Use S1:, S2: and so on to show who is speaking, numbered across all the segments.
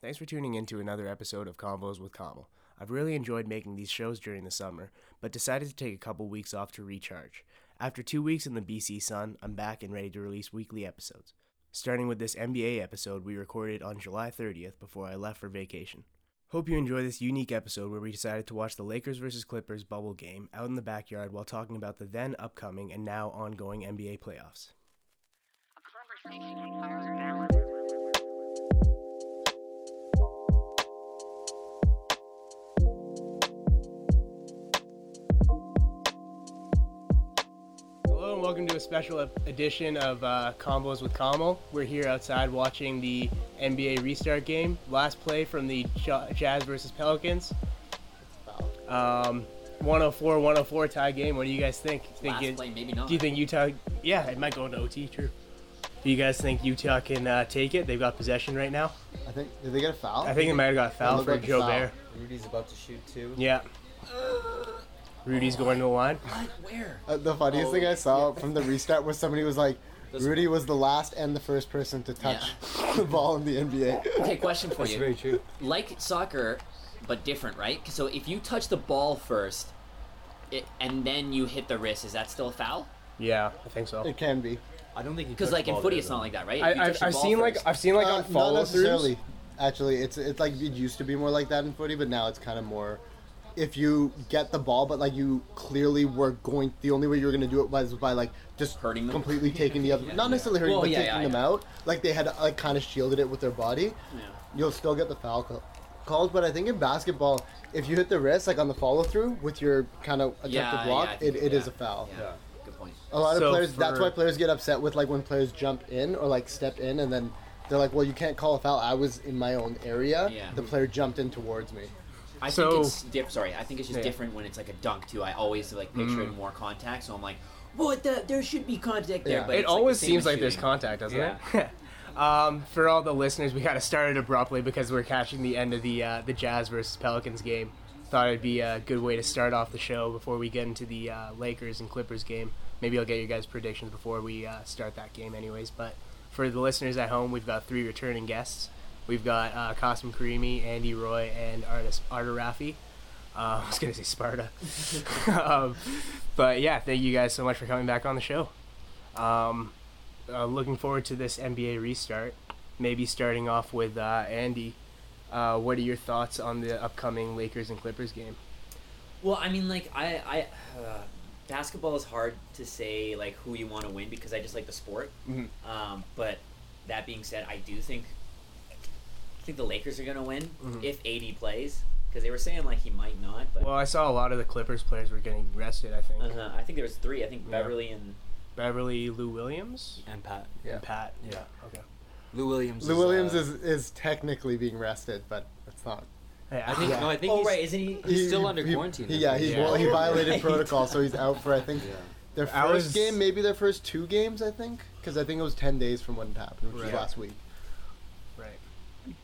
S1: Thanks for tuning in to another episode of Combos with Kamal. I've really enjoyed making these shows during the summer, but decided to take a couple weeks off to recharge. After two weeks in the BC sun, I'm back and ready to release weekly episodes. Starting with this NBA episode we recorded on July 30th before I left for vacation. Hope you enjoy this unique episode where we decided to watch the Lakers vs. Clippers bubble game out in the backyard while talking about the then upcoming and now ongoing NBA playoffs.
S2: A conversation requires balance.
S1: Hello and welcome to a special ep- edition of uh, Combos with Kamal. We're here outside watching the NBA restart game. Last play from the Ja- Jazz versus Pelicans. Um, 104 104 tie game. What do you guys think? think
S3: Last
S1: it-
S3: play, maybe not.
S1: Do you think Utah? Yeah, it might go into OT. True. Do you guys think Utah can uh, take it? They've got possession right now.
S4: I think did they get a foul?
S1: I think they might have got a foul
S4: looked
S1: for
S4: like a
S1: Joe
S4: foul.
S1: Bear.
S5: Rudy's about to shoot too.
S1: Yeah. Rudy's going to the line.
S3: What? Where?
S4: Uh, the funniest
S3: Oh,
S4: thing I saw from the restart was somebody was like,
S5: This-
S4: Rudy was the last and the first person to touch the ball in the NBA.
S3: Okay, question for
S5: That's
S3: you.
S5: very true.
S3: Like soccer, but different, right? So if you touch the ball first, it, and then you hit the wrist, is that still a foul?
S1: Yeah, I think so.
S4: It can be.
S5: I don't think he
S3: Because
S5: touched
S3: like
S5: the
S3: in
S5: ball
S3: footy,
S5: there,
S3: it's not
S5: though.
S3: like that, right?
S1: I,
S3: If you
S1: I've,
S3: touch the
S1: I've
S3: ball
S1: seen like
S3: first-
S1: I've seen like
S4: Uh,
S1: on
S4: not
S1: follow throughs.
S4: necessarily. Actually, it's it's like it used to be more like that in footy, but now it's kind of more. If you get the ball, but like you clearly were going, the only way you were going to do it was by like just
S3: Hurting them?
S4: completely taking the other, not necessarily hurting,
S3: Well,
S4: but
S3: yeah,
S4: taking
S3: yeah,
S4: them
S3: yeah.
S4: out. Like they had like kind of shielded it with their body. you'll still get the foul call, calls. But I think in basketball, if you hit the wrist, like on the follow through with your kind of attempted
S3: yeah, yeah,
S4: block,
S3: I
S4: it,
S3: think-
S4: it is a
S3: yeah,
S4: foul.
S3: Yeah. Good point.
S4: A lot
S1: So
S4: of players, that's
S1: for-
S4: why players get upset with like when players jump in or like step in and then they're like, well, you can't call a foul. I was in my own area.
S3: Yeah.
S4: The player jumped in towards me.
S3: I
S1: So-
S3: think it's diff- sorry. I think it's just
S1: Yeah. Mm.
S3: different when it's like a dunk too. I always like picture it in more contact, so I'm like, what? The, there should be contact there.
S4: Yeah.
S3: But
S1: it
S3: it's, like, the
S1: always
S3: same
S1: seems
S3: as
S1: like there's
S3: shooting.
S1: contact, doesn't it? um, for all the listeners, we got to start it abruptly because we're catching the end of the uh, the Jazz versus Pelicans game. Thought it'd be a good way to start off the show before we get into the uh, Lakers and Clippers game. Maybe I'll get your guys' predictions before we uh, start that game, anyways. But for the listeners at home, we've got three returning guests. We've got uh, Qasim Karimi, Andy Roy, and Artis Arda Raffi. Uh, I was gonna say Sparta, um, but yeah, thank you guys so much for coming back on the show. Um, uh, looking forward to this NBA restart. Maybe starting off with uh, Andy. Uh, what are your thoughts on the upcoming Lakers and Clippers game?
S3: Well, I mean, like I, I uh, basketball is hard to say like who you want to win because I just like the sport.
S5: Mm-hmm.
S1: Mhm.
S3: Um, but that being said, I do think I think the Lakers are gonna win
S5: Mm-hmm.
S3: if AD plays because they were saying like he might not, but
S1: Well, I saw a lot of the Clippers players were getting rested. I think
S3: uh I think there was three. I think
S1: Yeah.
S3: Beverly and
S1: Beverly, Lou Williams,
S5: And Pat.
S4: Yeah.
S1: and Pat.
S5: Yeah.
S1: Okay.
S5: Lou Williams.
S4: Lou Williams
S5: uh,
S4: is, is technically being rested, but it's not.
S1: Hey, I
S5: I think.
S1: think
S4: Yeah.
S5: No, I think.
S3: oh
S5: he's,
S3: right, isn't he?
S5: He's
S4: He-
S5: still
S4: he-
S5: under
S4: he-
S5: quarantine,
S4: he-
S5: I
S4: yeah,
S5: think.
S4: he,
S1: Yeah.
S4: well, he
S3: Oh,
S4: violated
S3: right.
S4: protocol, so he's out for I think
S5: Yeah.
S4: their
S1: I
S4: first
S1: was-
S4: game, maybe their first two games. I think because I think it was ten days from when it happened, which
S5: Right.
S4: was last week.
S1: right.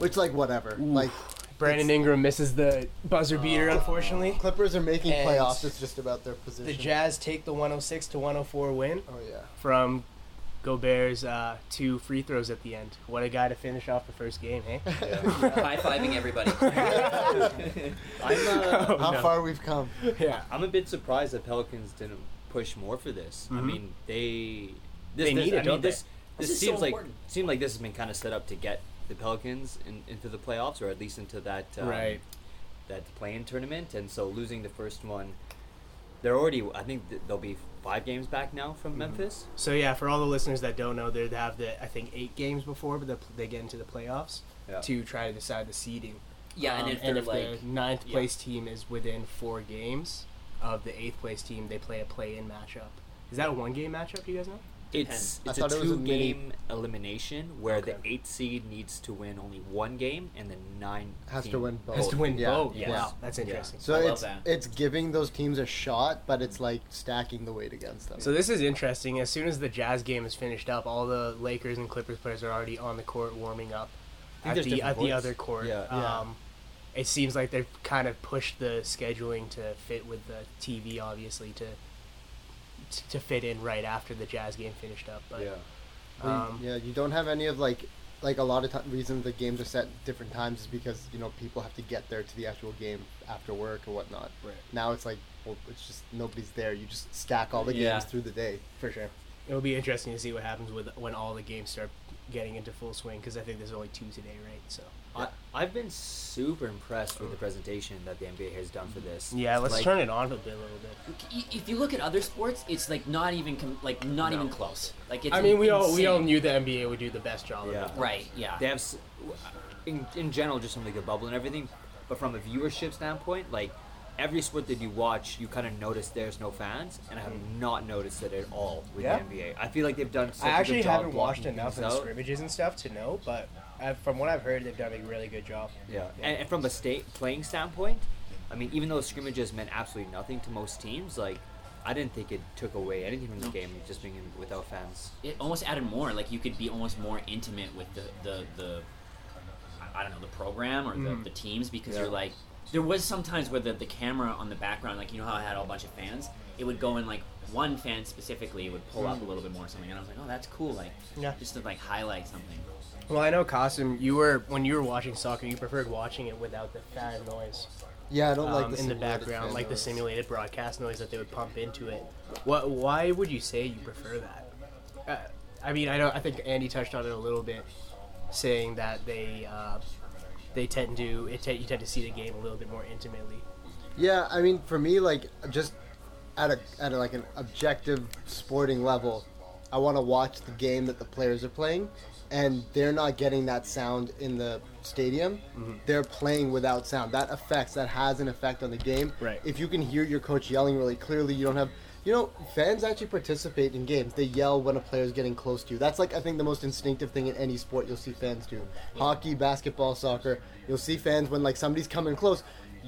S4: Which like whatever, like
S1: Brandon Ingram misses the buzzer beater, unfortunately.
S4: Clippers are making
S1: And
S4: playoffs. It's just about their position.
S1: The Jazz take the 106 to 104 win.
S4: Oh yeah.
S1: from Gobert's uh, two free throws at the end. What a guy to finish off the first game, eh?
S3: High fiving everybody.
S5: I'm, uh,
S1: Oh,
S4: How
S1: no.
S4: far we've come.
S1: Yeah.
S5: I'm a bit surprised that Pelicans didn't push more for this. I
S4: Mm-hmm.
S1: Mhm.
S5: mean, they. This,
S1: They
S5: this,
S1: need it,
S5: I mean,
S1: don't they?
S5: this,
S3: This
S5: this,
S3: is so
S5: seems like
S3: important.
S5: seemed like this has been kind of set up to get the Pelicans in, into the playoffs or at least into that um,
S1: Right.
S5: that play-in tournament, and so losing the first one, they're already. I think th- they'll be five games back now from
S4: Mm-hmm.
S5: Memphis.
S1: So yeah, for all the listeners that don't know, they have the I think eight games before, but the, they get into the playoffs
S5: Yeah.
S1: to try to decide the seeding.
S3: yeah,
S1: Um,
S3: and if they're like
S1: the ninth
S3: yeah.
S1: place team is within four games of the eighth place team, they play a play-in matchup. Is that a one-game matchup? You guys know?
S5: It's
S4: I
S5: it's
S4: thought
S5: a
S4: it was a
S5: two
S4: mini-
S5: game elimination where
S1: Okay.
S5: the eighth seed needs to win only one game and the nine
S4: Has to
S5: team-
S4: win both.
S1: Has to win
S4: Yeah,
S1: both.
S3: yes.
S1: Wow, that's
S5: Yeah.
S1: interesting.
S4: So
S3: I love
S4: it's
S3: that.
S4: it's giving those teams a shot, but it's like stacking the weight against them.
S1: So this is interesting. As soon as the Jazz game is finished up, all the Lakers and Clippers players are already on the court warming up
S5: I
S1: at
S5: think there's
S1: the at
S5: different
S1: the
S5: courts.
S1: other court.
S5: Yeah.
S4: Yeah.
S1: Um, it seems like they've kind of pushed the scheduling to fit with the TV, obviously to to fit in right after the Jazz game finished up. But
S5: Yeah.
S4: Well, you-
S1: um,
S4: yeah, you don't have any of like like a lot of t- reasons the games are set different times is because you know people have to get there to the actual game after work or whatnot.
S1: Right.
S4: Now it's like well, it's just nobody's there. You just stack all the
S3: Yeah.
S4: games through the day.
S1: for sure. It'll be interesting to see what happens with when all the games start getting into full swing because I think there's only two today, right? So
S5: I, I've been super impressed with the presentation that the NBA has done for this.
S1: yeah, let's
S5: Like,
S1: turn it on a bit, a little bit.
S3: I- If you look at other sports, it's like not even com- like not even close. Like it's
S1: I mean, we all we
S3: insane.
S1: all knew the NBA would do the best job.
S5: Yeah.
S1: Of it.
S3: Right. Yeah.
S5: They have, s- in, in general, just something like the bubble and everything, but from a viewership standpoint, like every sport that you watch, you kind of notice there's no fans, and I have not noticed it at all with
S1: Yeah.
S5: the NBA. I feel like they've done. Such
S1: I actually
S5: a good job
S1: haven't watched
S5: blocking
S1: enough of the
S5: things out.
S1: scrimmages and stuff to know, but i from what I've heard, they've done a really good job.
S5: Yeah, and, and from a state playing standpoint, I mean, even though scrimmages meant absolutely nothing to most teams, like I didn't think it took away anything from the
S3: No.
S5: game just being in- without fans.
S3: it almost added more. Like you could be almost more intimate with the the, the I- I don't know the program or
S1: Mm.
S3: the, the teams because
S5: Yeah.
S3: you're like there was sometimes where the, the camera on the background like you know how I had a bunch of fans it would go in like one fan specifically would pull up a little bit more or something and I was like oh that's cool like
S1: Yeah.
S3: just to like highlight something
S1: Well, I know, Kasim, you were when you were watching soccer, you preferred watching it without the fan noise
S4: Yeah, I don't
S1: um,
S4: like
S1: in the
S4: simulated
S1: background,
S4: fan
S1: like the
S4: noise.
S1: simulated broadcast noise that they would pump into it. What? Why would you say you prefer that? Uh, I mean, I know. I think Andy touched on it a little bit, saying that they uh, they tend to it te- you tend to see the game a little bit more intimately.
S4: Yeah, I mean, for me, like just at a at a, like an objective sporting level, I want to watch the game that the players are playing, and they're not getting that sound in the stadium. They're playing without sound. That affects. That has an effect on the game.
S1: Right.
S4: If you can hear your coach yelling really clearly, you don't have. You know, fans actually participate in games. They yell when a player's getting close to you. That's like I think the most instinctive thing in any sport you'll see fans do. Hockey, basketball, soccer. You'll see fans when like somebody's coming close,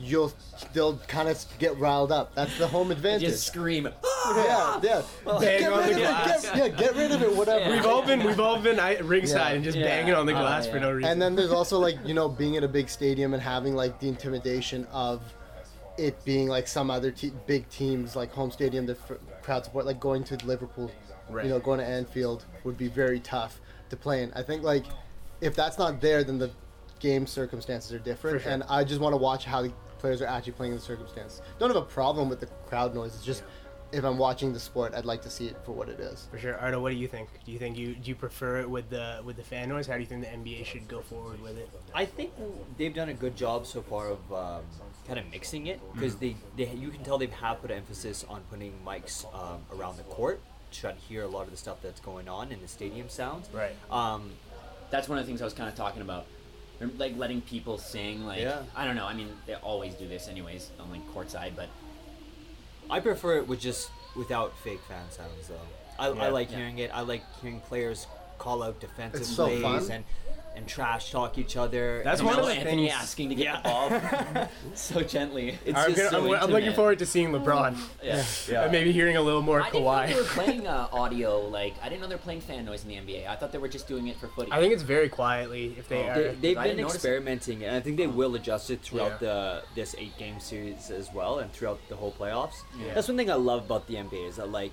S4: you'll still kind of get riled up. That's the home advantage.
S3: just scream
S4: yeah, yeah.
S1: Bang
S4: get
S1: on the
S4: rid of
S1: glass.
S4: it. Get, yeah, get rid of it. Whatever.
S1: We've all been we've all been I- ringside
S4: Yeah.
S1: and just
S3: Yeah.
S1: banging on the
S3: Oh,
S1: glass for
S3: yeah.
S1: no reason.
S4: And then there's also like you know being in a big stadium and having like the intimidation of it being like some other te- big teams like home stadium the f- crowd support like going to Liverpool,
S1: Right.
S4: you know going to Anfield would be very tough to play in. I think like if that's not there, then the game circumstances are different,
S1: For sure.
S4: and I just want to watch how the players are actually playing in the circumstance. Don't have a problem with the crowd noise. It's just if I'm watching the sport, I'd like to see it for what it is.
S1: for sure, Arda, what do you think? Do you think you do you prefer it with the with the fan noise? How do you think the NBA should go forward with it?
S5: I think they've done a good job so far of um, kind of mixing it because they, they you can tell they have put an emphasis on putting mics um, around the court to try to hear a lot of the stuff that's going on in the stadium sounds.
S1: Right.
S5: Um,
S3: that's one of the things I was kind of talking about. They're, Like letting people sing, like
S5: Yeah.
S3: I don't know. I mean, they always do this, anyways, on like courtside. But
S5: I prefer it with just without fake fan sounds though. I,
S1: Yeah.
S5: I like
S3: Yeah.
S5: hearing it. I like hearing players call out defensive
S4: It's so
S5: plays
S4: fun.
S5: and and trash talk each other.
S1: That's
S5: and
S1: one of
S3: Carmelo
S1: the
S3: Anthony
S1: things-
S3: asking to get the ball so gently. It's
S1: I'm, gonna,
S3: just so
S1: I'm, I'm looking
S3: intimate.
S1: forward to seeing LeBron
S3: Yeah.
S5: Yeah.
S1: and maybe hearing a little more
S3: I didn't know
S1: Kawhi.
S3: they were playing uh, audio. Like I didn't know they were playing fan noise in the NBA. I thought they were just doing it for footy.
S1: I think it's very quietly if they
S3: Oh.
S1: are.
S5: They, they've
S3: I
S5: been
S3: didn't notice it.
S5: experimenting, and I think they will adjust it throughout
S1: Yeah.
S5: the this eight game series as well, and throughout the whole playoffs.
S1: Yeah.
S5: That's one thing I love about the NBA is that like,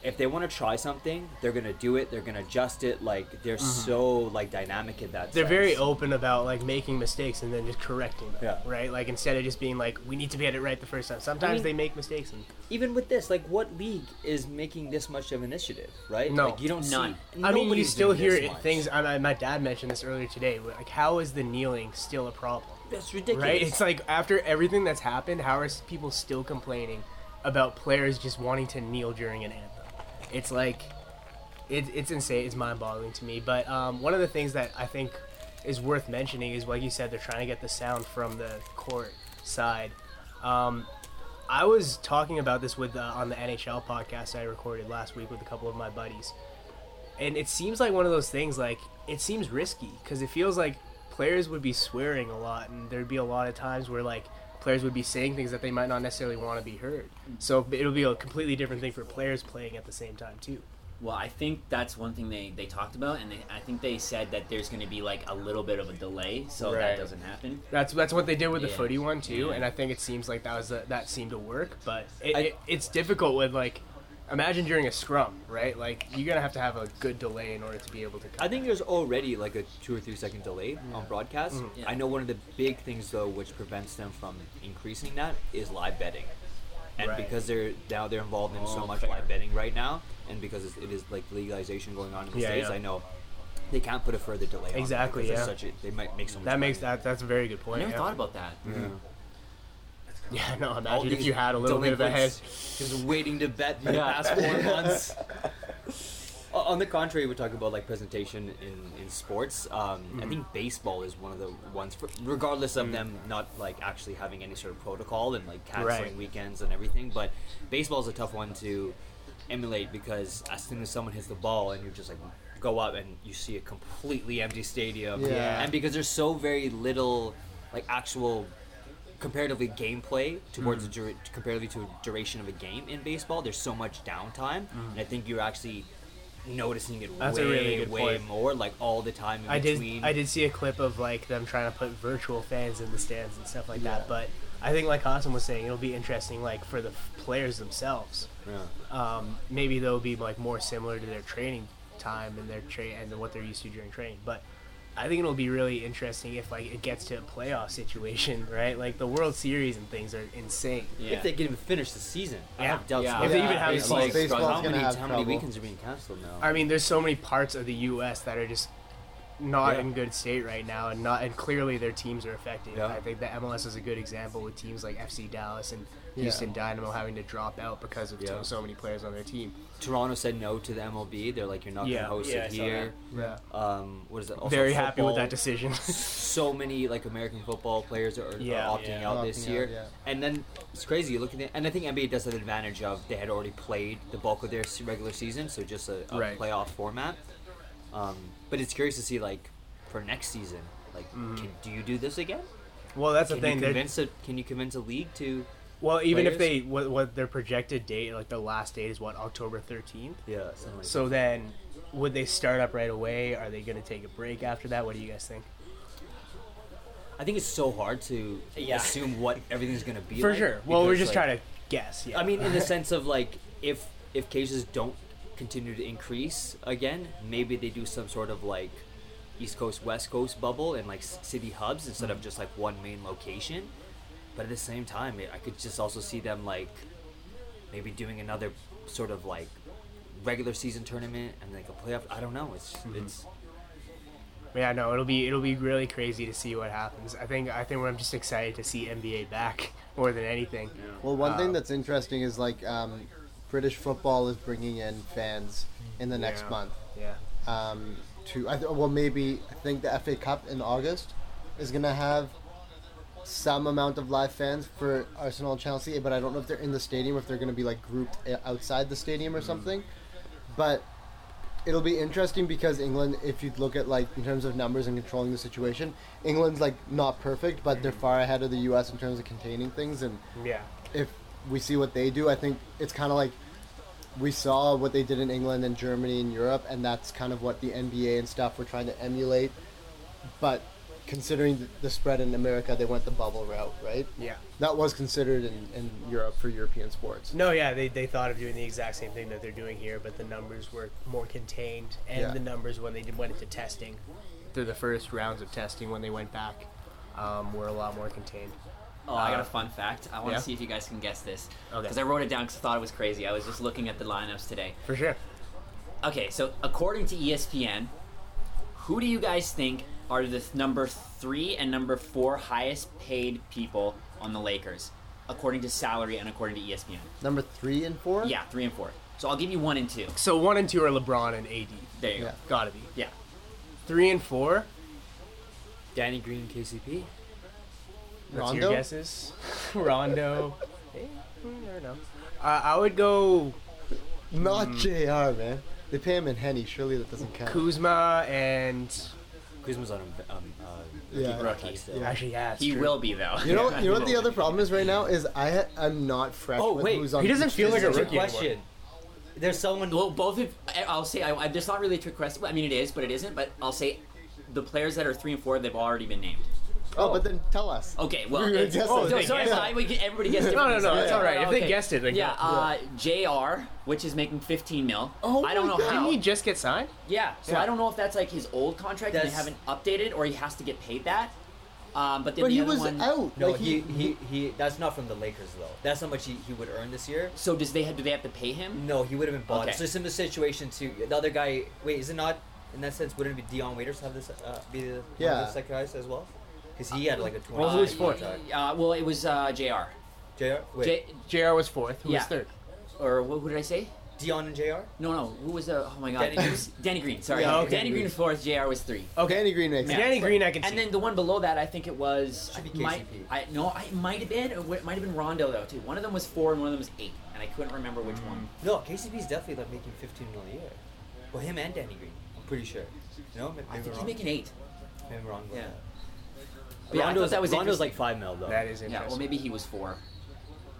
S5: if they want to try something, they're gonna do it. They're gonna adjust it. Like they're so like dynamic in that.
S1: Mm-hmm. they're very
S5: sense.
S1: open about like making mistakes and then just correcting them.
S5: Yeah.
S1: Right? Like instead of just being like, we need to get it right the first time. Sometimes
S5: mean-
S1: they make mistakes and
S5: Even with this, like, what league is making this much of an initiative, right?
S1: No.
S5: like, you don't
S3: None.
S5: see.
S1: I mean, you
S5: nobody's
S1: still
S5: doing
S1: hear
S5: this
S1: it,
S5: much.
S1: things. I, I- my dad mentioned this earlier today. but, Like, how is the kneeling still a problem?
S5: That's ridiculous.
S1: Right? It's like after everything that's happened, how are s- people still complaining about players just wanting to kneel during an anthem? It's like, it, it's insane. It's mind boggling to me. But um, one of the things that I think is worth mentioning is, like you said, they're trying to get the sound from the court side. Um, I was talking about this with uh, on the NHL podcast I recorded last week with a couple of my buddies, and it seems like one of those things. Like it seems risky because it feels like players would be swearing a lot, and there'd be a lot of times where like players would be saying things that they might not necessarily want to be heard. So it'll be a completely different thing for players playing at the same time too.
S3: Well, I think that's one thing they, they talked about, and they, I think they said that there's going to be like a little bit of a delay, so
S1: Right.
S3: that doesn't happen.
S1: That's that's what they did with the
S3: Yeah.
S1: footy one too,
S3: Yeah.
S1: and I think it seems like that was the, that seemed to work, but it,
S5: I-
S1: it, it's difficult with like imagine during a scrum, right? Like you're gonna have to have a good delay in order to be able to.
S5: I think there's already like a two or three second delay on broadcast.
S1: Mm-hmm.
S3: Yeah.
S5: I know one of the big things though, which prevents them from increasing that, is live betting. And
S1: Right.
S5: because they're now they're involved in so
S1: Oh,
S5: much
S1: fair.
S5: live betting right now, and because it's, it is like legalization going on in the
S1: Yeah,
S5: states,
S1: yeah.
S5: I know they can't put a further delay.
S1: Exactly,
S5: On it because
S1: yeah.
S5: there's Such a, they might make so much.
S1: that makes
S5: money.
S1: that that's a very good
S3: I
S1: point.
S3: never
S1: yeah. Mm-hmm.
S3: thought about that.
S1: Yeah, no. Imagine if you had a little bit of a head.
S5: Just waiting to bet for the
S3: Yeah.
S5: past four months. O- On the contrary, we talk about like presentation in, in sports. Um, I
S1: Mm-hmm.
S5: think baseball is one of the ones, for, regardless
S1: Mm.
S5: of them not like actually having any sort of protocol and like canceling
S1: Right.
S5: weekends and everything. But baseball is a tough one to emulate because as soon as someone hits the ball and you're just like go up and you see a completely empty stadium,
S4: Yeah.
S5: and because there's so very little like actual comparatively gameplay towards
S1: Mm.
S5: the dura- comparatively to duration of a game in baseball. There's so much downtime, and I think you're actually noticing it
S1: Mm. That's
S5: way,
S1: a really good
S5: way
S1: point.
S5: more, like all the time in
S1: I did
S5: between.
S1: I did see a clip of like them trying to put virtual fans in the stands and stuff like that. But I think like Hassan was saying, it'll be interesting like for the f- players themselves.
S5: Yeah.
S1: Um, maybe they'll be like more similar to their training time and their train and what they're used to during training. But I think it'll be really interesting if like it gets to a playoff situation, right? Like the World Series and things are insane.
S5: If they can even finish the season, I
S1: Yeah.
S5: have doubts.
S3: Yeah.
S5: about
S1: If they
S5: that.
S1: even have
S5: It's
S1: baseball-
S5: like,
S4: baseball's
S5: how
S4: gonna
S5: many,
S4: have
S5: how many
S4: trouble.
S5: weekends are being canceled now?
S1: I mean, there's so many parts of the U.S. that are just not
S5: Yeah.
S1: in good state right now, and not and clearly their teams are affected.
S5: Yeah.
S1: I think the MLS is a good example with teams like FC Dallas and
S4: Yeah.
S1: Houston Dynamo having to drop out because of
S5: Yeah.
S1: so, so many players on their team.
S5: Toronto said no to the MLB. They're like, you're not
S1: Yeah.
S5: gonna host
S3: Yeah, I
S5: it
S3: saw
S5: here.
S1: Yeah,
S5: Um, what is it? Also
S1: very happy with that
S5: football.
S1: decision.
S5: so many like American football players are, are
S1: Yeah.
S5: opting
S3: Yeah.
S5: out
S4: Opting
S5: this
S4: out,
S5: year,
S4: yeah.
S5: and then it's crazy. You look at it, and I think NBA does have the advantage of they had already played the bulk of their se- regular season, so just a, a
S1: Right.
S5: playoff format. Um, but it's curious to see like for next season, like can, do you do this again?
S1: well, that's Mm-hmm. the
S5: Can
S1: thing.
S5: you
S1: they're-
S5: convince a Can you convince a league to?
S1: well, even if they
S5: players?
S1: what, what their projected date, like the last date, is what October 13th.
S5: Yeah, something like
S1: So then, would they start up right away? Are they going to take a break after that? What do you guys think?
S5: I think it's so hard to
S3: Yeah.
S5: assume what everything's gonna be.
S1: For
S5: like,
S1: sure. Well, we're
S5: because,
S1: just
S5: like,
S1: trying to guess. Yeah.
S5: I mean, in the sense of like, if if cases don't continue to increase again, maybe they do some sort of like East Coast West Coast bubble and like s- city hubs instead
S1: Mm.
S5: of just like one main location. But at the same time, I- I could just also see them like maybe doing another sort of like regular season tournament and like a playoff. I don't know. It's
S1: Mm-hmm.
S5: it's
S1: Yeah, no, it'll be it'll be really crazy to see what happens. I think I think I'm just excited to see NBA back more than anything.
S4: Well, one
S1: Um,
S4: thing that's interesting is like um, British football is bringing in fans in the next
S1: Yeah.
S4: month.
S1: Yeah.
S4: Um, to I th- well maybe I think the FA Cup in August is gonna have some amount of live fans for Arsenal and Chelsea, but I don't know if they're in the stadium, if they're gonna be like grouped o- outside the stadium
S1: Mm.
S4: or something. But it'll be interesting because England, if you look at like in terms of numbers and controlling the situation, England's like not perfect, but they're
S1: Mm.
S4: far ahead of the U.S. in terms of containing things and
S1: Yeah.
S4: if we see what they do, I think it's kind of like we saw what they did in England and Germany and Europe, and that's kind of what the NBA and stuff were trying to emulate. But considering th- the spread in America, they went the bubble route, right?
S1: Yeah.
S4: That was considered in, in Europe for European sports.
S1: No, yeah, they, they thought of doing the exact same thing that they're doing here, but the numbers were more contained, and
S4: Yeah.
S1: the numbers when they did, went into testing, through the first rounds of testing when they went back, um, were a lot more contained.
S3: Oh, I got
S1: Uh,
S3: a fun fact. I want to
S1: yeah?
S3: see if you guys can guess this.
S1: Okay.
S3: Because I wrote it down because I thought it was crazy. I was just looking at the lineups today.
S1: For sure.
S3: Okay, so according to E ESPN, who do you guys think are the th- number three and number four highest paid people on the Lakers, according to salary and according to E ESPN?
S4: Number three and four?
S3: Yeah, three and four. So I'll give you one and two.
S1: So one and two are LeBron and AD.
S3: There you go.
S4: Yeah.
S1: Gotta be.
S3: Yeah.
S1: Three and four.
S5: Danny Green, KCP.
S1: That's
S4: Rondo? hmm,
S1: your guesses. Rondo. Eh, you never know. Uh, I would go
S4: Not
S1: Mm.
S4: JR, man. They pay him in Henny. Surely that doesn't count.
S1: Kuzma and
S5: Kuzma's on a um, uh,
S4: Yeah.
S5: rookie still.
S4: Yeah.
S1: Actually, yeah, it's
S3: He
S1: true.
S3: will be, though.
S4: You know, you know what
S1: he
S4: the other problem is right now is I ha- I'm not fresh
S5: Oh,
S4: with
S5: wait,
S4: who's on.
S1: he doesn't
S4: each
S1: feel like a
S4: team.
S1: rookie. anymore.
S5: Question. There's someone.
S3: Well, both of I- I'll say I, I, there's not really a trick question. I mean, it is, but it isn't. But I'll say the players that are three and four, they've already been named.
S4: Oh, but then tell us.
S3: Okay, well,
S4: We were
S3: it's,
S4: guessing.
S3: oh,
S4: They
S3: no, sorry,
S1: guessed.
S3: I- we get- everybody guessed.
S1: No, no,
S3: differently,
S1: no,
S3: so-
S1: it's all right. If they
S3: okay.
S1: guessed it, they
S3: yeah,
S1: got
S3: uh, Jr., which is making 15 mil.
S4: Oh
S3: I don't
S4: my
S3: know
S4: God.
S1: Didn't
S3: how.
S1: he just get signed?
S3: Yeah, so
S1: Yeah.
S3: I don't know if that's like his old contract and they
S5: That's-
S3: haven't updated, or he has to get paid that. Um, but then
S4: But
S3: the
S4: he
S3: other
S4: was
S3: one.
S4: out.
S5: No,
S4: Like,
S5: he, he, he, that's not from the Lakers, though. That's how much he, he would earn this year.
S3: So does they have, do they have to pay him?
S5: No, he would have been bought.
S3: Okay.
S5: So it's in the situation too. The other guy, wait, is it not in that sense? Wouldn't it be Dion Waiters have this uh, be the
S4: Yeah.
S5: yeah. second guys as well? Because he had like a twenty.
S1: Well, who was fourth?
S5: contract.
S3: Uh, well, it was uh, Jr.
S5: Jr. Wait,
S3: J-
S1: JR was fourth. Who
S3: yeah.
S1: was third?
S3: Or who, who did I say?
S5: Dion and Jr.
S3: No, no. Who was the? Oh my God.
S5: Danny Green.
S3: Danny Green. Sorry.
S1: Yeah, okay.
S3: Danny Green was fourth. Jr. was three.
S4: okay. Danny Green makes
S1: Danny Green, I can see.
S3: And then the one below that, I think it was.
S5: Should be
S3: I might,
S5: KCP.
S3: I no, I it might have been. Or it might have been Rondo though too. One of them was four and one of them was eight, and I couldn't remember which
S4: Mm.
S3: one.
S5: No, KCP's definitely like making fifteen million a year. Well, him and Danny Green. I'm pretty sure. No, maybe
S3: I
S5: I'm
S3: think he's
S5: wrong.
S3: making eight.
S5: Maybe I'm wrong. about
S3: Yeah.
S5: that.
S3: But yeah, I
S5: Rondo's,
S3: thought that was
S5: Rondo's like
S3: interesting.
S5: five mil though.
S1: That is interesting.
S3: Yeah. Well, maybe he was four.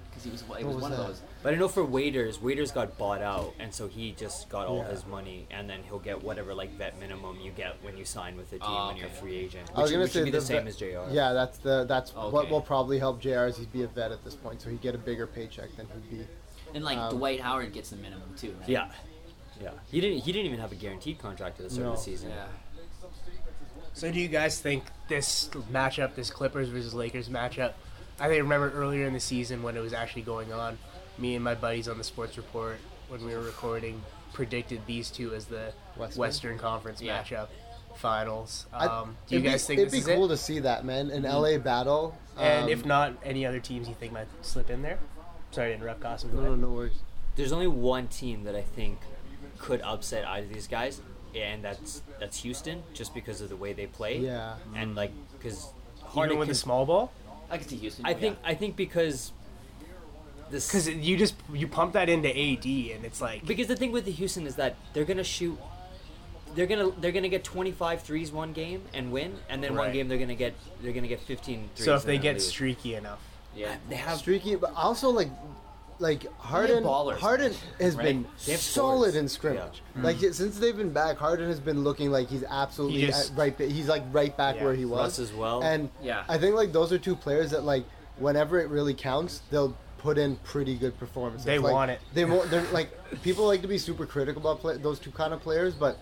S3: Because he was. It was,
S4: was
S3: one
S4: that?
S3: of those.
S5: But I know for waiters, waiters got bought out, and so he just got all
S4: Yeah.
S5: his money, and then he'll get whatever like vet minimum you get when you sign with the team
S3: Oh,
S5: when you're a
S3: okay.
S5: free agent. Which,
S4: I was gonna
S5: which
S4: say
S5: should be the
S4: the
S5: same
S4: vet-
S5: as Jr.
S4: Yeah, that's the that's what
S3: Okay.
S4: will probably help Jr. is he'd be a vet at this point, so he'd get a bigger paycheck than he'd be.
S3: And like
S4: Um,
S3: Dwight Howard gets the minimum too. Right?
S5: Yeah, yeah. He didn't. He didn't even have a guaranteed contract at the start of
S4: No.
S5: the season.
S3: Yeah.
S1: So do you guys think this matchup, this Clippers versus Lakers matchup? I think I remember earlier in the season when it was actually going on. Me and my buddies on the sports report when we were recording predicted these two as the
S4: Western?
S1: Western, Conference
S3: Yeah.
S1: matchup finals.
S4: I-
S1: Um, do you
S4: it'd be-
S1: guys think
S4: it'd
S1: this
S4: be
S1: is
S4: cool
S1: it? Mm-hmm.
S4: to see that man an LA battle?
S1: and
S4: um,
S1: if not, any other teams you think might slip in there? Sorry to interrupt, Cosmo.
S4: no, no, no worries.
S5: There's only one team that I think could upset either of these guys, and that's that's Houston, just because of the way they play.
S4: Yeah.
S5: And like, because
S1: Even with the small ball,
S3: I could see Houston.
S5: I
S3: yeah.
S5: think I think because this
S1: because you just you pump that into AD and it's like
S5: Because the thing with the Houston is that they're gonna shoot. They're gonna they're gonna get 25 threes one game and win, and then one
S1: Right.
S5: game they're gonna get they're gonna get 15 threes.
S1: so if
S5: and
S1: they
S5: then
S1: get
S5: lose.
S1: streaky enough.
S3: Yeah.
S5: they have
S4: Streaky, but also like like Harden.
S3: ballers,
S4: Harden has
S3: right?
S4: been
S5: They have
S4: solid
S5: scorers.
S4: in scrimmage. Like since they've been back, Harden has been looking like he's absolutely
S1: He just-
S4: at right. ba- He's like right back
S1: Yeah.
S4: where he was
S5: Russ as well.
S4: And
S3: Yeah.
S4: I think like those are two players that like whenever it really counts, they'll put in pretty good performances.
S1: They
S4: Like,
S1: want it.
S4: They want. They're like people like to be super critical about play, those two kind of players, but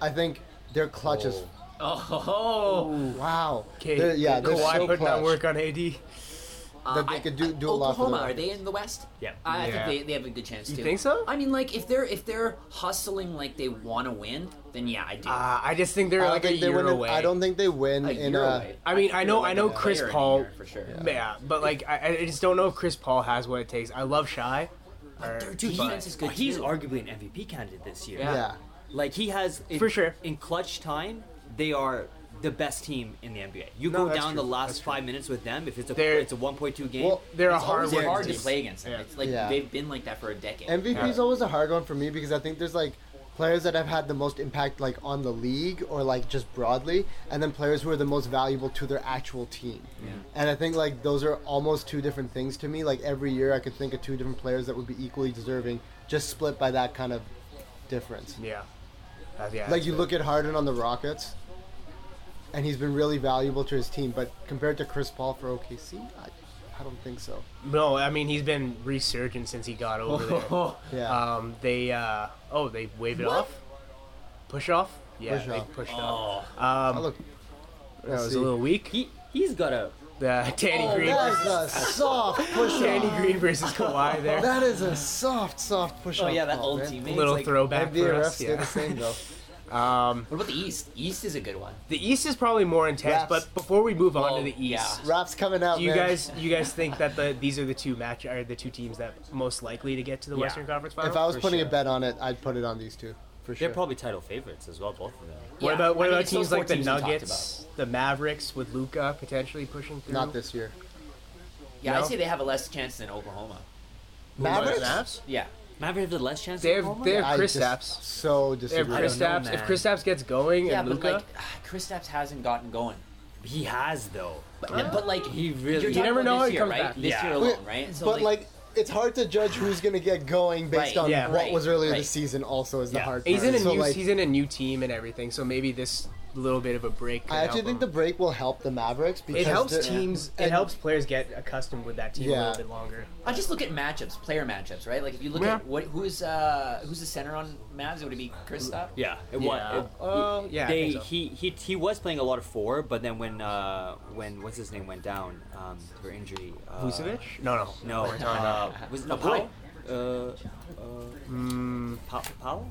S4: I think they're clutch as
S3: Oh. ho, ho.
S4: wow.
S1: Okay,
S4: They're- yeah, they're
S1: Kawhi
S4: so
S1: put
S4: clutch.
S1: that work on AD.
S3: Uh,
S4: they
S3: I-
S4: could do-
S3: I-
S4: do a lot for
S3: Oklahoma,
S4: them.
S3: are they in the West?
S5: Yeah.
S3: I,
S1: Yeah.
S3: I think they, they have a good chance
S1: You
S3: too.
S1: think so?
S3: I mean, like if they're if they're hustling like they want to win, then yeah, I do.
S1: Uh, I just think they're
S4: I don't
S1: like a
S4: think they
S1: year
S4: win. in-
S1: away.
S4: I don't think they win
S3: a
S4: in
S3: year
S4: a.
S3: away.
S1: I mean,
S3: think
S1: I know-
S3: they're, like,
S1: I know
S3: a
S1: Chris
S3: player in
S1: Paul-
S3: here, for sure.
S1: Yeah. but like I, I just don't know if Chris Paul has what it takes. I love Shy. or-
S3: Their
S5: Dude, he-
S3: defense is good.
S5: he's
S3: too.
S5: arguably an MVP candidate this year.
S3: Yeah.
S4: Yeah.
S5: Like he has in,
S1: For sure.
S5: in clutch time, they are the best team in the NBA. You
S1: No,
S5: go
S1: that's
S5: down
S1: true.
S5: the
S1: That's
S5: last
S1: true.
S5: five minutes with them. If it's a
S1: They're-
S5: it's a 1.2 game,
S4: Well,
S1: they're a
S3: It's
S1: hard
S3: always
S1: work.
S3: hard to
S1: team.
S3: play against them.
S1: Yeah.
S3: It's like
S4: Yeah.
S3: they've been like that for a decade.
S4: MVP is
S1: Yeah.
S4: always a hard one for me because I think there's like players that have had the most impact like on the league or like just broadly, and then players who are the most valuable to their actual team. And I think like those are almost two different things to me. Like every year, I could think of two different players that would be equally deserving, just split by that kind of difference.
S1: Yeah. Uh, yeah.
S4: Like you look at Harden on the Rockets. And he's been really valuable to his team, but compared to Chris Paul for OKC, I, I don't think so.
S1: No, I mean he's been resurgent since he got over
S5: oh,
S1: there.
S4: Yeah.
S1: Um, they uh, oh they wave it off, push off. Yeah,
S4: Push
S1: they
S4: off.
S1: pushed off.
S3: Oh,
S1: Um,
S4: I look.
S1: that
S4: let's
S1: was
S4: see.
S1: a
S4: Oh,
S1: little weak.
S5: he he's got a
S1: The Danny Green,
S4: That
S1: versus,
S4: is a soft push
S1: Danny
S4: off.
S1: Green versus Kawhi there.
S4: That is a soft, soft push
S5: oh
S4: off.
S5: yeah that
S4: ball,
S5: old
S4: man.
S5: teammate.
S1: little
S5: like,
S1: throwback
S4: And the
S1: for
S4: refs
S1: us.
S4: stay the
S1: Yeah.
S4: same though.
S3: what about the East? East is a good one.
S1: The East is probably more intense,
S4: Refs.
S1: but before we move on
S3: Well,
S1: to the East.
S3: yeah.
S4: Raps coming out,
S1: Do you
S4: man.
S1: guys you guys think that the these are the two match are the two teams that most likely to get to the
S5: Yeah.
S1: Western Conference Final?
S4: If I was
S5: For
S4: putting
S5: sure.
S4: a bet on it, I'd put it on these two for sure.
S5: They're probably title favorites as well, both of them.
S1: what
S3: Yeah.
S1: about what
S3: I mean,
S1: about
S3: it's those
S1: teams
S3: four
S1: like the
S3: teams we talked
S1: Nuggets, the Mavericks with Luca potentially pushing through?
S4: not this year.
S3: Yeah,
S1: No?
S3: I'd say they have a less chance than Oklahoma.
S1: Who are the
S4: Mavericks?
S1: Mavs?
S3: Yeah.
S5: Mavericks have the less chance.
S1: They have
S5: of Oklahoma?
S1: they
S4: I
S1: have Chris
S4: just
S1: Stapps.
S4: So
S1: They have
S4: disagree.
S1: Chris
S5: know,
S1: Stapps. If
S5: man.
S1: Chris Stapps gets going
S3: Yeah,
S1: and
S3: but
S1: Luca,
S3: like Kristaps hasn't gotten going.
S5: He has though.
S3: But, but like
S5: He really-
S3: you're
S5: You
S3: talking
S1: never
S3: about
S1: know,
S3: This
S1: he
S3: year,
S1: comes
S3: right?
S1: back.
S3: This
S5: Yeah.
S3: year alone, right? So,
S4: but like, it's hard to judge who's gonna get going based
S3: Right,
S4: on
S1: yeah.
S4: what
S3: right,
S4: was earlier
S3: right.
S4: this season. Also, is the
S5: Yeah.
S4: hard part.
S1: he's in a
S4: so
S1: new
S4: like,
S1: he's in a new team and everything, so maybe this little bit of a break. could
S4: I actually
S1: help
S4: think the
S1: them.
S4: break will help the Mavericks because
S1: it helps
S4: the-
S1: teams. It
S4: and-
S1: helps players get accustomed with that team a
S4: Yeah.
S1: little bit longer.
S3: I just look at matchups, player matchups, right? Like if you look
S1: Yeah.
S3: at what who's uh who's the center on Mavs, would it be Kristaps?
S5: Yeah, it
S1: Yeah.
S5: was.
S1: Oh, yeah, I
S5: They,
S1: think so.
S5: he, he he was playing a lot of four, but then when uh when what's his name went down um for injury. Uh,
S1: No, no.
S5: No, uh, was it no
S3: Powell?
S5: Powell? Uh, uh,
S1: Hmm.
S5: Pow- Powell?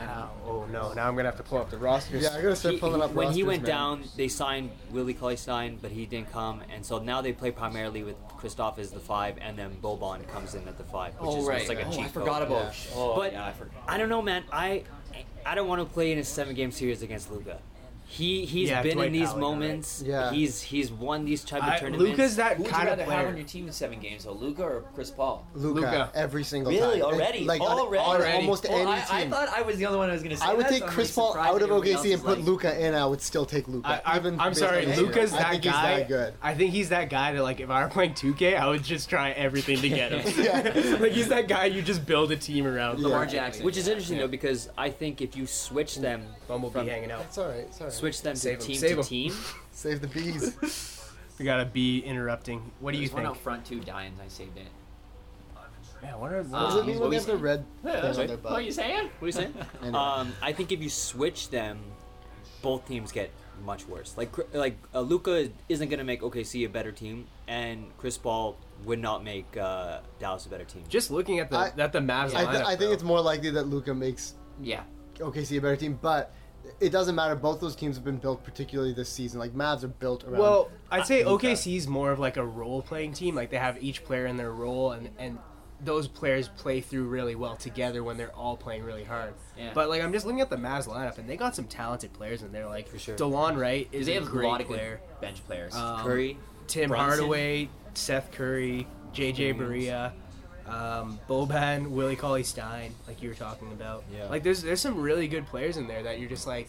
S1: Ow, oh no! Now I'm gonna have to pull up the rosters.
S4: Yeah, I gotta start
S5: He-
S4: pulling
S5: he-
S4: up
S5: when he
S4: rosters,
S5: went
S4: man.
S5: down, they signed Willie Cauley Stein, but he didn't come, and so now they play primarily with Kristoff as the five, and then Boban comes in at the five, which
S3: Oh
S5: is
S3: right.
S5: just like a
S3: oh,
S5: cheat
S3: I forgot
S5: code.
S3: about.
S4: Yeah.
S3: Oh
S5: but
S3: yeah, I
S5: I,
S3: forgot.
S5: don't know, man. I I don't want to play in a seven game series against Luca. He he's
S1: Yeah,
S5: been
S1: Dwight
S5: in these
S1: Howard,
S5: moments.
S4: right? Yeah.
S5: He's he's won these type of
S1: I,
S5: tournaments.
S1: Luca's that
S3: Who would you
S1: kind of
S3: rather have
S1: player.
S3: on your team in seven games, though, Luca or Chris Paul?
S4: Luca,
S1: Luka.
S4: every single
S3: Really?
S4: time.
S3: Already?
S4: Like on-
S3: Already?
S4: on
S1: Already.
S4: almost
S3: Well,
S4: any
S3: I, I
S4: team.
S3: thought I was the only one who was going to say
S4: I would
S3: that,
S4: take
S3: so I'm
S4: Chris
S3: really
S4: Paul
S3: surprised
S4: out of
S3: everybody else
S4: OKC and
S3: is
S4: put
S3: like-
S4: Luca in. I would still take Luca.
S1: I, I, I'm sorry, Luca's that
S4: I think
S1: guy.
S4: He's that good.
S1: I think he's that guy that like if I were playing 2K, I would just try everything to get him.
S4: Yeah.
S1: like he's that guy you just build a team around.
S4: Yeah.
S3: Lamar Jackson.
S5: Which is interesting though, because I think if you switch them,
S1: Bumblebee
S5: from-
S1: hanging out.
S4: It's all right. It's all right.
S5: switch them
S1: Save
S5: to
S1: 'em,
S5: team
S1: save
S5: to
S1: 'em.
S5: team.
S4: Save the bees.
S1: We gotta be interrupting. What do you
S3: There's one
S1: think?
S3: out front too, Dines. I saved it.
S1: Man, what are
S3: Uh,
S4: Does
S1: those?
S4: it mean when they have the red
S3: that's
S4: thing on their
S3: What are you
S4: butt?
S3: saying?
S5: What are you saying?
S4: Anyway.
S5: um, I think if you switch them, both teams get much worse. Like Cr- like uh, Luca isn't gonna make OKC a better team, and Chris Paul would not make uh, Dallas a better team.
S1: just looking at the
S4: I-
S1: at the Mavs
S4: I,
S1: lineup.
S4: th- I think
S1: though.
S4: it's more likely that Luca makes
S3: Yeah.
S4: OKC a better team, but it doesn't matter. Both those teams have been built, particularly this season. Like Mavs are built around.
S1: Well, I'd say
S4: Luka.
S1: OKC is more of like a role playing team. Like they have each player in their role, and and those players play through really well together when they're all playing really hard.
S3: Yeah.
S1: But like I'm just looking at the Mavs lineup, and they got some talented players in there. Like
S5: For sure.
S1: DeLon Wright is
S3: They
S1: a
S3: have a Uh,
S1: great
S3: lot of good
S1: player.
S3: bench players.
S1: Um,
S5: Curry,
S1: Tim
S5: Brunson.
S1: Hardaway, Seth Curry, JJ Barea, um, Boban, Willie Cauley Stein, like you were talking about.
S5: Yeah.
S1: Like there's there's some really good players in there that you're just like,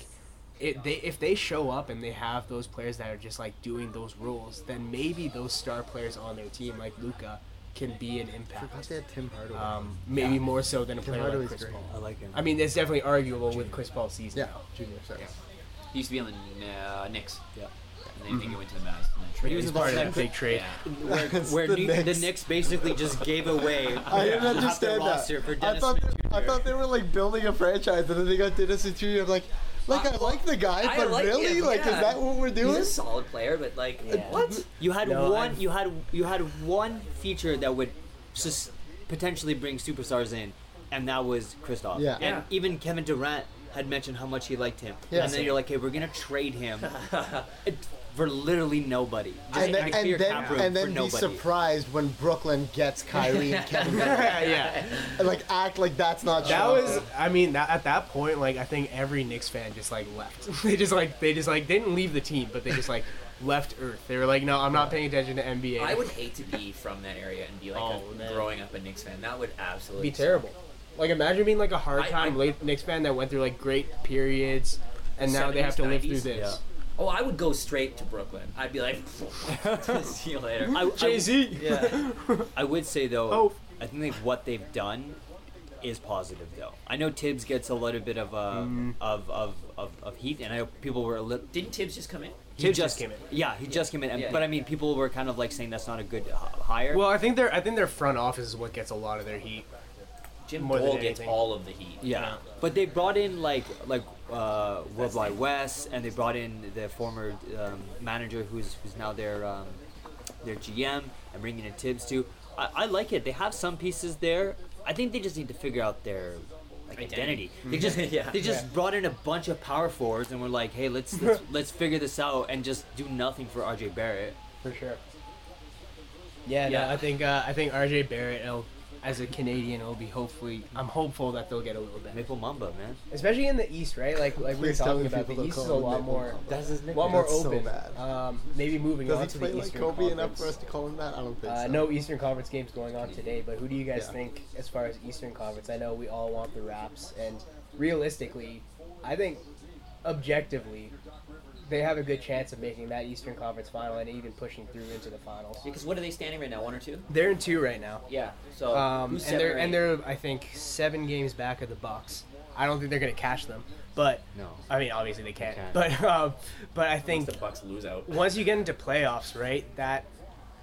S1: it, they if they show up and they have those players that are just like doing those roles, then maybe those star players on their team like Luca can be an
S4: I forgot
S1: impact.
S4: they had Tim Hardaway.
S1: Um, maybe more so than a player like
S4: Hardaway's
S1: Chris
S4: great.
S1: Paul.
S5: I like him.
S1: I mean, it's definitely arguable with Chris Paul's season.
S4: yeah,
S1: now.
S4: Junior. Sorry.
S3: he used to be on the uh, Knicks,
S5: yeah.
S3: and then I think he went to the Mavs. and then
S5: he
S3: traded.
S5: was
S1: He's
S5: involved
S1: part of
S5: in
S1: that
S5: that
S1: big trade.
S3: Yeah.
S5: Where,
S4: It's
S5: where
S4: the
S5: New- the,
S4: Knicks.
S5: Knicks basically just gave away.
S4: I didn't
S5: half their
S4: understand
S5: roster
S4: that.
S5: For
S4: I
S5: Dennis
S4: thought
S5: Smith
S4: they, I
S5: Jr..
S4: thought they were like building a franchise, and then they got Dennis and Junior. I'm like, like I, like the guy,
S3: I
S4: but
S3: like
S4: really,
S3: him,
S4: like,
S3: yeah.
S4: is that what we're doing?
S3: He's a solid player, but like, what?
S5: You had
S1: No,
S5: one.
S1: I've-
S5: You had you had one feature that would just potentially bring superstars in, and that was Kristoff.
S4: Yeah.
S5: And
S4: Yeah.
S5: even Kevin Durant had mentioned how much he liked him.
S4: Yeah.
S5: And then you're like, hey, we're gonna trade him It- for literally nobody. Just
S4: and then,
S5: to clear
S4: and
S5: cap
S4: then,
S5: room
S4: and
S5: for
S4: then be
S5: nobody.
S4: surprised when Brooklyn gets Kyrie and Kevin Durant.
S1: yeah.
S4: and like act like that's not
S1: That
S4: true.
S1: was, I mean, that, at that point, like I think every Knicks fan just like left. they just like they just like didn't leave the team, but they just like left Earth. They were like, no, I'm not paying attention to NBA.
S3: I would hate to be from that area and be like
S1: Oh,
S3: a-
S1: man.
S3: growing up a Knicks fan. That would absolutely
S1: be terrible. Like imagine being like a hard
S3: I-
S1: time
S3: I-
S1: late Knicks fan that went through like great periods, and now they have to live through
S3: 70s,
S1: this.
S3: Oh, I would go straight to Brooklyn. I'd be like, see you later.
S5: I- I-
S1: Jay Z.
S5: Yeah. I would say though,
S1: Oh.
S5: I think like what they've done is positive though. I know Tibbs gets a little bit of uh,
S1: Mm.
S5: of, of, of of heat, and I know people were a little.
S3: Didn't Tibbs just come in?
S5: He
S1: Tibbs just came in.
S5: Yeah, he just came in. and-
S3: Yeah.
S5: But I mean, people were kind of like saying that's not a good h- hire.
S1: Well, I think their I think their front office is what gets a lot of their heat.
S3: Jim
S1: More than
S3: Boyle gets
S1: anything.
S3: all of the heat.
S5: yeah. But they brought in like like uh, World Wide West, and they brought in the former um, manager who's who's now their um, their GM, and bringing in Tibbs too. I, I like it. They have some pieces there. I think they just need to figure out their. Like
S3: Identity.
S5: identity. They just
S3: Yeah.
S5: they just brought in a bunch of power forwards and were like, hey, let's let's, let's figure this out and just do nothing for RJ Barrett.
S1: For sure. Yeah,
S3: Yeah.
S1: No, I think uh, I think RJ Barrett, will, as a Canadian, will be hopefully. I'm hopeful that they'll get a little better.
S5: Maple Mamba, man.
S1: especially in the East, right? Like like we were
S4: Please tell
S1: talking
S4: me
S1: about,
S4: people
S1: the
S4: don't
S1: East
S4: call
S1: is a
S4: him
S1: lot
S4: Maple
S1: more,
S4: Mamba.
S5: That's his
S1: a
S5: nickname.
S1: lot more
S4: That's so
S1: open.
S4: bad.
S1: um, maybe moving on
S4: Does
S1: to
S4: he play
S1: the
S4: like
S1: Eastern
S4: Kobe
S1: Conference.
S4: enough for us to call him that? I don't think
S1: uh,
S4: so.
S1: no Eastern Conference games going on today, but who do you guys
S4: Yeah.
S1: think as far as Eastern Conference? I know we all want the Raps, and realistically, I think objectively, they have a good chance of making that Eastern Conference final and even pushing through into the finals.
S3: Because what are they standing right now? One or two?
S1: They're in two right now.
S3: Yeah. So
S1: Um,
S3: who's
S1: and
S3: seven
S1: they're
S3: or
S1: and
S3: eight?
S1: they're I think seven games back of the Bucks. I don't think they're going to cash them. But
S5: No.
S1: I mean, obviously they can't.
S5: can't.
S1: But um, but I think
S6: the Bucks lose out.
S1: once you get into playoffs, right? That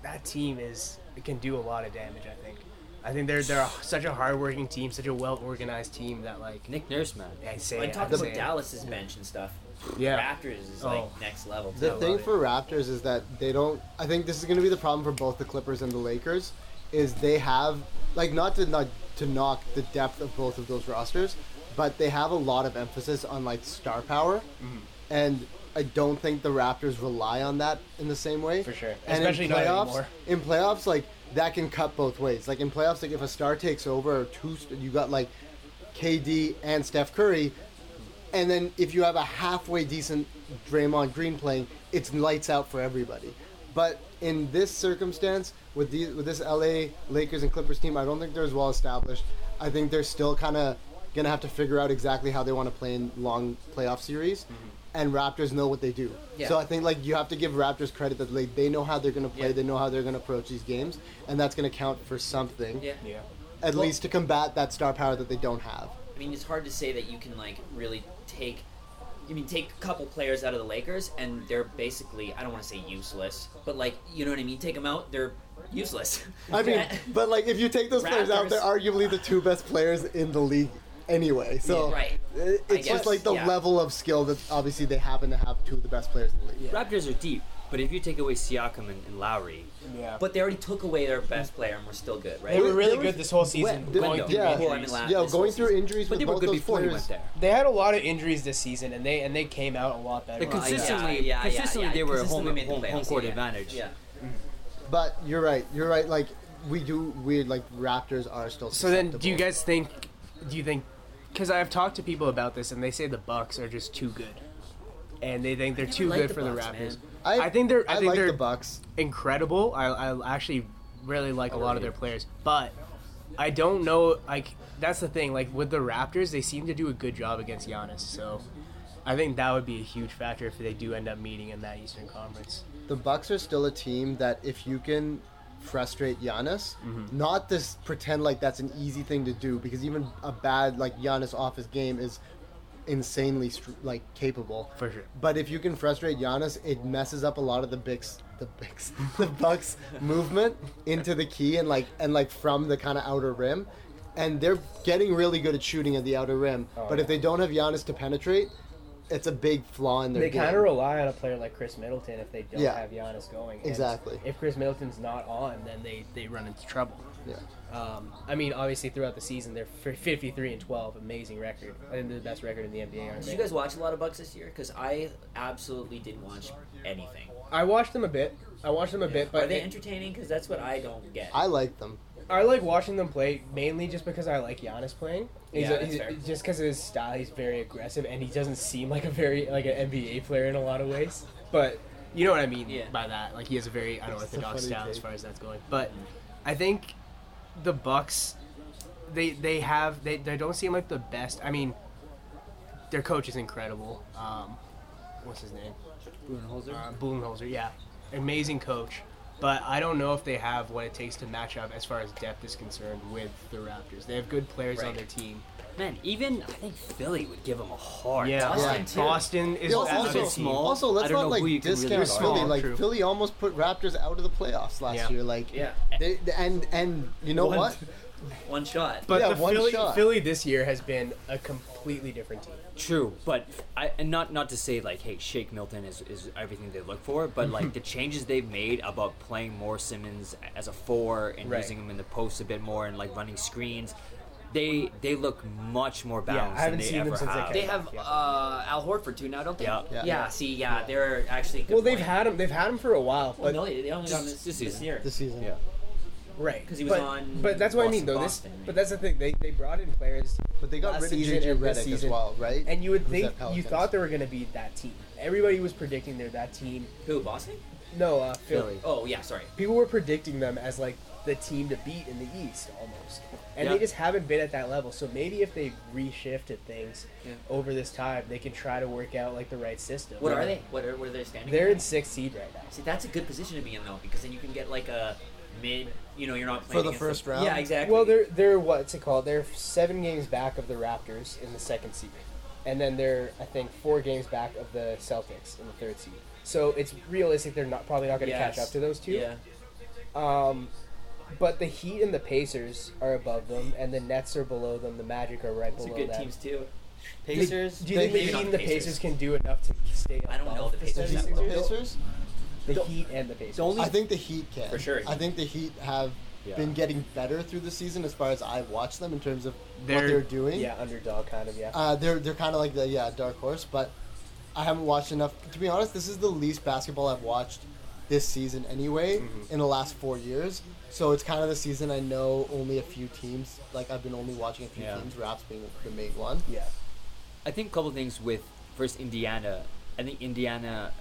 S1: that team is it can do a lot of damage. I think. I think they're they're such a hardworking team, such a well organized team that like.
S5: Nick Nurse, man.
S1: I say
S3: I
S1: it,
S3: talked
S1: I
S3: about
S1: say it.
S3: Dallas's bench and stuff.
S1: Yeah.
S3: Raptors is
S1: Oh.
S3: like next level.
S4: The
S1: I
S4: thing
S1: love it.
S4: for Raptors is that they don't. I think this is going to be the problem for both the Clippers and the Lakers, is they have like not to not to knock the depth of both of those rosters, but they have a lot of emphasis on like star power,
S1: Mm-hmm.
S4: and I don't think the Raptors rely on that in the same way.
S1: For sure.
S4: and
S1: Especially
S4: in
S1: not
S4: playoffs.
S1: anymore.
S4: in playoffs, like that can cut both ways. Like in playoffs, like if a star takes over, or two, st- you got like KD and Steph Curry, and then if you have a halfway decent Draymond Green playing, it's lights out for everybody. But in this circumstance, with the with this LA Lakers and Clippers team, I don't think they're as well established. I think they're still kind of gonna have to figure out exactly how they want to play in long playoff series. And Raptors know what they do,
S3: Mm-hmm. Yeah.
S4: so I think like you have to give Raptors credit that like, they know how they're gonna play,
S3: Yeah.
S4: they know how they're gonna approach these games, and that's gonna count for something,
S3: Yeah.
S1: Yeah.
S4: at
S3: Well-
S4: least to combat that star power that they don't have.
S3: I mean, it's hard to say that you can like really take. You mean take a couple players out of the Lakers and they're basically I don't want to say useless, but like you know what I mean. Take them out, they're useless.
S4: I mean, but like if you take those players out,
S3: Raptors-
S4: they're arguably the two best players in the league anyway. So
S3: Yeah, right.
S4: it-
S3: I
S4: it's
S3: guess,
S4: just like the
S3: yeah.
S4: level of skill that obviously they happen to have two of the best players in the league.
S5: Raptors are deep, but if you take away Siakam and, and Lowry,
S1: Yeah.
S3: but they already took away their best player and we're still good, right?
S1: They were really
S4: There was-
S1: good this whole season.
S4: Wet-
S1: going
S4: yeah.
S1: through
S4: Yeah.
S1: injuries.
S3: I mean, last-
S4: Yeah,
S3: this
S4: going
S3: whole
S4: through
S3: season.
S4: injuries
S5: but
S4: with
S5: they were
S4: both
S5: good
S4: those
S5: before
S4: players.
S5: he went there.
S1: They had a lot of injuries this season, and they and they came out a lot better.
S5: They
S3: Well, yeah,
S5: consistently,
S3: yeah, yeah,
S5: consistently,
S3: yeah.
S5: they were
S3: Consistently
S5: home,
S3: made the
S5: home,
S3: playoffs,
S5: home court
S3: yeah, yeah.
S5: advantage.
S3: Yeah.
S4: But you're right. You're right. Like we do. We like Raptors are still.
S1: So then, do you
S4: susceptible.
S1: guys think? Do you think? Because I've talked to people about this, and they say the Bucks are just too good, and they think they're
S3: never
S1: too
S3: liked
S1: good
S3: the
S1: for the
S3: Bucks,
S1: Raptors.
S3: man.
S1: I, think they're. I,
S4: I,
S1: think
S4: like
S1: they're
S4: the Bucks.
S1: incredible. I, I actually really like a lot of their players, but I don't know. Like that's the thing. Like with the Raptors, they seem to do a good job against Giannis. So I think that would be a huge factor if they do end up meeting in that Eastern Conference.
S4: The Bucks are still a team that if you can frustrate Giannis, not this pretend like that's an easy thing to do because even a bad like Giannis off his game is insanely str- like capable.
S1: For sure.
S4: But if you can frustrate Giannis, it messes up a lot of the bigs, the bigs, the Bucks movement into the key and like and like from the kind of outer rim. And they're getting really good at shooting at the outer rim, but if they don't have Giannis to penetrate, it's a big flaw in their
S1: They
S4: game.
S1: kind of rely on a player like Chris Middleton if they don't
S4: Yeah.
S1: have Giannis going. And
S4: Exactly.
S1: If Chris Middleton's not on, then they, they run into trouble.
S4: Yeah.
S1: Um, I mean, obviously throughout the season they're f- 53 and 12, amazing record. I think they're the best record in the NBA. Aren't
S3: Did you
S1: they?
S3: guys watch a lot of Bucks this year? Because I absolutely didn't watch anything.
S1: I watched them a bit. I watched them a bit, but
S3: Are they
S1: it-
S3: entertaining? Because that's what I don't get.
S4: I like them.
S1: I like watching them play mainly just because I like Giannis playing. He's a,
S3: Yeah, that's
S1: he's,
S3: fair.
S1: just because of his style, he's very aggressive, and he doesn't seem like a very like an NBA player in a lot of ways. But you know what I mean
S3: Yeah.
S1: by that. Like he has a very unorthodox
S4: funny
S1: style as
S4: take.
S1: far as that's going. But I think the Bucks, they they have they, they don't seem like the best. I mean, their coach is incredible. Um, what's his name? Uh, Budenholzer, yeah, amazing coach. But I don't know if they have what it takes to match up as far as depth is concerned with the Raptors. They have good players on
S3: Right.
S1: their team.
S5: Man, even I think Philly would give him a hard
S1: Yeah,
S5: time.
S3: Boston
S1: Boston,
S3: too.
S1: is
S4: Yeah,
S1: also,
S5: also
S1: another team.
S5: small.
S4: Also,
S5: I
S4: let's
S5: don't know
S4: not
S5: who you
S4: like
S5: can really
S4: discount
S5: guard.
S4: Philly.
S1: Small,
S4: like
S1: true.
S4: Philly almost put Raptors out of the playoffs last
S1: Yeah.
S4: year. Like,
S3: Yeah.
S4: they, they- and and you know what?
S3: One shot.
S1: But
S4: Yeah,
S1: the
S4: one
S1: Philly,
S4: shot.
S1: Philly this year has been a completely different team.
S5: True, but I, and not not to say like, hey, Shake Milton is, is everything they look for, but like the changes they've made about playing more Simmons as a four and
S1: Right.
S5: using him in the post a bit more and like running screens, they they look much more
S1: I
S5: balanced
S1: haven't
S5: than they
S1: seen them
S5: ever
S1: since they
S5: have.
S1: came.
S3: They have
S1: Yeah.
S3: uh, Al Horford too now, don't they?
S5: Yeah.
S4: Yeah.
S3: see, yeah, they're actually. Good
S1: Well, they've
S3: point.
S1: had him. They've had him for a while.
S3: Well,
S1: But,
S3: no, they only got him this,
S5: This-
S3: this
S5: this season.
S3: year.
S4: This season,
S5: Yeah.
S1: right,
S3: 'Cause he was
S1: but,
S3: on
S1: But that's what I mean, though.
S3: Boston,
S1: this,
S3: right?
S1: but that's the thing. They, they brought in players,
S4: but they got
S1: Last
S4: rid of
S1: season
S4: JJ
S1: and this
S4: Redick as
S1: season.
S4: well, right?
S1: and you would
S4: Who's
S1: think
S4: at
S1: you
S4: Pelicans.
S1: thought they were going to be that team. Everybody was predicting they're that team.
S3: Who, Boston?
S1: No, uh, Philly.
S3: Oh, yeah, sorry.
S1: people were predicting them as like the team to beat in the East almost, and they
S5: Yeah.
S1: just haven't been at that level. So maybe if they reshifted things
S3: Yeah.
S1: over this time, they can try to work out like the right system.
S3: What are they? What are, what are they standing?
S1: They're
S3: at?
S1: in sixth seed right now.
S3: See, that's a good position to be in though, because then you can get like a mid. You know, you're not
S4: for
S3: playing
S4: the
S3: against
S4: first round.
S5: Yeah, exactly.
S1: Well, they're they're what's it called? They're seven games back of the Raptors in the second seed, and then they're I think four games back of the Celtics in the third seed. So it's realistic they're not probably not going to catch
S3: Yes.
S1: up to those two.
S3: Yeah.
S1: Um, but the Heat and the Pacers are above them, and the Nets are below them. The Magic are right
S3: Those are
S1: below
S3: good
S1: them.
S3: teams too.
S5: Pacers.
S1: Do you think the
S3: Maybe
S1: Heat
S3: not
S1: and the
S3: the
S1: Pacers.
S3: Pacers.
S1: can do enough to stay?
S3: I don't know
S1: above
S3: the Pacers that
S1: 76ers?
S4: The Pacers?
S1: The Heat and the Pacers.
S5: The only-
S4: I think the Heat can.
S3: For sure.
S4: I think the Heat have
S5: Yeah.
S4: been getting better through the season as far as I've watched them in terms of what
S1: They're-
S4: they're doing.
S1: yeah underdog kind of yeah.
S4: Uh, they're they're kind of like the yeah dark horse, but I haven't watched enough. To be honest, this is the least basketball I've watched this season anyway in the last four years. So it's kind of the season I know only a few teams. Like I've been only watching a few
S5: Yeah.
S4: teams, Raps being the main one.
S1: yeah.
S5: I think a couple things with first Indiana. I think Indiana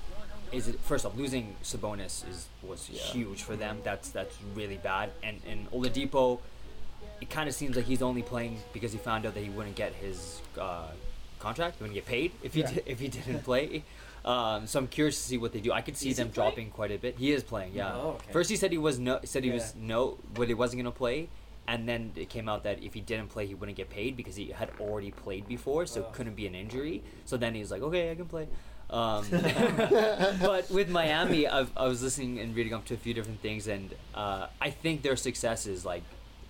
S5: is it, first off losing Sabonis is was huge for them. That's that's really bad. And and Oladipo, it kind of seems like he's only playing because he found out that he wouldn't get his uh, contract, he wouldn't get paid if he
S1: Yeah.
S5: did, if he didn't play. Um, so I'm curious to see what they do. I could see
S3: Is he
S5: them
S3: playing?
S5: dropping quite a bit. He is playing, yeah.
S3: Oh, okay.
S5: First he said he was no said he
S1: Yeah.
S5: was no, but he wasn't gonna play. And then it came out that if he didn't play, he wouldn't get paid because he had already played before, so it couldn't be an injury. So then he was like, okay, I can play. Um, but with Miami, I've, I was listening and reading up to a few different things, and uh, I think their success is like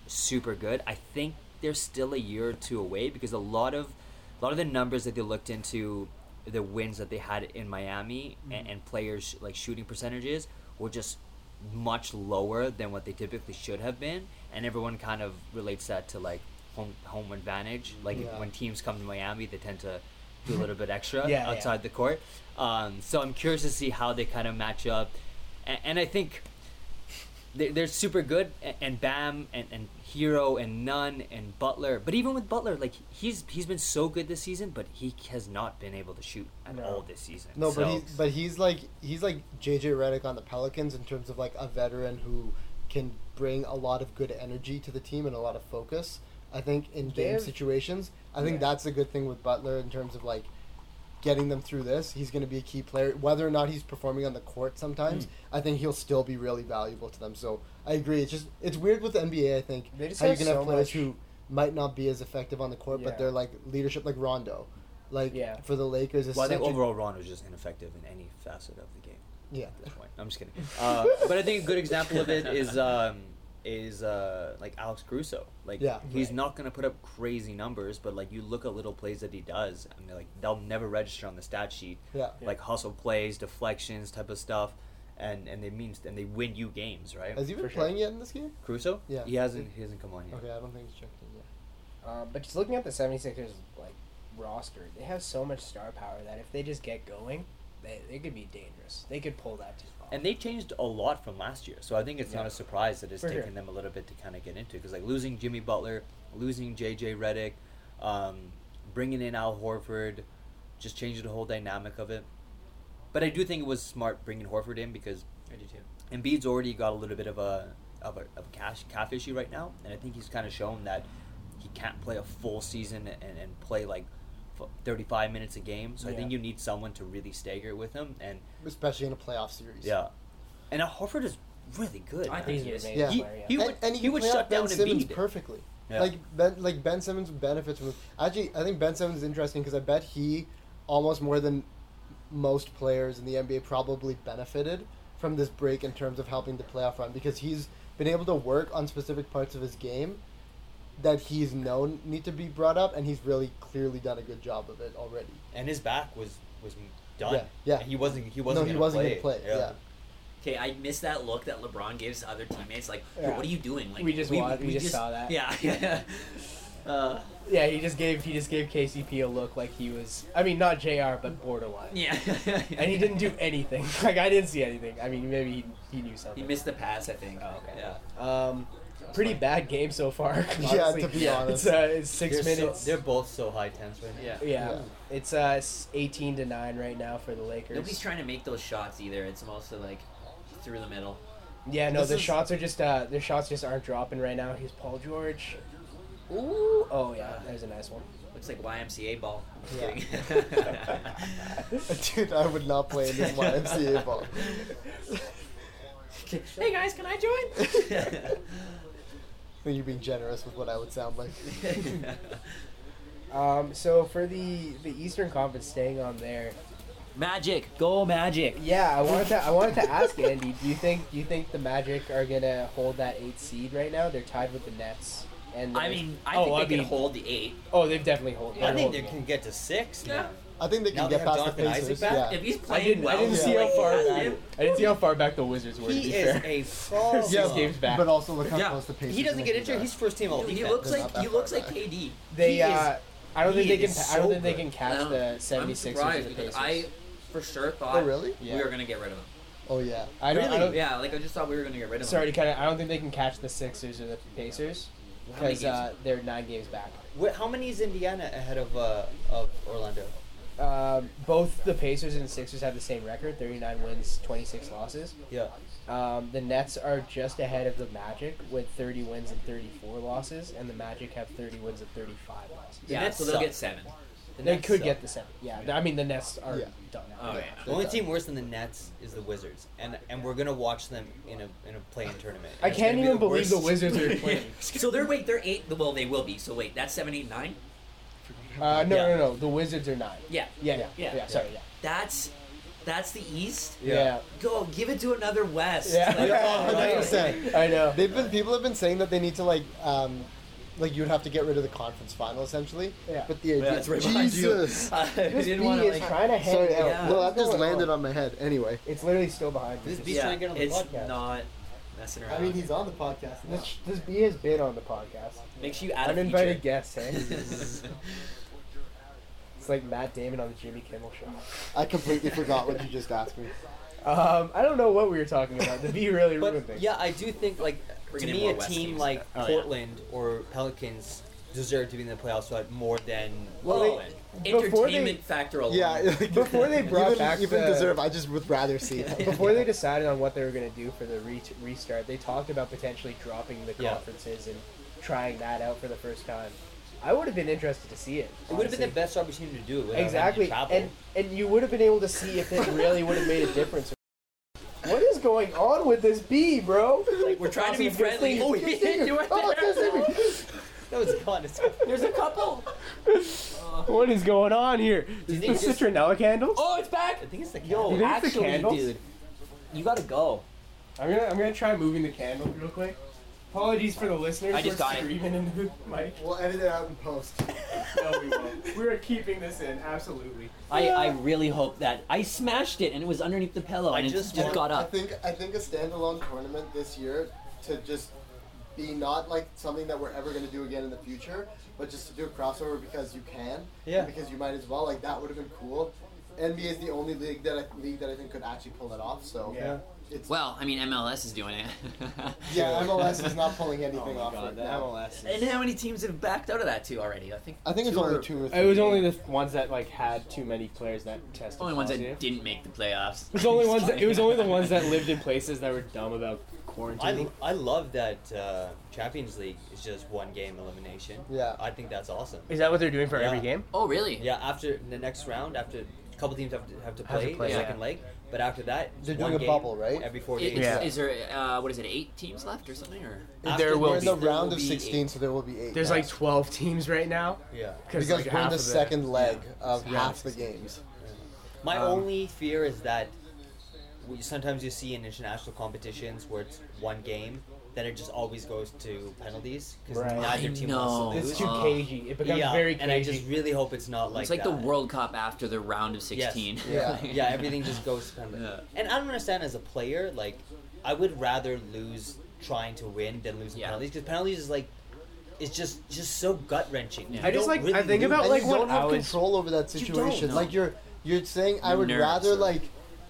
S5: super good. I think they're still a year or two away because a lot of a lot of the numbers that they looked into, the wins that they had in Miami a-
S1: Mm-hmm.
S5: and, players like shooting percentages were just much lower than what they typically should have been, and everyone kind of relates that to like home home advantage. Like
S4: Yeah.
S5: when teams come to Miami, they tend to do a little bit extra
S1: Yeah, yeah.
S5: outside the court. Um, so I'm curious to see how they kind of match up, and, and I think they're, they're super good and, and Bam and, and Hero and Nunn and Butler. But even with Butler, like he's he's been so good this season, but he has not been able to shoot at
S1: No.
S5: all this season.
S4: No,
S5: so,
S4: but he's but he's like he's like JJ Redick on the Pelicans in terms of like a veteran who can bring a lot of good energy to the team and a lot of focus. I think in game
S1: They've-
S4: situations, I think
S1: Yeah.
S4: that's a good thing with Butler in terms of like getting them through this. He's going to be a key player, whether or not he's performing on the court. Sometimes
S5: Hmm.
S4: I think he'll still be really valuable to them. So I agree. It's just it's weird with the NBA. I think
S1: They just
S4: how you
S1: have
S4: can
S1: so
S4: have players
S1: much-
S4: who might not be as effective on the court,
S1: Yeah.
S4: but they're like leadership, like Rondo. Like
S1: Yeah.
S4: for the Lakers, is
S5: well, I
S4: such
S5: think
S4: a-
S5: overall Ron was just ineffective in any facet of the game.
S4: yeah.
S5: At this point, I'm just kidding. Uh, but I think a good example of it is um, is uh, like Alex Caruso. Like
S4: Yeah.
S5: he's
S1: Right.
S5: not gonna put up crazy numbers, but like you look at little plays that he does, I mean, like they'll never register on the stat sheet.
S4: Yeah.
S5: like hustle plays, deflections, type of stuff, and and they mean and they win you games, right?
S4: Has he been
S1: For sure.
S4: playing yet in this game?
S5: Crusoe?
S4: Yeah.
S5: he hasn't. He hasn't come on yet.
S4: Okay, I don't think he's checked in yet.
S1: Um, but just looking at the 76ers like roster, they have so much star power that if they just get going, they, they could be dangerous. They could pull that team off.
S5: And they changed a lot from last year, so I think it's not
S1: Yeah.
S5: a surprise that it's
S1: For sure.
S5: taken them a little bit to kind of get into. Because like losing Jimmy Butler, losing J.J. Redick, um, bringing in Al Horford, just changed the whole dynamic of it. But I do think it was smart bringing Horford in because
S3: I do too.
S5: Embiid's already got a little bit of a of a, of a cash, calf issue right now, and I think he's kind of shown that he can't play a full season and, and play like f- 35 minutes a game. So I think
S1: Yeah.
S5: you need someone to really stagger it with him, and
S4: Especially in a playoff series.
S5: yeah, and now Horford is really good.
S3: I
S5: man.
S3: think
S1: He's
S3: he
S1: an
S3: is.
S1: amazing
S4: Yeah.
S5: He-
S1: player, yeah.
S5: he-
S4: and,
S5: would-
S4: and he, would
S5: would
S4: shut
S5: shut
S4: Ben
S5: down
S4: Simmons
S5: Embiid.
S4: perfectly.
S5: Yeah.
S4: Like Ben, like Ben Simmons benefits from. Actually, I think Ben Simmons is interesting because I bet he, almost more than most players in the NBA, probably benefited from this break in terms of helping the playoff run because he's been able to work on specific parts of his game that he's known need to be brought up, and he's really clearly done a good job of it already.
S5: and his back was was done.
S4: Yeah, yeah.
S5: he wasn't. He wasn't.
S4: no, he
S5: gonna
S4: wasn't
S5: play.
S4: gonna play. yeah.
S3: Okay, I miss that look that LeBron gives other teammates. Like, "Yo,
S1: Yeah.
S3: what are you doing? Like,
S1: We just wa- we just saw that.
S3: Yeah, yeah. uh,
S1: yeah, he just gave he just gave KCP a look like he was. I mean, not Jr. but borderline.
S3: yeah.
S1: And he didn't do anything. Like I didn't see anything. I mean, maybe he, he knew
S3: He
S1: something.
S3: missed the pass, I think.
S1: Oh, okay.
S3: Yeah.
S1: um, pretty bad game so far.
S4: Yeah,
S1: honestly.
S4: to be
S3: Yeah,
S1: It's,
S4: honest.
S1: uh, it's 6
S5: They're so-
S1: minutes.
S5: they're both so high tense right now.
S3: Yeah.
S1: yeah.
S4: Yeah.
S1: it's uh s- 18 to nine right now for the Lakers.
S3: Nobody's trying to make those shots either. It's mostly like through the middle.
S1: Yeah, no,
S4: This
S1: the
S4: is-
S1: shots are just uh, the shots just aren't dropping right now. He's Paul George. Ooh, oh yeah, that was a nice one.
S3: Looks like YMCA ball. I'm
S4: Yeah.
S3: kidding.
S4: Dude, I would not play in this YMCA ball.
S3: Hey guys, can I join?
S4: I think you're being generous with what I would sound like.
S1: Um, so for the the Eastern Conference, staying on there,
S3: magic, go magic.
S1: yeah, I wanted to I wanted to ask Andy, do you think do you think the Magic are gonna hold that eight seed right now? They're tied with the Nets, and
S3: I
S1: they're-
S3: mean, I
S1: Oh,
S3: think
S1: I
S3: they
S1: mean-
S3: can hold the eight.
S1: oh, they've definitely hold.
S5: I
S1: they're
S5: think they
S1: holding
S5: can get to six.
S3: Yeah.
S5: now.
S4: I think they can
S5: Now they
S4: get
S5: have
S4: past
S5: Jonathan
S4: the
S5: Isaac
S4: Pacers.
S5: back?
S4: Yeah.
S3: If he's
S1: I
S3: playing
S1: didn't,
S3: well,
S1: I didn't
S3: the
S1: see
S3: way
S1: how far
S3: he has
S1: back,
S3: been,
S1: I didn't see how far back the Wizards were. to
S5: He
S1: be
S5: is
S1: fair.
S5: a problem.
S1: Six games back.
S4: But also look how
S5: Yeah.
S4: close the Pacers.
S5: He doesn't get
S4: making
S5: injured.
S4: are.
S5: He's first team all
S3: He
S5: defense.
S3: looks
S4: They're
S3: like
S4: not that
S3: he
S4: far
S3: looks like
S4: back.
S3: KD.
S1: They,
S5: He
S1: uh, I don't think
S5: he
S1: they can.
S5: is
S1: I don't
S5: so
S1: think they
S5: good.
S1: can catch
S6: Um,
S1: the 76ers or
S6: surprised
S1: the
S6: because
S1: Pacers.
S6: I for sure thought
S4: Oh, really?
S1: Yeah.
S6: we were gonna get rid of him.
S4: Oh yeah.
S1: I don't. I don't
S6: Yeah, like I just thought we were gonna get rid of
S1: sorry to
S6: him.
S1: kind of. I don't think they can catch the Sixers or the Pacers
S6: How many
S1: because
S6: games?
S1: uh, they're nine games back.
S5: Wh- How many is Indiana ahead of uh, of Orlando?
S1: Um, both the Pacers and Sixers have the same record: thirty-nine wins, twenty-six losses.
S5: Yeah.
S1: Um, the Nets are just ahead of the Magic with thirty wins and thirty-four losses, and the Magic have thirty wins and thirty-five losses.
S6: yeah,
S5: Nets
S6: so they'll
S5: suck.
S6: get seven.
S5: The
S1: They
S5: Nets
S1: could
S5: suck.
S1: get the seven. Yeah, I mean the Nets are
S4: Yeah.
S1: done.
S6: Oh yeah.
S5: The only team worse than the Nets is the Wizards, and and we're gonna watch them in a in a play-in tournament.
S1: I
S5: It's gonna
S1: can't
S5: be
S1: even
S5: the
S1: believe the
S5: worst-
S1: Wizards are playing.
S6: So they're wait, they're eight. Well, they will be. So wait, that's seven, eight, nine.
S1: Uh, no,
S5: Yeah.
S1: no, no. The Wizards are nine.
S6: Yeah,
S1: Yeah, yeah, yeah.
S6: Yeah.
S1: sorry, yeah.
S6: that's that's the East.
S1: Yeah.
S6: Go give it to another West.
S1: Yeah.
S6: Like,
S4: Yeah,
S6: oh,
S4: hundred
S6: like-
S4: percent.
S1: I know.
S4: They've been people have been saying that they need to like um like you would have to get rid of the conference final essentially.
S1: Yeah.
S4: But the idea
S6: Yeah, it's right behind you.
S4: Jesus.
S6: I didn't want to
S1: is
S6: like.
S1: trying to hang
S4: Sorry,
S1: out.
S4: yeah.
S6: Yeah.
S4: well
S1: What's
S4: that just
S1: going
S4: landed on my head. Anyway.
S1: It's literally still behind.
S5: This
S1: me.
S5: He's trying to get on the
S6: it's
S5: podcast.
S6: not messing around.
S4: I mean he's on the podcast now.
S1: This, this B has been on the podcast.
S6: Make sure you add a feature.
S1: Uninvited guests, eh? it's like Matt Damon on the Jimmy Kimmel show.
S4: I completely forgot what you just asked me.
S1: Um, I don't know what we were talking about. The B really ruined
S5: But
S1: things.
S5: yeah, I do think like
S6: Bring
S5: to
S6: in
S5: me
S6: more
S5: a
S6: West
S5: team
S6: teams.
S5: like
S6: Oh, yeah.
S5: Portland or Pelicans deserve to be in the playoffs so I'd more than
S6: Well,
S1: Well,
S6: it-
S1: they- before they-
S6: entertainment factor alone.
S4: Yeah, like,
S1: Before they brought
S4: even,
S1: back
S4: even
S1: the-
S4: deserve, I just would rather see them.
S1: Before they decided on what they were going to do for the re- restart, they talked about potentially dropping the
S5: Yeah.
S1: conferences and trying that out for the first time. I would have been interested to see it.
S5: it would have been the
S1: honestly.
S5: best opportunity to do it. without having to
S1: Exactly,
S5: travel.
S1: and and you would have been able to see if it really would have made a difference. What is going on with this bee, bro?
S6: Like, we're trying to be friendly. Oh, we didn't do it.
S1: Oh, there's
S5: that was fun. It's-
S6: There's a couple.
S1: a- what is going on here?
S5: you
S1: Is
S5: think
S1: this
S5: it's-
S1: citronella candles?
S6: Oh, it's back. Oh,
S5: I think it's the
S1: You
S5: yo.
S1: think it's the candles?
S6: you gotta go.
S1: I'm gonna I'm gonna try moving the candle real quick. Apologies for the listeners.
S3: I just
S1: we're
S3: got it.
S1: screaming into the mic.
S4: we'll edit it out in post.
S1: No, we won't. We're keeping this in, absolutely.
S3: I, I really hope that I smashed it and it was underneath the pillow
S5: I
S3: and
S5: just
S3: it just got
S5: want-
S4: I
S3: up.
S4: think I think a standalone tournament this year to just be not like something that we're ever going to do again in the future, but just to do a crossover because you can,
S5: Yeah.
S4: and because you might as well. Like that would have been cool. NBA is the only league that I, league that I think could actually pull that off. So
S1: Yeah.
S4: it's
S6: Well, I mean, MLS is doing it.
S4: yeah, MLS is not pulling anything
S1: Oh
S4: off
S1: God,
S4: right
S1: the
S4: now.
S1: MLS.
S6: And how many teams have backed out of that too already? I think
S4: I think it's
S6: Two
S4: only
S6: or-
S4: two or three.
S1: It was only the ones that like had too many players that tested.
S6: only ones
S1: positive.
S6: that didn't make the playoffs.
S1: It was only ones. That, it was only the ones that lived in places that were dumb about
S5: I,
S1: quarantine.
S5: I love that uh, Champions League is just one game elimination.
S4: Yeah.
S5: I think that's awesome.
S1: Is that what they're doing for
S5: every
S1: every
S5: Yeah.
S1: game?
S5: game?
S6: Oh, really?
S5: Yeah, after the next round, after a couple teams have to have to
S1: Have to
S5: play,
S1: play,
S5: the
S6: yeah.
S5: second leg, but after that, it's
S4: They're
S5: one
S4: doing a
S5: game
S4: bubble, right?
S5: Every four
S6: I- Is,
S5: days.
S1: Yeah.
S6: is there uh, what is it? Eight teams left or something? Or
S5: After
S1: There will
S4: we're
S5: this,
S4: in the
S1: be.
S5: there
S4: round
S5: will
S4: of
S5: be
S4: 16, so there will be eight.
S1: There's like 12 teams right now.
S5: eight. Yeah.
S4: because
S1: like,
S4: we're in
S1: half
S4: the
S1: of
S4: second leg of
S1: Yeah.
S4: half the games.
S5: My
S1: Um,
S5: only fear is that we, sometimes you see in international competitions where it's one game that it just always goes to penalties because
S1: Right.
S5: neither
S6: I
S5: team
S6: know.
S5: wants
S1: It's
S5: to
S1: too
S5: lose.
S6: Uh,
S1: cagey. It becomes
S5: yeah,
S1: very cagey.
S5: and I just really hope it's not like
S6: it's like the
S5: that.
S6: World Cup after the round of
S5: Yes.
S6: sixteen.
S4: Yeah.
S5: yeah, everything just goes to penalty.
S6: Yeah.
S5: And I don't understand as a player, like, I would rather lose trying to win than lose in
S6: Yeah.
S5: penalties because penalties is like, it's just just so gut wrenching.
S6: Yeah.
S1: I just like. I think about
S4: And
S1: like
S4: you
S1: when
S4: don't have
S1: I was.
S4: control over that
S5: You don't,
S4: situation.
S5: no.
S4: Like you're you're saying, I would
S6: Nerves,
S4: rather
S6: uh,
S4: like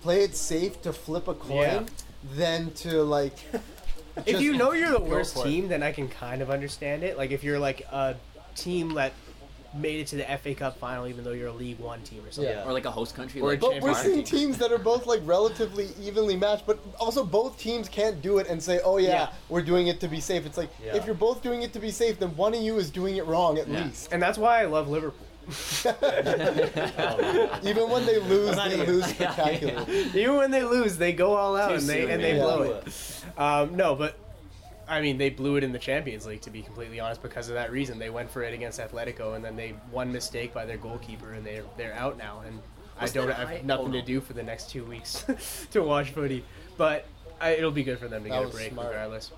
S4: play it safe to flip a coin
S1: Yeah.
S4: than to like.
S1: If you
S4: just
S1: know you're the
S4: go
S1: worst
S4: for it.
S1: team, then I can kind of understand it. Like if you're like a team that made it to the FA Cup final, even though you're a League One team or something.
S5: Yeah.
S6: Or like a host country.
S1: Or
S6: like
S1: a
S4: But we're
S1: Champions
S4: seeing
S1: League.
S4: teams that are both like relatively evenly matched, but also both teams can't do it and say, "Oh yeah,
S1: Yeah.
S4: we're doing it to be safe." It's like
S5: Yeah.
S4: if you're both doing it to be safe, then one of you is doing it wrong at
S6: Yeah.
S4: least.
S1: And that's why I love Liverpool.
S4: Even when they lose,
S5: not
S4: they
S5: here.
S4: lose spectacularly.
S1: Even when they lose, they go all out
S3: Too
S1: and they
S3: soon,
S1: and they
S4: man.
S1: blow it. Um, no, but I mean they blew it in the Champions League to be completely honest because of that reason. They went for it against Atletico and then they one mistake by their goalkeeper and they're they're out now and
S3: Was
S1: I don't
S3: that
S1: have
S3: right?
S1: nothing
S3: Hold
S1: to
S3: on.
S1: do for the next two weeks to watch footy. But I, it'll be good for them to
S4: That
S1: get a
S4: was
S1: break
S4: smart.
S1: regardless.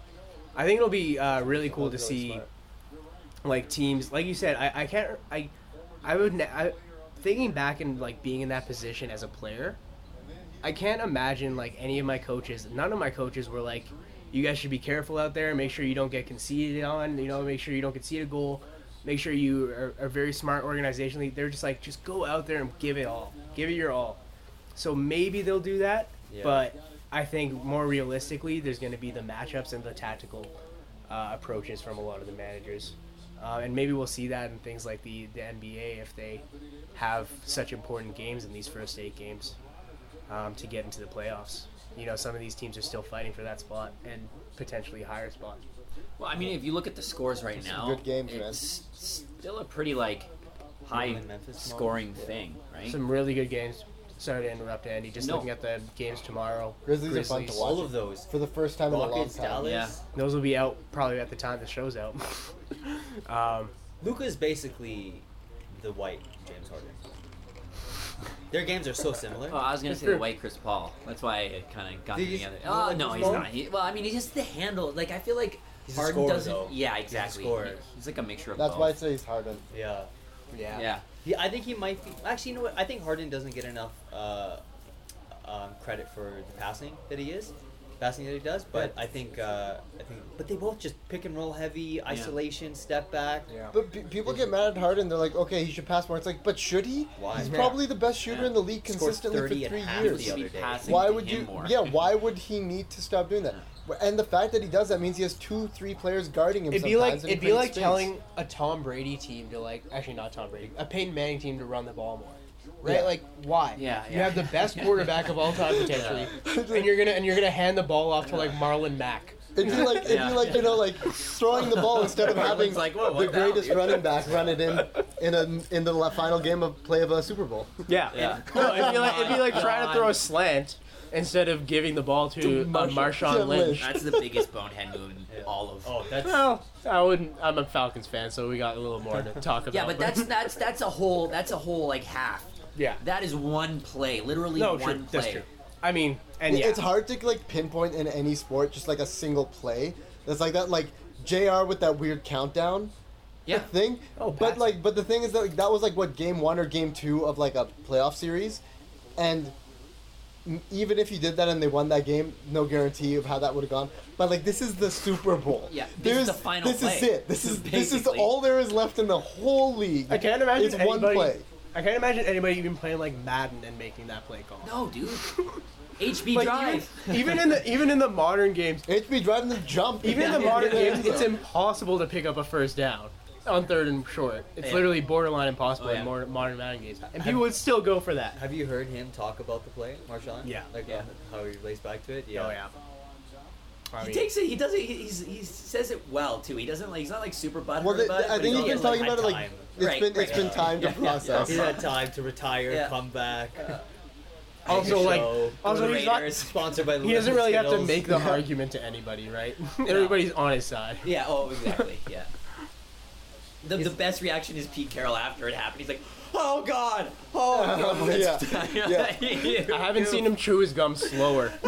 S1: I think it'll be uh, really cool to
S4: That was really
S1: see
S4: smart.
S1: like teams like you said i, I can't i i would ne- I, thinking back and like being in that position as a player i can't imagine like any of my coaches none of my coaches were like you guys should be careful out there make sure you don't get conceded on you know make sure you don't concede a goal make sure you are, are very smart organizationally they're just like just go out there and give it all give it your all so maybe they'll do that
S5: Yeah.
S1: but i think more realistically there's going to be the matchups and the tactical uh, approaches from a lot of the managers. Uh, and maybe we'll see that in things like the, the NBA if they have such important games in these first eight games um, to get into the playoffs. You know, some of these teams are still fighting for that spot and potentially higher spot.
S3: Well, I mean, if you look at the scores right now,
S4: good games, man.
S3: it's still a pretty like high
S5: Portland, Memphis tomorrow.
S3: scoring thing, right?
S1: Some really good games. Sorry to interrupt, Andy. Just
S3: No.
S1: looking at the games tomorrow.
S4: Grizzlies are fun to watch.
S5: All of those.
S4: For the first time in a long
S5: Rockets,
S4: time.
S5: Dallas.
S3: Yeah.
S1: Those will be out probably at the time the show's out. um,
S5: Luca's basically the white James Harden. Their games are so similar.
S1: Uh,
S3: Oh, I was gonna say the white Chris Paul. That's why it kind of got
S5: Did
S3: me
S5: you-
S3: together.
S5: you
S3: Oh
S5: like
S3: no,
S5: Chris
S3: he's
S5: Paul?
S3: not. He, well, I mean, he's just the handle. Like I feel like
S5: He's a
S3: Harden
S5: scorer,
S3: doesn't.
S5: though.
S3: Yeah,
S5: He's a
S3: exactly.
S5: scorer.
S3: He- he's like a mixture of
S4: That's
S3: both.
S4: why I say he's Harden.
S5: yeah.
S1: yeah.
S3: yeah.
S5: He, I think he might be. Actually, you know what? I think Harden doesn't get enough uh, um, credit for the passing that he is, passing that he does. But I think, uh, I think. But they both just pick and roll heavy, isolation, step back.
S1: Yeah.
S4: But pe- people get mad at Harden. They're like, okay, he should pass more. It's like, but should he?
S5: Why?
S4: He's
S5: Yeah.
S4: probably the best shooter
S3: Yeah.
S4: in the league
S5: Scored
S4: consistently for
S5: 30 and
S4: three
S5: half
S4: years.
S5: the other
S3: Be
S5: day.
S3: passing
S4: Why
S3: to
S4: would
S3: him
S4: you?
S3: More.
S4: Yeah. Why would he need to stop doing that? And the fact that he does that means he has two, three players guarding him.
S1: It'd be like
S4: sometimes, and he
S1: it'd be
S4: creates
S1: like
S4: space.
S1: telling a Tom Brady team to like actually not Tom Brady a Peyton Manning team to run the ball more, right?
S4: Yeah.
S1: Like why?
S3: Yeah,
S1: You
S3: yeah.
S1: have the best quarterback of all time potentially, and you're gonna and you're gonna hand the ball off to like Marlon Mack.
S4: It'd be like it'd
S3: Yeah.
S4: be like you know like throwing the ball instead of having
S3: Everyone's like, "Whoa, what
S4: the
S3: the hell,
S4: greatest
S3: dude?"
S4: running back run it in in a in the la- final game of play of a Super Bowl.
S1: Yeah.
S5: Yeah.
S1: No, it'd be like it'd be like trying to throw a slant instead of giving the ball to uh,
S4: To
S1: Marshawn
S4: Lynch.
S1: Lynch.
S3: That's the biggest bonehead move in all of.
S5: Oh, that's.
S1: Well, I wouldn't. I'm a Falcons fan, so we got a little more to talk about.
S3: Yeah, but that's that's that's a whole that's a whole like half.
S1: yeah.
S3: That is one play, literally
S1: no,
S3: one
S1: true.
S3: play.
S1: That's true. I mean, and yeah,
S4: It's hard to like pinpoint in any sport just like a single play. That's like that like Jr. with that weird countdown
S3: Yeah.
S4: thing.
S1: Oh,
S4: but
S1: Pats.
S4: like but the thing is that like, that was like what game one or game two of like a playoff series, and m- even if you did that and they won that game, no guarantee of how that would have gone. But like this is the Super Bowl.
S3: Yeah, this is the final
S4: This is
S3: play.
S4: it. This is this is
S3: Basically.
S4: all there is left in the whole league.
S1: I can't imagine
S4: it's one
S1: anybody.
S4: play.
S1: I can't imagine anybody even playing like Madden and making that play call.
S3: No, dude. HB
S1: Like,
S3: drive.
S1: Even, even in the even in the modern games,
S4: HB driving the jump.
S1: even in the
S3: Yeah.
S1: modern
S4: Yeah.
S1: games, it's impossible to pick up a first down on third and short. It's
S3: Yeah.
S1: literally borderline impossible
S3: Oh,
S1: in
S3: yeah.
S1: more, modern modern games, and people would still go for that.
S5: Have you heard him talk about the play, Marshawn?
S1: Yeah.
S5: Like
S3: Yeah.
S5: uh, how he relates back to it.
S1: Oh yeah. I
S3: He
S1: mean,
S3: takes it. He does it. He, he's, he says it well too. He doesn't like. He's not like super butthurt.
S4: Well, they,
S3: about it,
S4: I
S3: but
S4: think
S3: he's
S4: he's been
S3: also,
S4: talking about it like
S5: time.
S4: it's
S3: Right,
S4: been it's
S3: right.
S4: been time to
S3: Yeah, yeah.
S4: process.
S5: He had time to retire,
S3: Yeah.
S5: come back.
S1: Uh, also
S5: Make a
S1: like
S5: show.
S1: also
S3: Go to
S1: he's not,
S3: Raiders.
S5: Sponsored by.
S1: he doesn't really have to make the
S4: Yeah.
S1: argument to anybody, right? Everybody's on his side.
S3: Yeah. Oh, exactly. Yeah. The, the best reaction is Pete Carroll after it happened. He's like, "Oh God! Oh God!"
S4: yeah. Yeah.
S1: I haven't seen him chew his gum slower.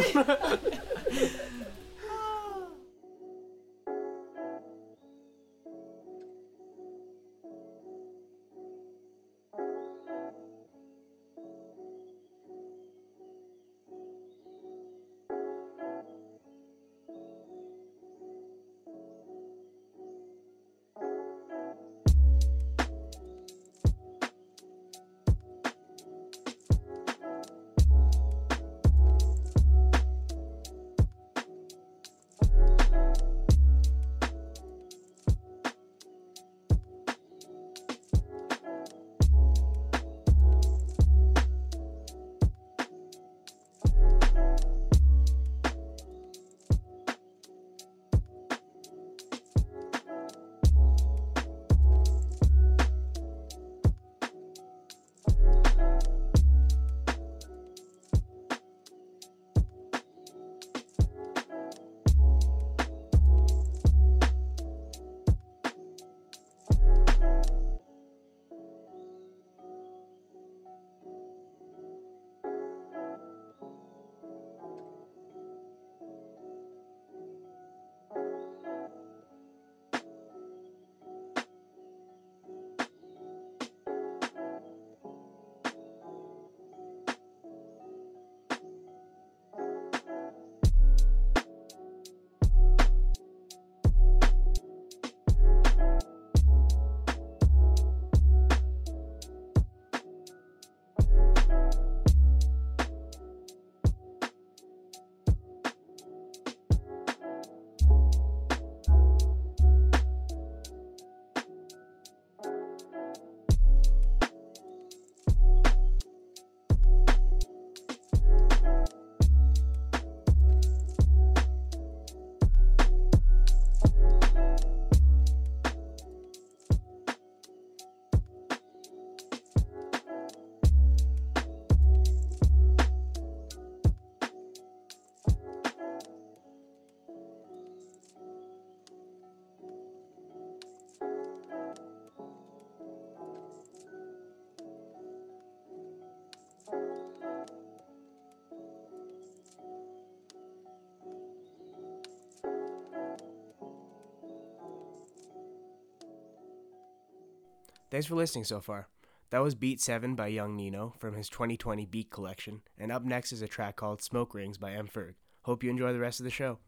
S1: Thanks for listening so far. That was Beat 7 by Young Nino from his 2020 Beat Collection, and up next is a track called Smoke Rings by M. Ferg. Hope you enjoy the rest of the show.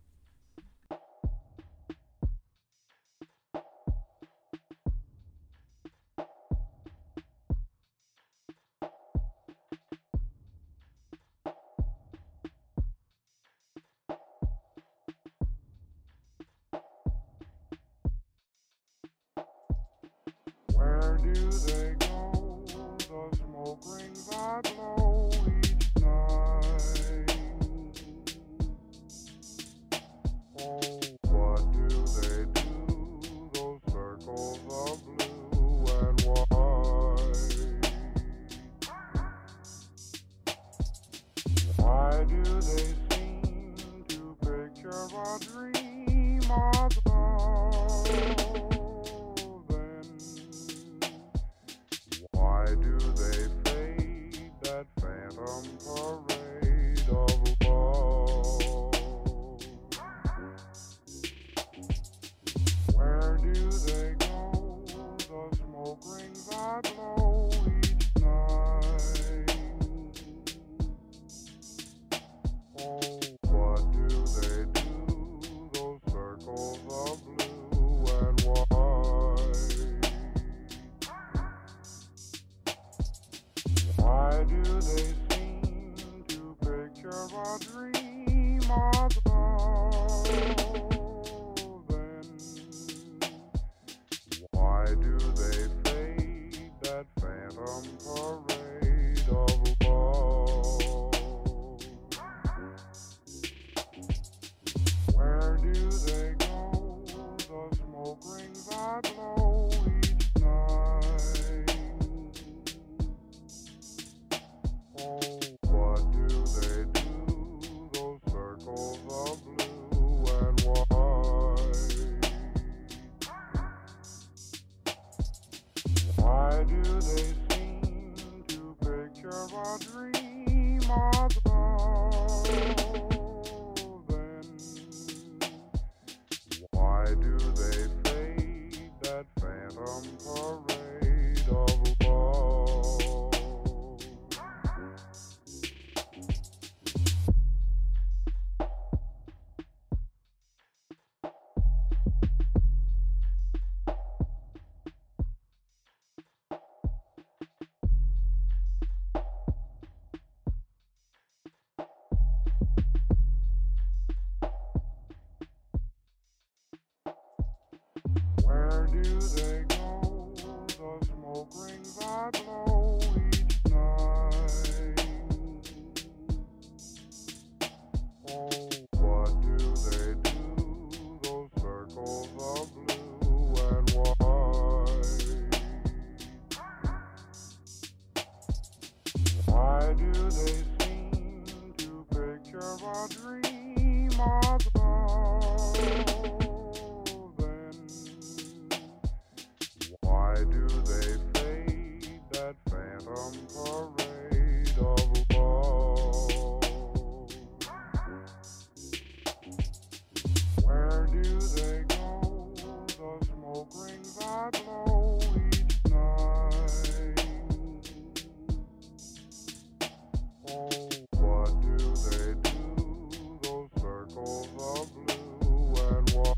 S7: Where do they go? The smoke rings I blow each night. Oh, what do they do? Those circles of blue and white. Why do they seem to picture a dream of love? Then why do they fade that phantom parade of love? Where do they go? The smoke rings I blow each night. Oh, what do they do? Those circles of blue and white. Why do they seem to picture a dream of love? Then why do they fade that phantom parade of love? Where do they go? The smoke rings I blow each night. Oh, what do they do? Those circles of blue and white. Why do they seem to picture a dream of love? Then why do they fade that phantom parade of love? Where do they go? The smoke rings I blow each night. Oh, what do they do? Those circles of blue and white. Why do they seem to picture a dream of love? Then why do they fade that phantom parade of love? Where do they go? The smoke rings I blow each night. Oh, what do they do? Those circles of blue and white.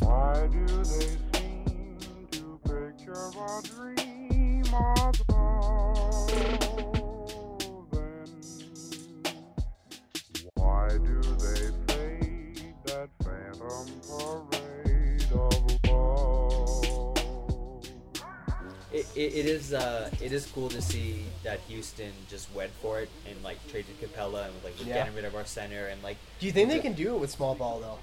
S7: Why do they seem to picture a dream of love? Then why do they fade that phantom parade of love?
S5: It, it, it is uh, it is cool to see that Houston just went for it and like traded Capella and like we're
S4: Yeah.
S5: getting rid of our center and like
S4: Do you think they can do it with small ball though?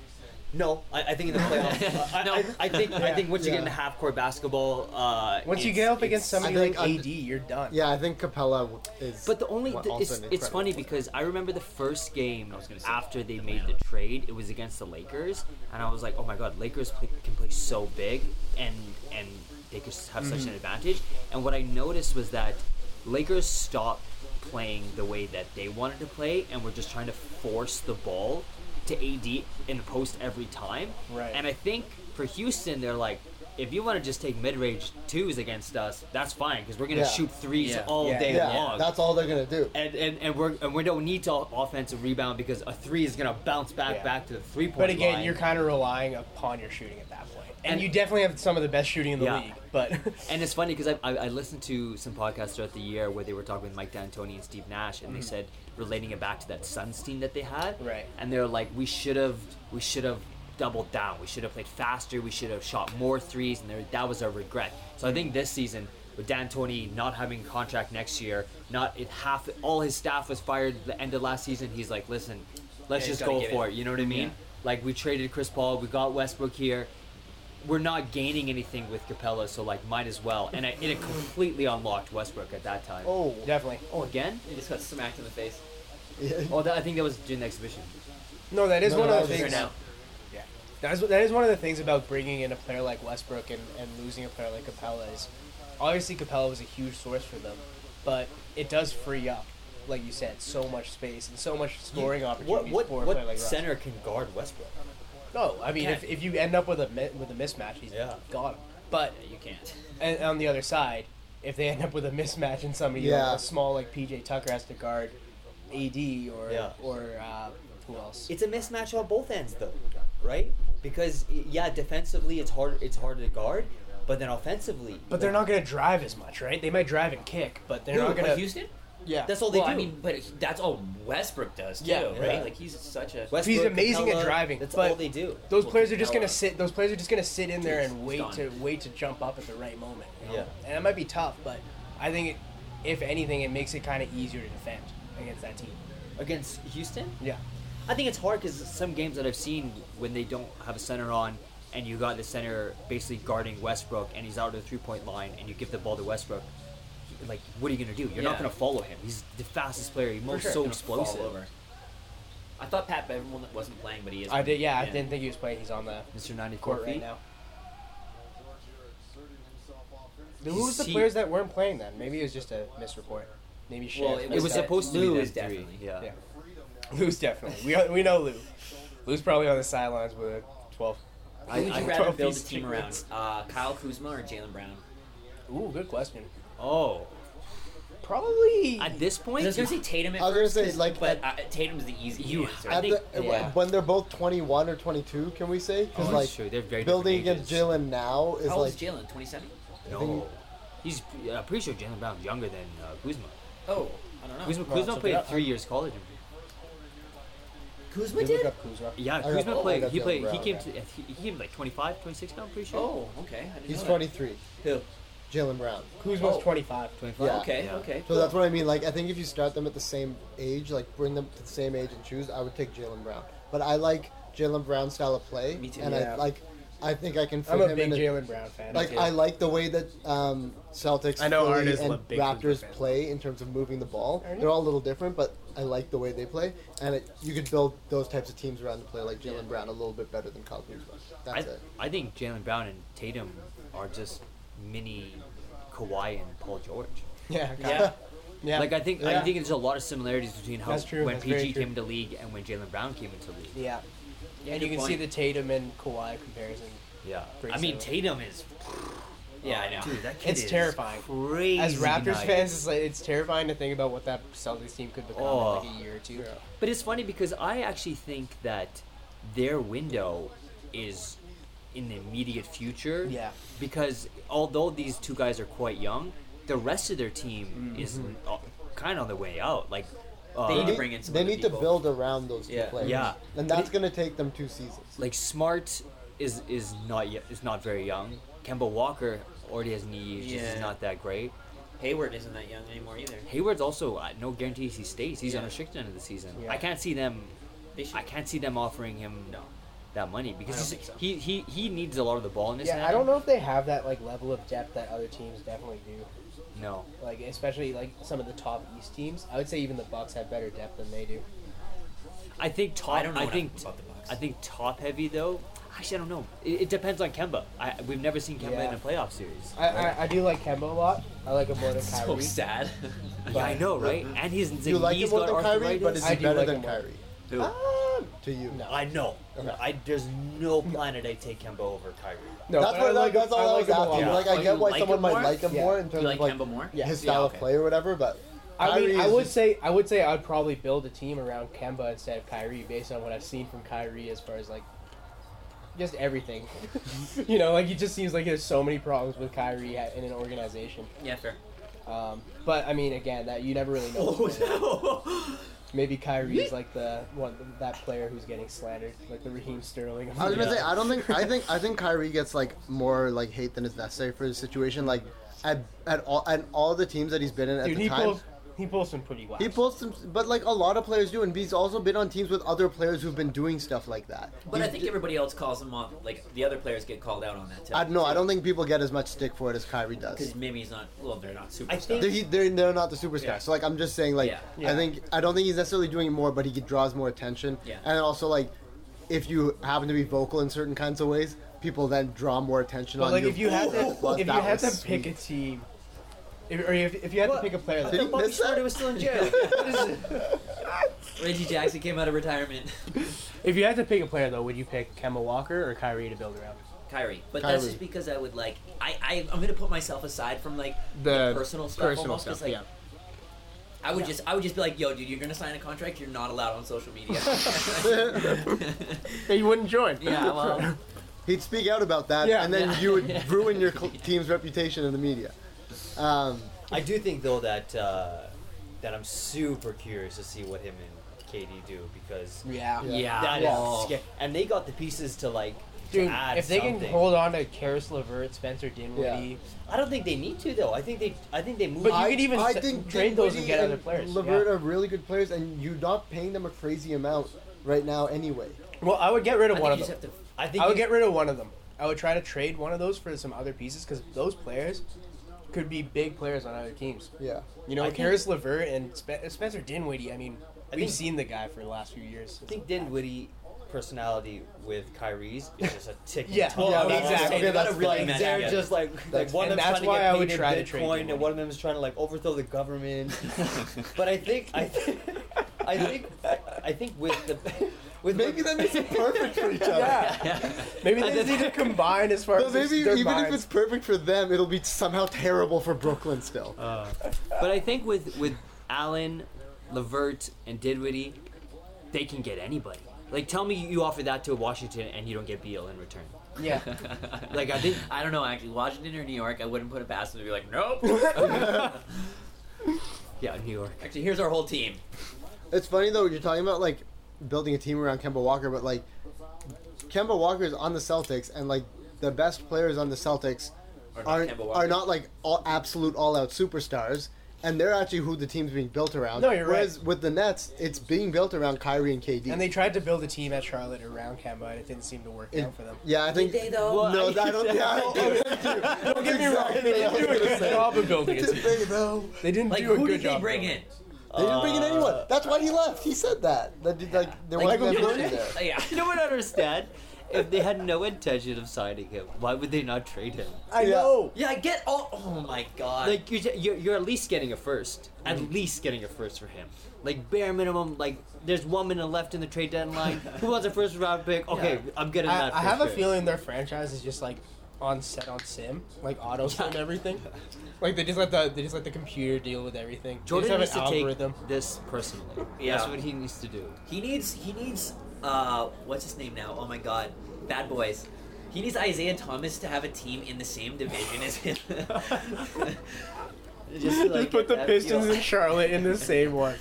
S5: no, I, I think in the playoffs, I, I, I think I think once you get
S4: Yeah.
S5: into half court basketball, uh,
S1: Once you
S5: it's-
S1: get up
S5: it's-
S1: against somebody
S4: I think
S1: like
S4: I'm-
S1: AD, you're done.
S4: Yeah, I think Capella w- is.
S5: But the only
S4: what
S5: th-
S4: also
S5: it's,
S4: an
S5: it's
S4: incredible
S5: funny
S4: player.
S5: because I remember the first game
S3: gonna say
S5: after they made the trade, it was against the Lakers, and I was like, oh my god, Lakers play, can play so big, and and they could have such an advantage. And what I noticed was that Lakers stopped playing the way that they wanted to play, and were just trying to force the ball to AD in the post every time.
S1: Right.
S5: And I think for Houston, they're like, if you want to just take mid range twos against us, that's fine because we're gonna
S4: Yeah.
S5: shoot threes
S6: Yeah.
S5: all
S8: Yeah.
S5: day
S4: Yeah,
S5: long.
S4: that's all they're gonna do.
S5: and, and, and we're and we don't need to offensive rebound because a three is gonna bounce back
S1: Yeah.
S5: back to the three point.
S1: But again,
S5: line.
S1: you're kind of relying upon your shooting at that point. And,
S5: And-
S1: you definitely have some of the best shooting in the
S5: Yeah.
S1: league. But
S5: And it's funny because I, I, I listened to some podcasts throughout the year where they were talking with Mike D'Antoni and Steve Nash,
S6: Mm.
S5: and they said relating it back to that Suns team that they had.
S1: Right.
S5: And they're like, we should have we should have doubled down. We should have played faster. We should have shot more threes, and there- that was our regret. So I
S6: Mm.
S5: think this season with D'Antoni not having a contract next year, not it half all his staff was fired at the end of last season. He's like, listen, let's
S6: Yeah, you
S5: just
S6: gotta
S5: go
S6: give
S5: for
S6: it.
S5: it. You know what I mean?
S6: Yeah.
S5: Like we traded Chris Paul, we got Westbrook here we're not gaining anything with Capella, so like might as well. And it, it completely unlocked Westbrook at that time.
S1: oh, definitely.
S5: Oh, again?
S6: He just got smacked in the face.
S5: Oh, that, I think that was during the exhibition.
S1: No, that is
S4: No,
S1: one of
S4: that
S1: the
S4: was
S1: things.
S6: Right now.
S1: That is, that is one of the things about bringing in a player like Westbrook and, and losing a player like Capella is obviously Capella was a huge source for them, but it does free up, like you said, so much space and so much scoring
S5: What
S1: opportunities
S5: what,
S1: for a player
S5: what
S1: like
S5: center can guard Westbrook?
S1: Russ. No, I mean if,
S5: can't.
S1: if you end up with a mi- with a mismatch, he's
S5: Yeah.
S1: got him. But
S6: Yeah, you can't.
S1: and on the other side, if they end up with a mismatch and somebody
S4: Yeah.
S1: like a small like PJ Tucker has to guard AD or
S5: Yeah.
S1: or uh, who else?
S5: It's a mismatch on both ends though, right? Because y- yeah, defensively it's hard it's hard to guard, but then offensively.
S1: but they're not going to drive as much, right? They might drive and kick, but they're
S6: No,
S1: not
S6: but
S1: going to.
S6: Houston?
S1: Yeah,
S5: That's all they
S6: well,
S5: do.
S6: I mean, but he- that's all Westbrook does too,
S1: Yeah,
S6: right?
S5: yeah.
S6: Like he's such a.
S5: Westbrook,
S1: He's amazing at
S5: Capella,
S1: driving,
S5: That's
S1: but
S5: all they do.
S1: Those
S6: Well,
S1: players are just
S6: Capella.
S1: gonna sit. Those players are just gonna sit in there and
S6: He's
S1: wait
S6: done.
S1: to wait to jump up at the right moment. you know?
S5: Yeah.
S1: and that might be tough, but I think it, if anything, it makes it kind of easier to defend against that team.
S5: Against Houston?
S1: Yeah,
S5: I think it's hard because some games that I've seen when they don't have a center on, and you got the center basically guarding Westbrook, and he's out of the three point line, and you give the ball to Westbrook. Like, what are you gonna do? You're not
S6: Yeah.
S5: gonna follow him. He's the fastest player. He moves
S6: sure.
S5: so
S6: Gonna fall
S5: explosive.
S6: over. I thought Pat Beverman wasn't playing, but he is.
S1: I did. Yeah, I didn't think he was playing. He's on the
S5: Mr. 94
S1: court
S5: feet.
S1: right now. Who was the
S5: See-
S1: players that weren't playing then? Maybe it was just a misreport. Maybe shit.
S6: Well,
S5: It was
S6: that-
S5: supposed to
S6: Lou
S5: be
S6: is
S5: the three.
S6: definitely-
S5: Yeah.
S1: Yeah. Lou's definitely. We we know Lou. Lou's probably on the sidelines with a twelve.
S5: I-
S6: Who would
S5: I-
S6: you rather
S1: 12
S6: build a
S1: piece
S6: team around? Uh, Kyle Kuzma or Jalen Brown?
S1: Ooh, good question.
S5: Oh,
S1: Probably.
S5: at this point,
S6: I was gonna say Tatum. At
S4: I was gonna
S6: first,
S4: say,
S6: 'cause-
S4: like,
S6: but uh, Tatum's the easy
S5: You-
S6: answer.
S5: I
S4: At
S5: think-
S4: the,
S5: yeah.
S4: When they're both 21 or 22, can we say?
S5: Oh,
S4: Because
S5: that's
S4: like
S5: true. They're very
S4: building
S5: different
S4: against
S5: ages.
S4: Jalen now is
S6: How old is
S4: like
S6: Jalen? Twenty-seven.
S5: no. He's uh, pretty sure Jalen Brown's younger than uh, Kuzma.
S6: Oh, I don't know.
S5: Kuzma,
S1: no,
S5: Kuzma
S1: so
S5: played
S1: that-
S5: three years college.
S6: Kuzma
S4: Did you look
S6: did.
S4: up Kuzma?
S5: Yeah,
S4: got-
S5: Kuzma
S4: oh, I
S5: played.
S4: got
S5: He
S4: Jaylen
S5: played. he
S4: Brown,
S5: came
S4: yeah.
S5: to. He he came like 25, 26 now. I'm pretty sure.
S6: Oh, okay. I didn't
S4: he's
S6: know that.
S4: 23.
S6: Who?
S4: Jalen Brown.
S1: Kuzma's
S6: Oh.
S1: 25.
S5: 25?
S4: Yeah.
S6: Okay,
S5: Yeah.
S6: okay.
S4: So that's what I mean. Like I think if you start them at the same age, like bring them to the same age and choose, I would take Jalen Brown. But I like Jalen Brown's style of play,
S6: Me too.
S4: and
S1: Yeah.
S4: I like. I think I can fit
S1: I'm a
S4: him
S1: big
S4: in. a-
S1: Jalen Brown fan.
S4: like
S1: Yeah.
S4: I like the way that um, Celtics
S1: I know
S4: Philly,
S1: Arna's a
S4: and
S1: big Kuzma
S4: Raptors
S1: fan.
S4: play in terms of moving the ball. They're all a little different, but I like the way they play, and it, you could build those types of teams around the play like Jalen Brown a little bit better than Kyle Kuzma.
S5: I,
S4: That's it.
S5: I think Jalen Brown and Tatum are just mini Kawhi and Paul George.
S1: yeah,
S6: Yeah.
S1: yeah.
S5: Like I think I
S1: Yeah.
S5: think there's a lot of similarities between how
S1: That's true,
S5: when
S1: that's very
S5: PG
S1: true.
S5: came into league and when Jalen Brown came into league.
S1: yeah. and
S6: good
S1: you can see
S6: point.
S1: the Tatum and Kawhi comparison.
S5: Yeah,
S1: Pretty
S5: I mean
S1: similar.
S5: Tatum is
S6: Yeah, I know.
S5: dude. That kid
S1: It's
S5: is
S1: terrifying.
S5: Crazy
S1: As Raptors
S5: nice.
S1: fans, it's like it's terrifying to think about what that Celtics team could become
S5: Oh.
S1: in like a year or two.
S5: But it's funny because I actually think that their window is in the immediate future.
S1: Yeah.
S5: Because although these two guys are quite young, the rest of their team is uh, kind of on the way out. Like,
S6: Mm-hmm.
S5: uh,
S6: They need to
S4: They-
S6: bring in some
S4: they
S6: other
S4: need to
S6: people.
S4: build around those two
S6: Yeah.
S4: players.
S5: Yeah.
S4: and that's going to take them two seasons.
S5: like Smart is is not yet is not very young. Kemba Walker already has knee issues.
S6: Yeah.
S5: He's not that great.
S6: Hayward isn't that young anymore either.
S5: Hayward's also uh, no guarantees he stays. He's
S6: Yeah.
S5: unrestricted under the season.
S1: Yeah.
S5: I can't see them.
S6: They should.
S5: I can't see them offering him
S6: No.
S5: that money
S6: I don't
S5: because he's,
S6: think so.
S5: he he he needs a lot of the ball in his hand.
S1: Yeah, I don't know if they have that like level of depth that other teams definitely do.
S5: No.
S1: Like especially like some of the top East teams. I would say even the Bucks have better depth than they do.
S5: I think top. I,
S6: I don't know enough
S5: think
S6: about the Bucks.
S5: I think top heavy though. Actually, I don't know. It, it depends on Kemba. I, we've never seen Kemba
S1: Yeah.
S5: in a playoff series.
S1: I, I, I do like Kemba a lot. I like him more than
S6: So
S1: Kyrie.
S6: sad.
S5: Yeah, I know, right? And his, his
S4: you like
S5: knees
S4: him more than
S5: got
S4: Kyrie, but
S5: arthritis.
S4: is
S1: I
S4: he
S1: do
S4: better
S1: like
S4: than
S1: him more.
S4: Kyrie?
S3: Who?
S4: Um, to you. No.
S5: I know.
S4: Okay.
S5: I there's no planet I take Kemba over Kyrie.
S1: No,
S4: that's
S1: but
S4: what,
S1: I like
S4: that's
S1: him-
S4: all I,
S1: like
S4: was
S1: him a
S4: asking.
S1: lot.
S4: Like,
S3: Oh,
S4: I get
S3: you
S4: why
S3: like
S4: someone
S3: him
S4: might
S3: more?
S4: like him
S1: Yeah.
S4: more in terms
S3: You like
S4: of like
S3: Kemba more?
S1: Yeah.
S4: his
S5: Yeah,
S4: style
S5: okay.
S4: of play or whatever, but
S1: I
S4: Kyrie
S1: mean, I
S4: is
S1: would
S4: just-
S1: say I would say I'd probably build a team around Kemba instead of Kyrie based on what I've seen from Kyrie as far as like just everything. you know, like it just seems like there's so many problems with Kyrie at- in an organization.
S6: Yeah, fair.
S1: Um, but I mean, again, that you never really know.
S4: Oh,
S1: Maybe Kyrie's like the one that player who's getting slandered, like the Raheem Sterling. of
S4: I was
S1: the,
S4: gonna say
S1: uh,
S4: I don't think I think I think Kyrie gets like more like hate than is necessary for his situation. Like at at all at all the teams that he's been in at
S1: dude,
S4: the
S1: he
S4: time.
S1: pulls he pulls some pretty whack.
S4: He pulls some, but like a lot of players do, and he's also been on teams with other players who've been doing stuff like that.
S6: But I
S4: He's-
S6: think everybody else calls him off. Like the other players get called out on that too.
S4: I don't know. I don't think people get as much stick for it as Kyrie does.
S6: Because maybe he's not. Well, they're not super.
S5: I think-
S4: They're, he- they're, they're not the superstar. So like I'm just saying like
S6: Yeah.
S1: Yeah.
S4: I think I don't think he's necessarily doing it more, but he draws more attention.
S6: Yeah.
S4: And then also like if you happen to be vocal in certain kinds of ways, people then draw more attention
S1: But
S4: on
S1: like
S4: you.
S1: if you had to
S4: But
S1: if you
S4: that
S1: had
S4: was
S1: to
S4: sweet.
S1: pick a team, if, or if, if you had
S5: What?
S1: to pick a player,
S4: Did
S5: Did
S4: he
S1: that,
S5: Bobby
S4: miss that?
S5: Schmurda was still in jail. What is it?
S6: Reggie Jackson came out of retirement.
S1: if you had to pick a player though, would you pick Kemba Walker or Kyrie to build around?
S6: Kyrie, but that's
S4: Kyrie.
S6: just because I would like. I, I I'm gonna put myself aside from like the, personal stuff. almost, 'cause, like, I would just I would just be like, yo, dude, you're gonna sign a contract. You're not allowed on social media.
S1: That you wouldn't join.
S6: yeah, well,
S4: He'd speak out about that,
S1: Yeah.
S4: and then
S6: Yeah.
S4: you would ruin your cl- team's reputation in the media. Um,
S5: I do think though that uh, that I'm super curious to see what him and KD do because
S1: Yeah.
S6: yeah,
S5: that is
S6: well,
S5: sca- and they got the pieces to like to
S1: Dude,
S5: add
S1: if they
S5: something.
S1: can hold on to Karis LeVert, Spencer Dinwiddie,
S5: I don't think they need to though. I think they I think they move.
S1: But
S5: on.
S1: you could even s- trade those and
S4: Dinwiddie
S1: get other players,
S4: Levert
S1: yeah.
S4: are really good players, and you're not paying them a crazy amount right now anyway.
S1: well, I would get rid
S6: I
S1: of
S6: think
S1: one
S6: you
S1: of
S6: just
S1: them.
S6: have to.
S5: I think
S1: I would
S5: you-
S1: get rid of one of them. I would try to trade one of those for some other pieces because those players could be big players on other teams.
S4: Yeah.
S1: You know,
S5: I think-
S1: Karis LeVert and Spe- Spencer Dinwiddie. I mean,
S5: I
S1: we've
S5: think-
S1: seen the guy for the last few years.
S5: I think Dinwiddie personality with Kyrie's is just a tick.
S1: Yeah,
S5: Well,
S1: yeah,
S5: I mean,
S1: that's-
S5: that's-
S1: okay,
S5: they're
S4: that's
S5: not really
S4: fine.
S5: mad They're
S6: Yeah.
S5: just like like
S4: That's-
S5: one
S1: and
S5: of them
S1: that's
S5: trying
S1: why
S5: to get
S1: I
S5: paid
S1: would
S5: in
S1: try to trade
S5: Bitcoin, and
S1: Dinwiddie.
S5: one of them is trying to like overthrow the government. but I think I think I think I think with the with
S4: Maybe that makes it perfect for each other.
S1: Yeah. Maybe they just need to combine as far
S4: But
S1: as
S4: maybe
S1: their
S4: even if
S1: minds.
S4: it's perfect for them, it'll be somehow terrible for Brooklyn still.
S5: But I think with with Allen, Levert, and Didwitty, they can get anybody. Like, tell me you offer that to Washington and you don't get Beal in return.
S1: yeah.
S5: Like, I think
S6: I don't know actually. Washington or New York, I wouldn't put it past them to be like, nope.
S5: yeah, New York.
S6: actually, here's our whole team.
S4: It's funny though, you're talking about like building a team around Kemba Walker, but like Kemba Walker is on the Celtics, and like the best players on the Celtics
S6: Or not
S4: aren't
S6: Kemba Walker.
S4: are not like all absolute all out superstars. And they're actually who the team's being built around.
S1: No, you're right.
S4: Whereas with the Nets, it's being built around Kyrie and KD.
S1: And they tried to build a team at Charlotte around Kemba, and it didn't seem to work
S4: It-
S1: out for them.
S4: Yeah, I think.
S6: they, though?
S4: No, I don't. Yeah, I do.
S1: Don't get me wrong. They
S4: Exactly what I
S1: didn't
S4: was
S1: do a
S4: gonna
S1: good
S4: say.
S1: job of building a
S4: It's a
S1: team.
S4: thing, though.
S1: They didn't
S6: Like,
S1: do a
S6: who
S1: good
S6: did they
S1: job.
S6: bring
S1: building.
S6: in?
S4: They didn't bring in anyone. That's why he left. He said that. That did, like there
S5: Like,
S4: wasn't
S5: Michael
S4: anybody there.
S6: Oh, yeah.
S5: No one understand. If they had no intention of signing him, why would they not trade him?
S1: I
S4: Yeah.
S1: know.
S6: Yeah, I get all. Oh my god.
S5: Like you're, ju- you're, you're at least getting a first, at least getting a first for him. Like bare minimum, like there's one minute left in the trade deadline. Who wants a first round pick? Okay,
S6: Yeah.
S5: I'm getting
S1: I,
S5: that.
S1: I
S5: for
S1: have a
S5: sure.
S1: feeling their franchise is just like on set on sim, like auto sim everything. Like they just let the they just let the computer deal with everything.
S5: Jordan
S1: they
S5: needs
S1: just
S5: to
S1: have an algorithm.
S5: take this personally.
S6: Yeah.
S5: That's what he needs to do.
S6: He needs he needs uh what's his name now? Oh my god. Bad boys. He needs Isaiah Thomas to have a team in the same division as him.
S5: Just,
S1: put the
S5: that
S1: Pistons
S5: feel-
S1: and Charlotte in the same one.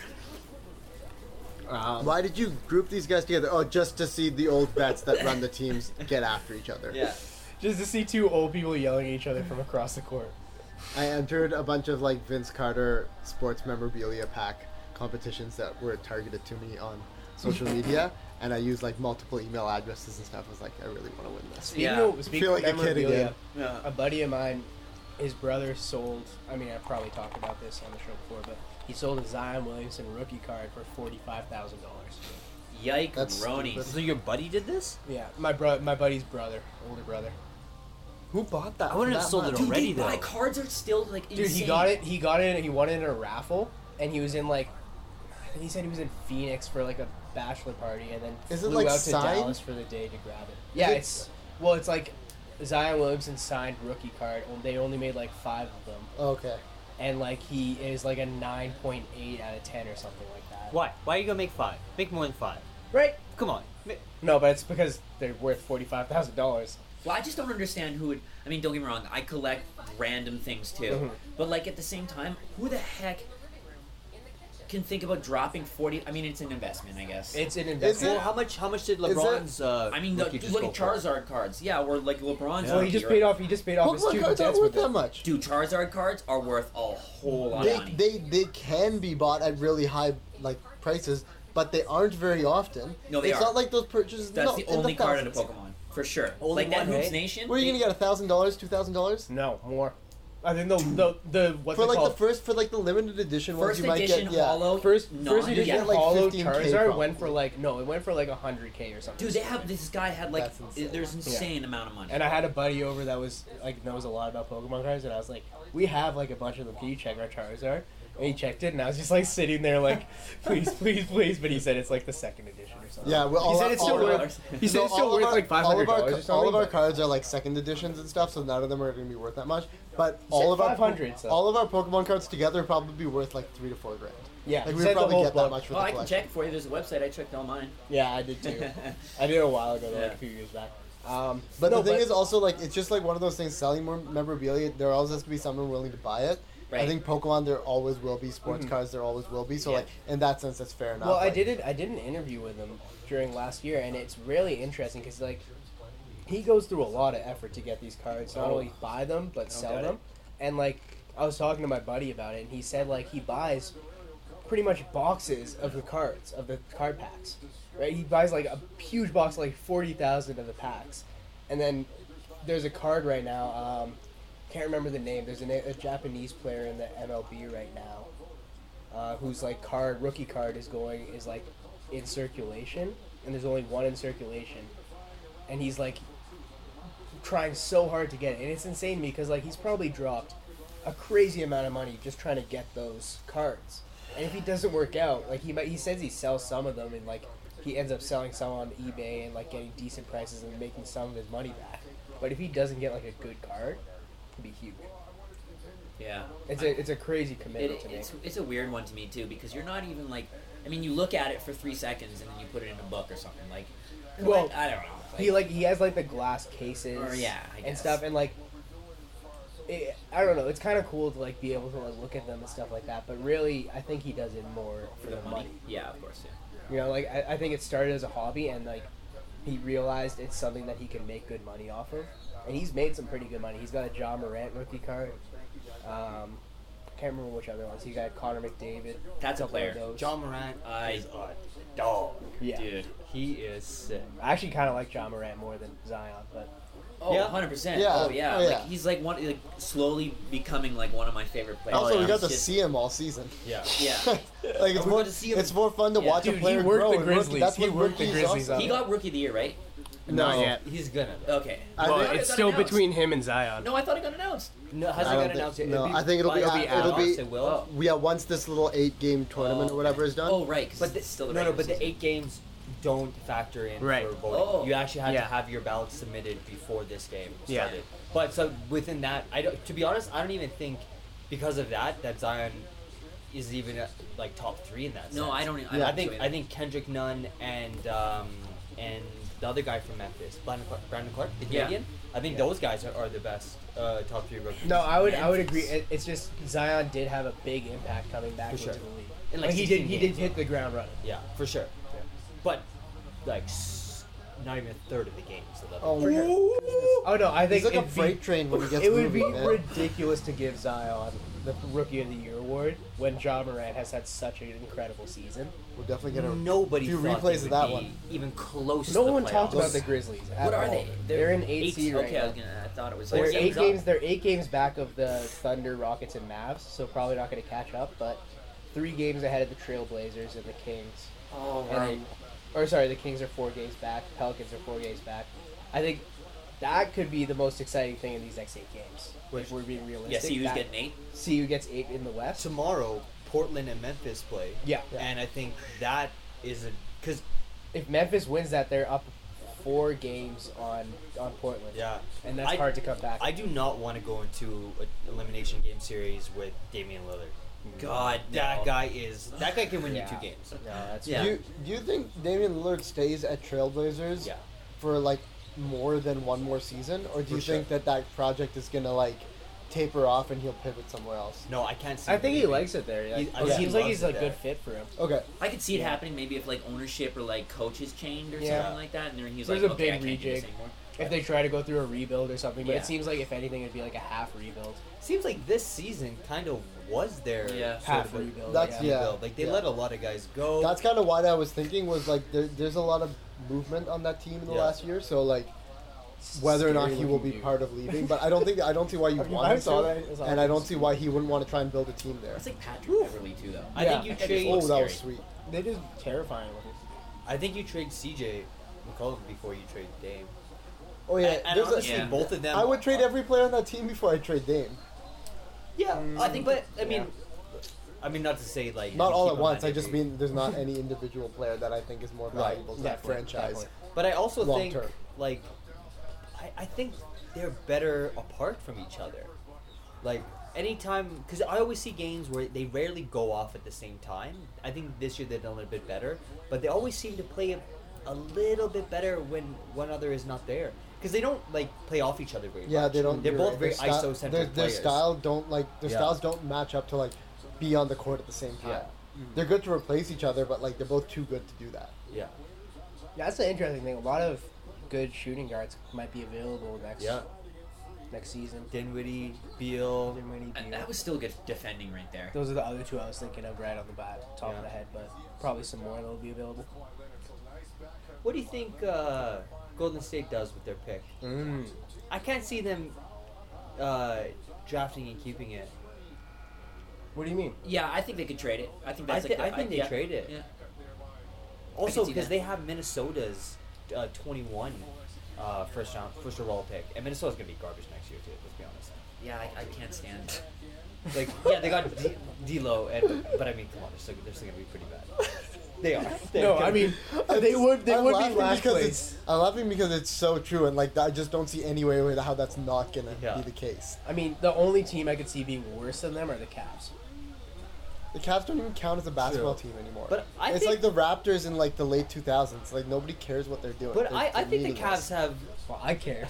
S1: Um,
S4: Why did you group these guys together? Oh, just to see the old vets that run the teams get after each other.
S6: yeah.
S1: just to see two old people yelling at each other from across the court.
S4: I entered a bunch of like Vince Carter sports memorabilia pack competitions that were targeted to me on social media, and I used like multiple email addresses and stuff. I was like, I really want to win this.
S1: Speaking
S6: Yeah.
S1: of, speaking
S4: Feel
S1: of
S4: like a kid
S1: memorabilia,
S4: again.
S6: Yeah.
S1: a buddy of mine, his brother sold. I mean, I probably talked about this on the show before, but he sold a Zion Williamson rookie card for forty five thousand dollars.
S6: Yike
S4: That's
S6: Ronies.
S5: So your buddy did this?
S1: Yeah, my bro, my buddy's brother, older brother.
S4: Who bought that?
S5: I wouldn't
S4: for
S5: have
S4: that
S5: sold it
S4: much?
S5: already.
S6: Dude, they buy
S5: though.
S6: cards are still like
S1: Dude,
S6: insane.
S1: he got it. He got it. He won it in a raffle, and he was in like, I And he said he was in Phoenix for like a bachelor party, and then
S4: Is it,
S1: flew
S4: like,
S1: out
S4: signed?
S1: to Dallas for the day to grab it. Yeah,
S4: it-
S1: it's well, it's like Zion Williamson signed rookie card. Well, they only made like five of them,
S4: Okay.
S1: and like he is like a nine point eight out of ten or something like that.
S5: Why? Why are you gonna make five? Make more than five.
S1: Right?
S5: Come on. Ma-
S1: No, but it's because they're worth forty five thousand dollars.
S6: Well, I just don't understand who would. I mean, don't get me wrong. I collect random things too, but like at the same time, who the heck can think about dropping forty? I mean, it's an investment, I guess.
S1: It's an
S5: Well,
S1: investment.
S5: how much? How much did LeBron's? Uh,
S6: I mean, the,
S5: rookie just
S6: look
S5: go
S6: at
S5: for?
S6: Charizard cards. Yeah, or like LeBron's.
S1: Well, he just paid off. He just paid off his
S4: Pokemon
S1: student
S4: cards aren't
S1: debts with
S4: worth that
S1: it.
S4: much.
S6: Dude, Charizard cards are worth a whole lot of
S4: They,
S6: money.
S4: they they can be bought at really high like prices, but they aren't very often.
S6: No, they
S4: it's
S6: are.
S4: not like those purchases.
S6: That's
S4: no,
S6: the
S4: in
S6: only card in a
S4: thousands.
S6: Pokemon for sure.
S5: Only
S6: like that
S5: one,
S6: Hoops
S5: eh?
S6: Nation.
S4: Where are you gonna get a thousand dollars, two thousand dollars
S1: No more. I think the the, the what
S4: for
S1: they
S4: like
S1: call
S4: the first for like the limited edition ones?
S6: First
S4: You might
S6: edition
S4: get yeah.
S6: Hollow.
S1: First,
S6: non-
S1: first edition
S6: yeah.
S4: like,
S1: Hollow
S4: 15K
S1: Charizard
S4: probably.
S1: went for like no, it went for like hundred k or something.
S6: Dude, they have this guy had like
S4: That's insane.
S6: there's insane amount of money.
S1: And I had a buddy over that was like knows a lot about Pokemon cards, and I was like, "We have like a bunch of them. Can you check our Charizard?" And he checked it, and I was just like sitting there like, "Please, please, please!" But he said it's like the second edition or something.
S4: Yeah, well, all,
S1: he said it's
S4: all
S1: still
S4: of our-
S1: worth. He said
S4: No,
S1: it's still
S4: all of
S1: worth
S4: our-
S1: like five hundred
S4: All of
S1: dollars.
S4: our, ca- all of our cards are like second editions and stuff, so none of them are going to be worth that much. But all of our
S1: 500, so.
S4: all of our Pokemon cards together would probably be worth like three to four grand.
S1: Yeah,
S4: like
S1: he
S4: we
S1: said
S4: would
S1: the
S4: probably
S1: whole
S4: get that
S1: book.
S4: much for
S6: oh,
S4: the
S6: I can
S4: collection.
S6: check it for you. There's a website. I checked all mine.
S1: Yeah, I did too. I did a while ago, like
S6: Yeah.
S1: a few years back. Um,
S4: But
S1: no,
S4: the thing is also like it's just like one of those things. Selling more memorabilia, there always has to be someone willing to buy it. I
S6: Right.
S4: think Pokemon, there always will be sports
S1: Mhm.
S4: cards. There always will be. So
S6: Yeah.
S4: like in that sense, that's fair enough.
S1: Well, I
S4: Like,
S1: did it. I did an interview with him during last year, and it's really interesting because like he goes through a lot of effort to get these cards.
S4: Oh.
S1: Not only buy them, but sell
S5: got
S1: them. And like I was talking to my buddy about it, and he said like he buys pretty much boxes of the cards of the card packs. Right, he buys like a huge box, like forty thousand of the packs, and then there's a card right now. Um, can't remember the name. There's a, na- a Japanese player in the MLB right now uh, whose like card rookie card is going is like in circulation, and there's only one in circulation, and he's like trying so hard to get it, and it's insane because like he's probably dropped a crazy amount of money just trying to get those cards, and if he doesn't work out, like he might he says he sells some of them and like he ends up selling some on eBay and like getting decent prices and making some of his money back, but if he doesn't get like a good card, it'd be huge.
S6: Yeah.
S1: It's a it's a crazy
S6: It,
S1: commitment to make.
S6: it's, it's a weird one to me too because you're not even like I mean you look at it for three seconds and then you put it in a book or something like
S1: Well,
S6: I don't know
S1: He like he has like the glass cases
S6: Or, yeah, I
S1: and
S6: guess.
S1: stuff and like it, I don't know it's kind of cool to like be able to like look at them and stuff like that but really I think he does it more for the money
S6: yeah of course yeah
S1: you know like I, I think it started as a hobby and like he realized it's something that he can make good money off of and he's made some pretty good money he's got a John Morant rookie card um I can't remember which other ones he got Connor McDavid
S6: that's a
S1: couple of
S6: player
S1: those.
S5: John Morant
S6: I-
S5: is a dog.
S1: yeah
S6: dude
S5: He is sick.
S1: I actually kind of like John Morant more than Zion but
S6: oh
S5: Yeah.
S6: 100 percent
S4: Yeah.
S6: oh yeah
S4: Oh,
S6: like
S4: yeah.
S6: he's like one like slowly becoming like one of my favorite players
S4: Also, we
S6: It's
S4: got to
S6: just-
S4: see him all season.
S5: Yeah.
S6: yeah
S4: like it's
S6: we
S4: more,
S6: got to see him.
S4: it's more fun to
S6: Yeah.
S4: watch
S1: Dude,
S4: a
S1: he
S4: player
S1: worked
S4: grow.
S1: the
S4: and
S1: Grizzlies.
S4: That's
S1: He
S4: what
S1: worked the
S4: rookies
S1: Grizzlies
S4: also-
S1: up.
S6: he got rookie of the year right
S1: Not yet.
S5: He's gonna. Uh, though.
S6: okay
S4: I
S1: Well,
S4: think-
S1: it's
S6: got
S1: still
S6: announced.
S1: between him and Zion.
S6: no I thought it got announced
S5: No,
S4: I
S5: hasn't
S4: don't
S5: got
S4: think-
S5: announced yet.
S4: no,
S5: It'll be
S4: I think it'll be
S5: by-
S1: out.
S4: it'll be-
S5: announced, it will.
S6: Oh.
S4: yeah, once this little eight game tournament
S5: Oh.
S4: or whatever is done.
S6: oh right 'cause
S5: But the,
S6: it's still the
S5: no, no.
S6: regular
S5: But the
S6: season.
S5: eight games don't factor in
S1: Right.
S5: for voting.
S6: Oh.
S5: You actually had
S1: Yeah.
S5: to have your ballot submitted before this game
S1: Yeah.
S5: started. But so within that, I don't. To be honest, I don't even think because of that that Zion is even uh, like top three in that.
S6: no
S5: sense.
S6: I don't I,
S5: I
S6: don't
S5: think
S6: either.
S5: I think Kendrick Nunn and um, and the other guy from Memphis, Brandon Clark, Brandon Clark the
S6: Yeah.
S5: Canadian. I think those guys are, are the best uh, top three rookies.
S1: No, I would I would agree.
S6: Memphis.
S1: It, it's just Zion did have a big impact coming back
S5: For sure.
S1: into the league.
S5: In,
S1: like
S5: like,
S1: he did
S5: 16
S1: he did
S5: games,
S1: hit the ground running.
S5: Yeah, for sure. But like s- not even a third of the games. So that-
S4: Oh,
S1: For sure. Oh no, I think
S4: He's like a
S1: it'd be-
S4: freight train when he gets
S1: It would be
S4: moving, man.
S1: ridiculous to give Zion the Rookie of the Year award when John Morant has had such an incredible season.
S4: We'll definitely get a
S5: Nobody
S4: few
S5: thought
S4: replays
S5: they
S4: of that
S5: would
S4: one.
S5: be even close.
S1: No
S5: to the
S1: one talked
S5: playoffs.
S1: about the Grizzlies. at
S6: what are
S1: all.
S6: they
S1: Oh. They're, in eight seed right
S6: okay I,
S1: now.
S6: was gonna, I thought it was
S1: They're
S6: like,
S1: eight
S6: seven's up.
S1: games. They're eight games back of the Thunder, Rockets, and Mavs, so probably not going to catch up. But three games ahead of the Trailblazers and the Kings.
S6: oh
S1: And
S6: right
S1: then, or sorry, the Kings are four games back. Pelicans are four games back. I think that could be the most exciting thing in these next eight games. if we're being realistic.
S6: yeah see who's
S1: that,
S6: getting eight
S1: See who gets eight in the West.
S5: Tomorrow, Portland and Memphis play.
S9: Yeah.
S5: And I think that is a because
S1: If Memphis wins that, they're up four games on on Portland.
S5: yeah,
S1: And that's
S5: I-
S1: hard to come back.
S5: I do not want to go into an elimination game series with Damian Lillard. God, that
S3: No.
S5: guy is that guy can win
S1: Yeah.
S5: you two games.
S1: no, that's
S3: Yeah.
S4: Do you, do you think Damian Lillard stays at Trailblazers
S5: Yeah.
S4: for like more than one more season, or do
S5: For
S4: you
S5: sure.
S4: think that that project is gonna like taper off and he'll pivot somewhere else?
S5: No, I can't see.
S1: I think he
S5: him leaving.
S1: likes it there. Yeah,
S5: He- I
S1: it
S5: think he
S1: seems like
S5: loves
S1: he's
S5: it
S1: a
S5: there.
S1: good fit for him.
S4: Okay,
S3: I could see it happening maybe if like ownership or like coaches changed or
S1: Yeah.
S3: something like that, and then he's
S1: There's
S3: like,
S1: a
S3: okay, I
S1: big
S3: can't do this
S1: rejig.
S3: anymore.
S1: If they try to go through a rebuild or something, but
S3: Yeah.
S1: it seems like if anything, it'd be like a half rebuild,
S5: Seems like this season kind of was their
S3: Yeah.
S5: sort
S1: half
S5: of a
S1: rebuild.
S4: That's-
S1: yeah.
S4: yeah.
S5: rebuild. Like they let a lot of guys go.
S4: that's kind of what I was thinking. Was like there, there's a lot of movement on that team in the
S5: Yeah.
S4: last year, so like whether or not he will be part of leaving, but I don't think I don't see why you
S1: Okay,
S4: want
S1: I
S4: him
S1: saw
S4: to,
S1: that. It was
S4: and I don't
S1: awesome.
S4: see why he wouldn't want to try and build a team there.
S3: It's like Patrick Beverly too, though.
S5: I
S1: Yeah.
S5: think you
S3: That just
S5: trade.
S4: Oh,
S3: looks
S4: that was
S3: scary.
S4: sweet.
S1: They just terrifying with it.
S5: I think you trade CJ McCollum before you trade Dame.
S4: Oh
S5: Yeah,
S4: yeah,
S5: and, and
S4: there's a-
S5: honestly,
S3: Yeah.
S5: both of them.
S4: I would trade every player on that team before I trade Dame.
S5: Yeah, I think, but I mean,
S1: Yeah.
S5: I mean, not to say like
S4: Not
S5: you
S4: all
S5: keep
S4: at
S5: on
S4: once.
S5: that
S4: I just
S5: debate,
S4: mean there's not any individual player that I think is more
S5: Right.
S4: valuable to
S1: Yeah,
S4: that franchise.
S5: But I also
S4: long
S5: think
S4: term.
S5: like I, I think they're better apart from each other. Like anytime, because I always see games where they rarely go off at the same time. I think this year they've done a little bit better, but they always seem to play a, a little bit better when one other is not there. Because they don't like play off each other very
S4: Yeah,
S5: much.
S4: they don't.
S5: They're
S4: you're
S5: both
S4: right.
S5: very
S4: their sti-
S5: isocentric
S4: Their, their
S5: players.
S4: style don't like their
S5: Yeah.
S4: styles don't match up to like be on the court at the same time. They're good to replace each other, but like they're both too good to do that.
S5: Yeah,
S1: That's the interesting thing. A lot of good shooting guards might be available next
S5: yeah.
S1: next season.
S5: Dinwiddie, Beal.
S1: There might be-
S3: Uh, That was still good defending right there.
S1: Those are the other two I was thinking of right on the bat, top of the
S5: Yeah.
S1: head, but probably some more that'll be available.
S5: What do you think uh, Golden State does with their pick?
S1: Mm.
S5: I can't see them uh, drafting and keeping it.
S1: What do you mean?
S3: Yeah, I think they could trade it. I think
S5: I
S3: that's
S5: thi-
S3: like the,
S5: I think they
S3: yeah,
S5: trade it.
S3: Yeah.
S5: Also,
S3: see
S5: because
S3: that.
S5: they have Minnesota's uh, 21 uh, first round first overall pick, and Minnesota's gonna be garbage next year too. Let's be honest.
S3: Yeah, I, I can't stand it.
S5: Like, yeah, they got D- D'Lo, and but I mean, come on, they're still, they're still gonna be pretty bad. They are. They're
S1: No,
S5: gonna
S1: I
S5: be-
S1: mean they would they
S4: I'm
S1: would be
S4: laughing
S1: last
S4: because
S1: place.
S4: it's I'm laughing because it's so true, and like I just don't see any way with how that's not gonna
S5: Yeah.
S4: be the case.
S1: I mean, the only team I could see being worse than them are the Caps.
S4: The Cavs don't even count as a basketball team anymore.
S5: But I
S4: it's
S5: think-
S4: like the Raptors in like the late 2000s. Like nobody cares what they're doing.
S5: but
S4: They're-
S5: I, I
S4: they're
S5: think the
S4: meaningless.
S5: Cavs have
S1: Well, I care.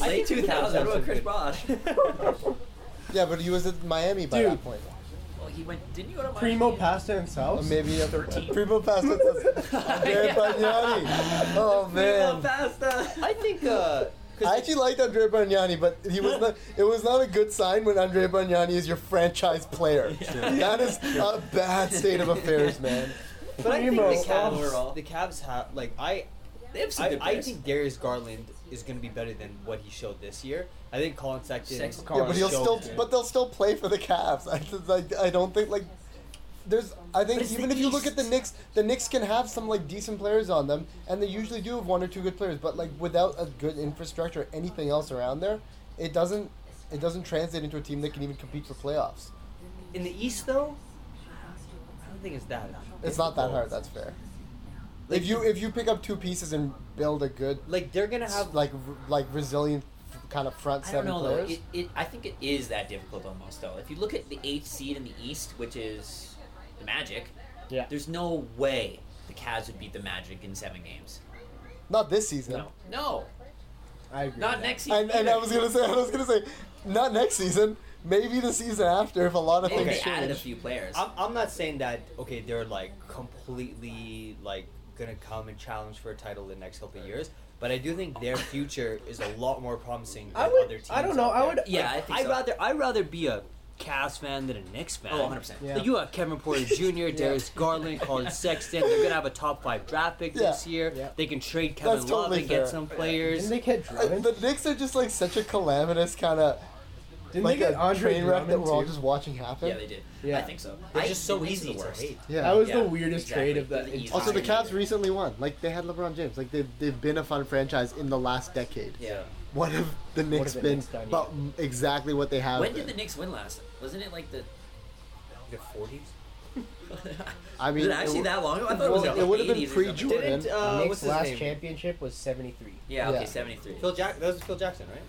S5: I
S3: Late
S5: think the
S3: 2000s.
S5: Cavs have
S3: What
S5: some
S3: about Chris
S5: good-
S3: Bosh?
S4: Yeah, but he was at Miami by
S1: Dude.
S4: that point.
S3: well, he went. Didn't you go to Miami?
S1: Primo Pasta and
S4: Or
S1: South.
S4: maybe a,
S3: Thirteen.
S4: Primo Pasta says, Andrea Bargnani. Oh
S3: Primo
S4: man.
S3: Pasta.
S5: I think. Uh, 'cause
S4: I actually liked Andre Bargnani, but he was not. It was not a good sign when Andre Bargnani is your franchise player. That is a bad state of affairs, man.
S5: But I think the
S1: Primo. Um,
S5: Cavs,
S3: Overall.
S5: the Cavs have like I,
S3: They have some
S5: I,
S3: good
S5: I
S3: players.
S5: think Darius Garland is going to be better than what he showed this year. I think Colin Sexton.
S3: Sexton.
S4: Yeah, but he'll
S5: showed-
S4: still. But they'll still play for the Cavs. I, just- like, I don't think like. There's, I
S3: But
S4: think
S3: it's
S4: even
S3: the
S4: if you look at the
S3: East.
S4: Knicks, the Knicks can have some like decent players on them, and they usually do have one or two good players. But like without a good infrastructure, or anything else around there, it doesn't, it doesn't translate into a team that can even compete for playoffs.
S5: in the East though, I don't think it's that.
S4: It's not that
S5: difficult.
S4: hard. That's fair.
S5: Like-
S4: if you if you pick up two pieces and build a good
S5: Like they're going to have.
S4: like r- like resilient kind of front
S3: I don't
S4: seven
S3: know though.
S4: players.
S3: It, it, I think it is that difficult almost though. If you look at the eighth seed in the East, which is the Magic,
S1: Yeah.
S3: there's no way the Cavs would beat the Magic in seven games.
S4: Not this season.
S1: No.
S3: No,
S1: I agree.
S3: not
S1: with
S3: next season.
S4: And and I
S3: either.
S4: was gonna say I was gonna say not next season. Maybe the season after if a lot of
S3: Maybe
S4: things
S3: they added a
S4: change.
S3: few players.
S5: I'm, I'm not saying that. Okay, they're like completely like going to come and challenge for a title the next couple of years. But I do think their future is a lot more promising than
S1: That. I would.
S5: other teams.
S1: I don't know.
S5: out
S1: I
S5: there.
S1: would.
S3: yeah, I think
S5: I'd
S3: so.
S5: rather I'd rather be a Cavs fan than a Knicks fan.
S3: Oh, 100%.
S1: Yeah.
S5: Like, you have Kevin Porter Jr., Darius Garland, Colin Sexton. They're gonna have a top five draft pick this
S4: Yeah.
S5: year.
S1: Yeah.
S5: They can trade Kevin
S4: That's
S5: Love
S4: totally
S5: and
S4: fair.
S5: get some players.
S1: Didn't they get
S4: Uh,
S1: Drummond?
S4: The Knicks are just like such a calamitous kind of
S1: Didn't
S4: like
S1: they get
S4: a
S1: Andre
S4: train wreck that
S1: Drummond
S4: we're all
S1: too?
S4: just watching happen.
S3: yeah, they did.
S1: Yeah.
S3: I think so.
S5: They're
S3: I-
S5: just so
S3: the
S5: easy
S3: East
S5: to
S3: worse.
S5: hate.
S4: Yeah.
S1: that was
S3: Yeah,
S1: the weirdest
S3: exactly.
S1: trade of that.
S3: The East.
S4: also, the
S3: Fine.
S4: Cavs recently won. Like they had LeBron James. Like they've they've been a fun franchise in the last decade.
S3: Yeah.
S4: What have the Knicks
S1: the
S4: been?
S1: Knicks done,
S4: but exactly what they have.
S3: When
S4: been.
S3: did the Knicks win last? Wasn't it like the
S5: The 40s?
S4: I
S3: Was
S4: mean,
S3: it actually
S4: it,
S3: that long ago? I thought
S4: well,
S3: it was.
S4: it would have been
S3: pre.
S4: pre-Jordan.
S5: Didn't uh,
S1: Nick's
S5: what's his
S1: last
S5: name?
S1: championship was 73.
S3: Yeah. Okay.
S4: Yeah.
S3: Seventy three.
S5: Phil Jack. That was Phil Jackson, right?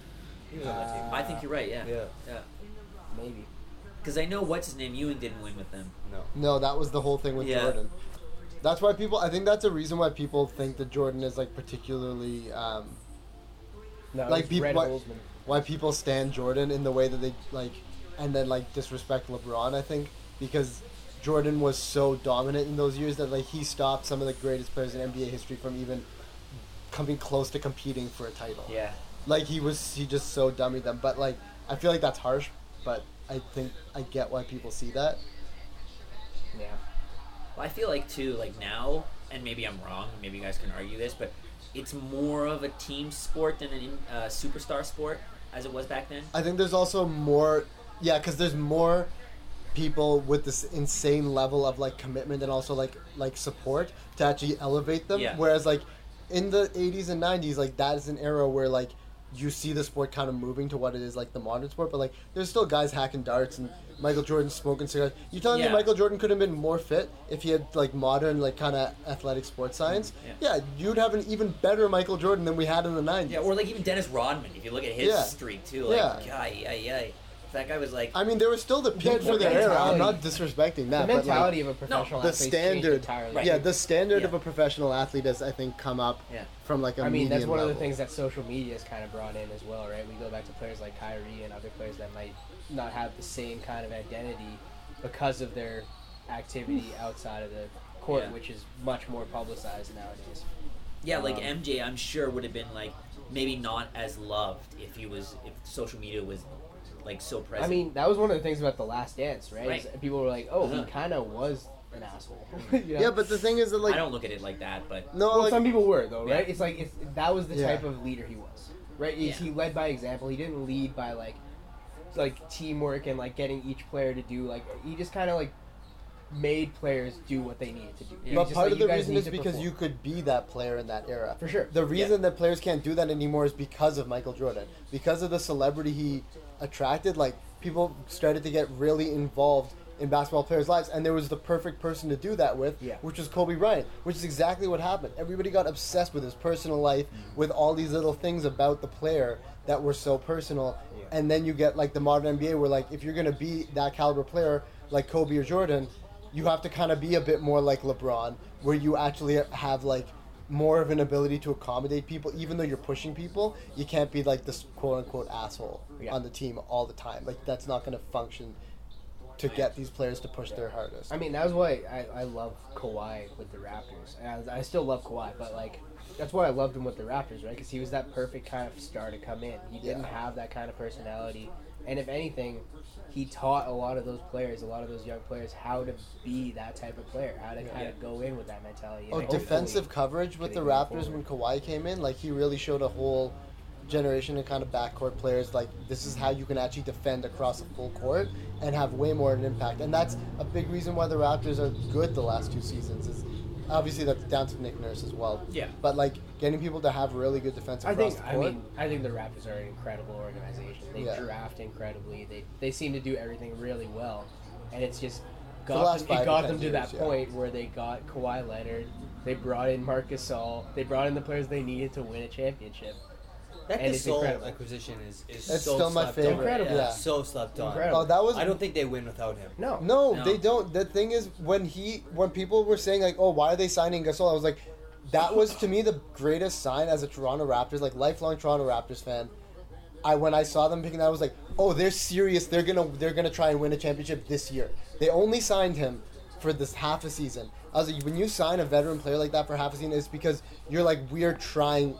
S5: He was on that team.
S3: I think you're right. Yeah.
S5: Yeah.
S3: Yeah.
S1: Maybe.
S3: Because I know what's his name. Ewan didn't win with them.
S5: No.
S4: No, that was the whole thing with
S3: Yeah.
S4: Jordan. That's why people. I think that's a reason why people think that Jordan is like particularly um,
S1: No,
S4: Like,
S1: like
S4: people-
S1: Red
S4: what-
S1: Holzman.
S4: why people stand Jordan in the way that they like, and then like disrespect LeBron. I think because Jordan was so dominant in those years that like he stopped some of the greatest players in NBA history from even coming close to competing for a title.
S3: Yeah.
S4: Like he was, he just so dummied them. But like, I feel like that's harsh. But I think I get why people see that.
S1: Yeah.
S3: Well, I feel like too, like now, and maybe I'm wrong. Maybe you guys can argue this, but it's more of a team sport than a uh, superstar sport as it was back then.
S4: I think there's also more, yeah, because there's more people with this insane level of like commitment and also like like support to actually elevate them.
S3: Yeah.
S4: Whereas like in the 80s and 90s, like that is an era where like you see the sport kind of moving to what it is like the modern sport, but like there's still guys hacking darts and Michael Jordan smoking cigarettes. You telling
S3: Yeah.
S4: me Michael Jordan could have been more fit if he had like modern like kind of athletic sports science?
S3: Yeah.
S4: yeah, you'd have an even better Michael Jordan than we had in the 90s.
S3: Yeah, or like even Dennis Rodman. If you look at his
S4: Yeah.
S3: streak too, like,
S4: Yeah.
S3: guy, yeah, yeah. That guy was like,
S4: I mean, they were still the peak
S1: The-
S4: for
S1: the
S4: their era. I'm not
S1: mentality.
S4: disrespecting
S1: The
S4: that.
S1: mentality of a
S3: No,
S1: professional
S4: the
S1: athlete changed
S4: standard-
S1: entirely.
S4: But like, yeah, the standard of
S3: Yeah.
S4: a professional athlete has, I think, come up
S3: Yeah.
S4: from like a
S1: I mean, that's
S4: median
S1: one of the
S4: level.
S1: things that social media has kind of brought in as well, right? We go back to players like Kyrie and other players that might not have the same kind of identity because of their activity outside of the court,
S3: Yeah.
S1: which is much more publicized nowadays.
S3: yeah, like
S1: Um,
S3: MJ. I'm sure would have been like maybe not as loved if he was if social media was like so present.
S1: I mean, that was one of the things about The Last Dance, right? Is
S3: Right.
S1: that people were like, oh,
S3: Uh-huh.
S1: he kind of was an asshole.
S4: Yeah. but the thing is that
S3: I
S4: like
S3: don't look at it like that, but
S4: no,
S1: Well,
S4: like
S1: some people were though,
S3: Yeah.
S1: right? It's like it's, that was the
S4: Yeah.
S1: type of leader he was, right? Is
S3: Yeah.
S1: He led by example. He didn't lead by like like teamwork and like getting each player to do like he just kind of like made players do what they needed to do. He
S3: Yeah.
S1: was
S4: But
S1: just
S4: part
S1: like,
S4: of
S1: "You
S4: the
S1: guys
S4: reason
S1: need
S4: is
S1: to
S4: because
S1: perform."
S4: you could be that player in that era.
S1: For sure.
S4: The reason that players can't do that anymore is because of Michael Jordan. Because of the celebrity he attracted, like people started to get really involved in basketball players' lives and there was the perfect person to do that with,
S1: Yeah.
S4: which was Kobe Bryant, which is exactly what happened. Everybody got obsessed with his personal life, with all these little things about the player that were so personal. And then you get like the modern NBA where like if you're gonna be that caliber player like Kobe or Jordan, you have to kind of be a bit more like LeBron, where you actually have like more of an ability to accommodate people, even though you're pushing people. You can't be like this quote unquote asshole
S1: Yeah.
S4: on the team all the time. Like that's not going to function to get these players to push their hardest.
S1: I mean, that was why I, I love Kawhi with the Raptors. And I, I still love Kawhi, but like that's why I loved him with the Raptors, right? Because he was that perfect kind of star to come in. He didn't
S4: Yeah.
S1: have that kind of personality, and if anything, he taught a lot of those players, a lot of those young players, how to be that type of player, how to kind of go in with that mentality. and
S4: Oh,
S1: hopefully-
S4: defensive coverage with the
S1: getting
S4: Raptors
S1: forward.
S4: when Kawhi came in, like he really showed a whole generation of kind of backcourt players like this is how you can actually defend across a full court and have way more of an impact. And that's a big reason why the Raptors are good the last two seasons is obviously that's down to Nick Nurse as well.
S3: Yeah.
S4: But like getting people to have really good defensive
S1: I
S4: across
S1: think
S4: the
S1: I
S4: court.
S1: mean I think the Raptors are an incredible organization. They
S4: Yeah.
S1: draft incredibly. They they seem to do everything really well, and it's just
S4: the
S1: got
S4: last
S1: them,
S4: five
S1: it
S4: or
S1: got
S4: ten
S1: them to
S4: years,
S1: that
S4: yeah.
S1: point where they got Kawhi Leonard. They brought in Marcus Gasol. They brought in the players they needed to win a championship.
S5: That
S1: And it's
S5: Gasol
S1: incredible.
S5: acquisition is is
S4: That's
S5: so
S4: still my
S5: slept
S4: favorite.
S5: on.
S1: Incredible.
S5: Yeah,
S4: Yeah.
S5: so slept on.
S1: Incredible.
S4: oh, that was
S5: I don't think they win without him.
S1: No,
S4: No,
S3: No.
S4: they don't. The thing is, when he, when people were saying like, "Oh, why are they signing Gasol?" I was like, that was to me the greatest sign as a Toronto Raptors, like lifelong Toronto Raptors fan. I when I saw them picking that, I was like, "Oh, they're serious. They're gonna, they're gonna try and win a championship this year." They only signed him for this half a season. I was like, when you sign a veteran player like that for half a season, it's because you're like, we're trying.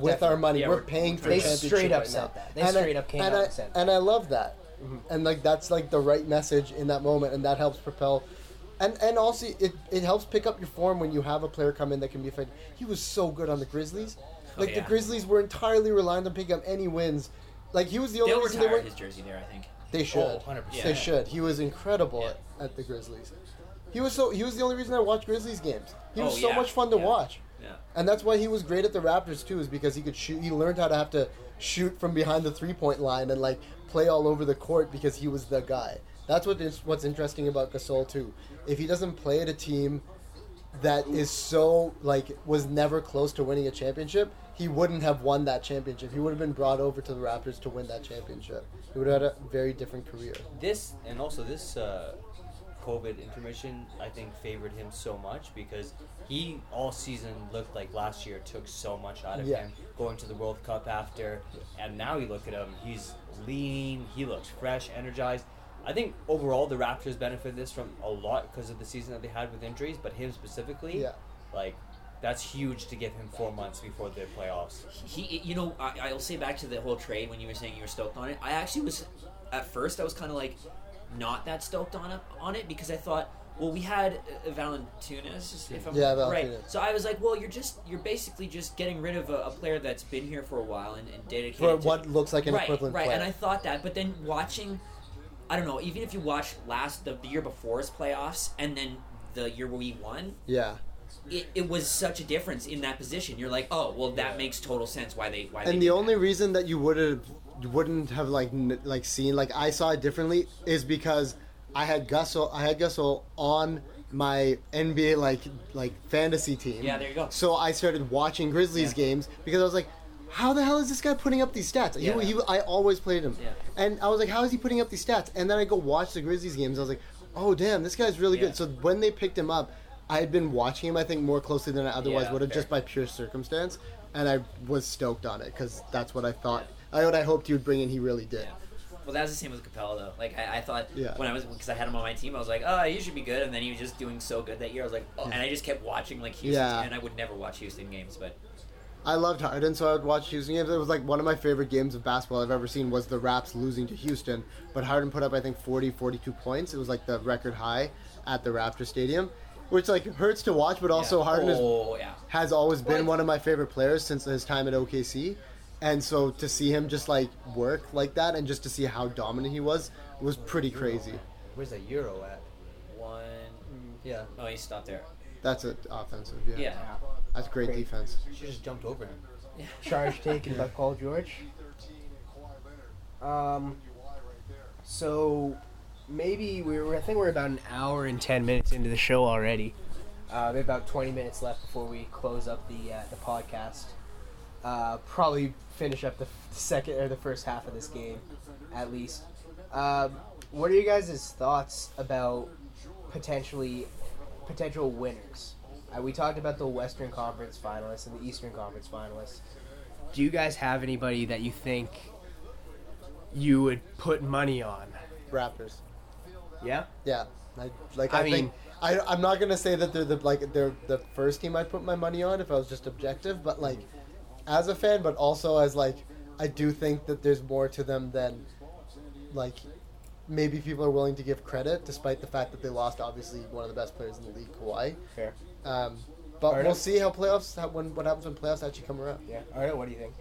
S4: With our money,
S3: Yeah,
S4: we're,
S3: we're-
S4: paying for
S1: They
S4: a championship
S1: straight up
S4: right
S1: said
S4: now.
S1: that. They
S4: And I-
S1: straight up came
S4: and
S1: out
S4: I-
S1: and said that.
S4: and I love that.
S3: Mm-hmm.
S4: And like that's like the right message in that moment, and that helps propel. And and also it, it helps pick up your form when you have a player come in that can be effective. He was so good on the Grizzlies. Like
S3: Oh, yeah.
S4: the Grizzlies were entirely reliant on picking up any wins. Like he was the only
S3: they'll
S4: reason they
S3: retire
S4: were.
S3: his jersey there. I think.
S4: They should.
S5: Oh, 100%.
S4: They should. He was incredible
S3: Yeah.
S4: at, at the Grizzlies. He was so he was the only reason I watched Grizzlies games. He was
S3: Oh,
S4: so
S3: yeah.
S4: much fun to
S3: Yeah.
S4: watch.
S3: Yeah.
S4: And that's why he was great at the Raptors too, is because he could shoot. He learned how to have to shoot from behind the three point line and like play all over the court because he was the guy. That's what is what's interesting about Gasol too. If he doesn't play at a team that is so like was never close to winning a championship, he wouldn't have won that championship. He would have been brought over to the Raptors to win that championship. He would have had a very different career.
S5: this and also this uh, COVID intermission, I think, favored him so much because he all season looked like last year took so much out of
S4: Yeah.
S5: him going to the World Cup after, and now you look at him, he's lean, he looks fresh, energized. I think overall the Raptors benefited this from a lot because of the season that they had with injuries, but him specifically,
S4: Yeah.
S5: like that's huge to give him four months before the playoffs.
S3: he you know I, i'll say back to the whole trade when you were saying you were stoked on it i actually was at first i was kind of like not that stoked on it, on it because i thought well we had uh, valentunas if i'm
S4: Yeah,
S3: right
S4: Valanciunas.
S3: so i was like well you're just you're basically just getting rid of a, a player that's been here for a while and, and dedicated
S4: For
S3: to-
S4: what looks like an
S3: right,
S4: equivalent
S3: right
S4: player.
S3: and i thought that but then watching i don't know even if you watch last the year before's playoffs and then the year we won
S4: yeah.
S3: it, it was such a difference in that position you're like oh well that makes total sense why they why they
S4: And
S3: did
S4: the
S3: that.
S4: only reason that you would have you wouldn't have like n- like seen like I saw it differently is because I had Gasol I had Gasol on my NBA like like fantasy team.
S3: Yeah, there you go.
S4: So I started watching Grizzlies games because I was like, how the hell is this guy putting up these stats? He-
S3: Yeah.
S4: He, I always played him.
S3: Yeah.
S4: And I was like, how is he putting up these stats? And then I go watch the Grizzlies games. I was like, oh damn, this guy's really
S3: Yeah.
S4: good. So when they picked him up, I had been watching him I think more closely than I otherwise
S3: Yeah,
S4: would have
S3: fair.
S4: just by pure circumstance, and I was stoked on it because that's what I thought. I what I hoped he would bring, and he really did.
S3: Well, that was the same with Capella, though. Like, I, I thought
S4: Yeah.
S3: when I was, because I had him on my team, I was like, oh, he should be good. And then he was just doing so good that year. I was like, oh, and I just kept watching, like, Houston.
S4: Yeah.
S3: And I would never watch Houston games, but
S4: I loved Harden, so I would watch Houston games. It was like one of my favorite games of basketball I've ever seen was the Raps losing to Houston, but Harden put up I think 40, 42 points. It was like the record high at the Raptor Stadium, which like hurts to watch, but also Harden is
S3: oh, yeah.
S4: has always been
S3: What?
S4: one of my favorite players since his time at OKC. And so to see him just like work like that and just to see how dominant he was was pretty crazy.
S5: Where's that Euro at?
S3: One.
S5: Yeah,
S3: Oh, he stopped there.
S4: That's an offensive, yeah.
S3: Yeah.
S4: That's great,
S1: Great.
S4: defense.
S5: she just jumped over him.
S1: Charge taken by Paul George. Um,
S10: So maybe we were, I think we're about an hour and 10 minutes into the show already.
S1: Uh, we have about 20 minutes left before we close up the uh, the podcast. Uh, probably finish up the f- second or the first half of this game, at least. Um, what are you guys' thoughts about potentially potential winners? Uh, we talked about the Western Conference finalists and the Eastern Conference finalists.
S10: Do you guys have anybody that you think you would put money on?
S4: Raptors.
S10: Yeah?
S4: Yeah. I, like I,
S10: I
S4: think I, I'm not gonna say that they're the like they're the first team I'd put my money on if I was just objective, but like as a fan, but also as like I do think that there's more to them than like maybe people are willing to give credit, despite the fact that they lost obviously one of the best players in the league, Kawhi.
S1: Fair.
S4: Um, but
S1: Fair
S4: we'll
S1: enough.
S4: see how playoffs how, when what happens when playoffs actually come around.
S1: Yeah. All right. What do you think?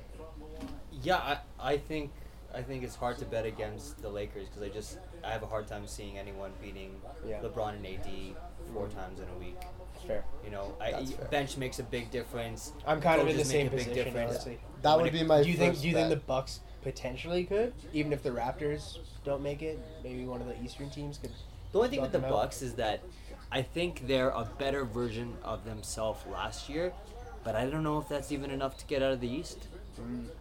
S5: Yeah, I, I think I think it's hard to bet against the Lakers because I just I have a hard time seeing anyone beating
S1: Yeah. Mm-hmm.
S5: LeBron and AD 4 times in a week.
S1: Fair.
S5: You know, I,
S4: That's fair.
S5: bench makes a big difference.
S1: I'm kind of in the
S5: Coaches
S1: same
S5: make a big
S1: position,
S5: difference.
S1: honestly.
S4: That
S5: When
S4: would
S5: it-
S4: be my.
S1: do you think?
S4: first
S1: Do you think the
S4: bet.
S1: Bucks potentially could, even if the Raptors don't make it? Maybe one of the Eastern teams could.
S5: The only thing
S1: Knock
S5: with the
S1: them out.
S5: Bucks is that I think they're a better version of themselves last year, but I don't know if that's even enough to get out of the East.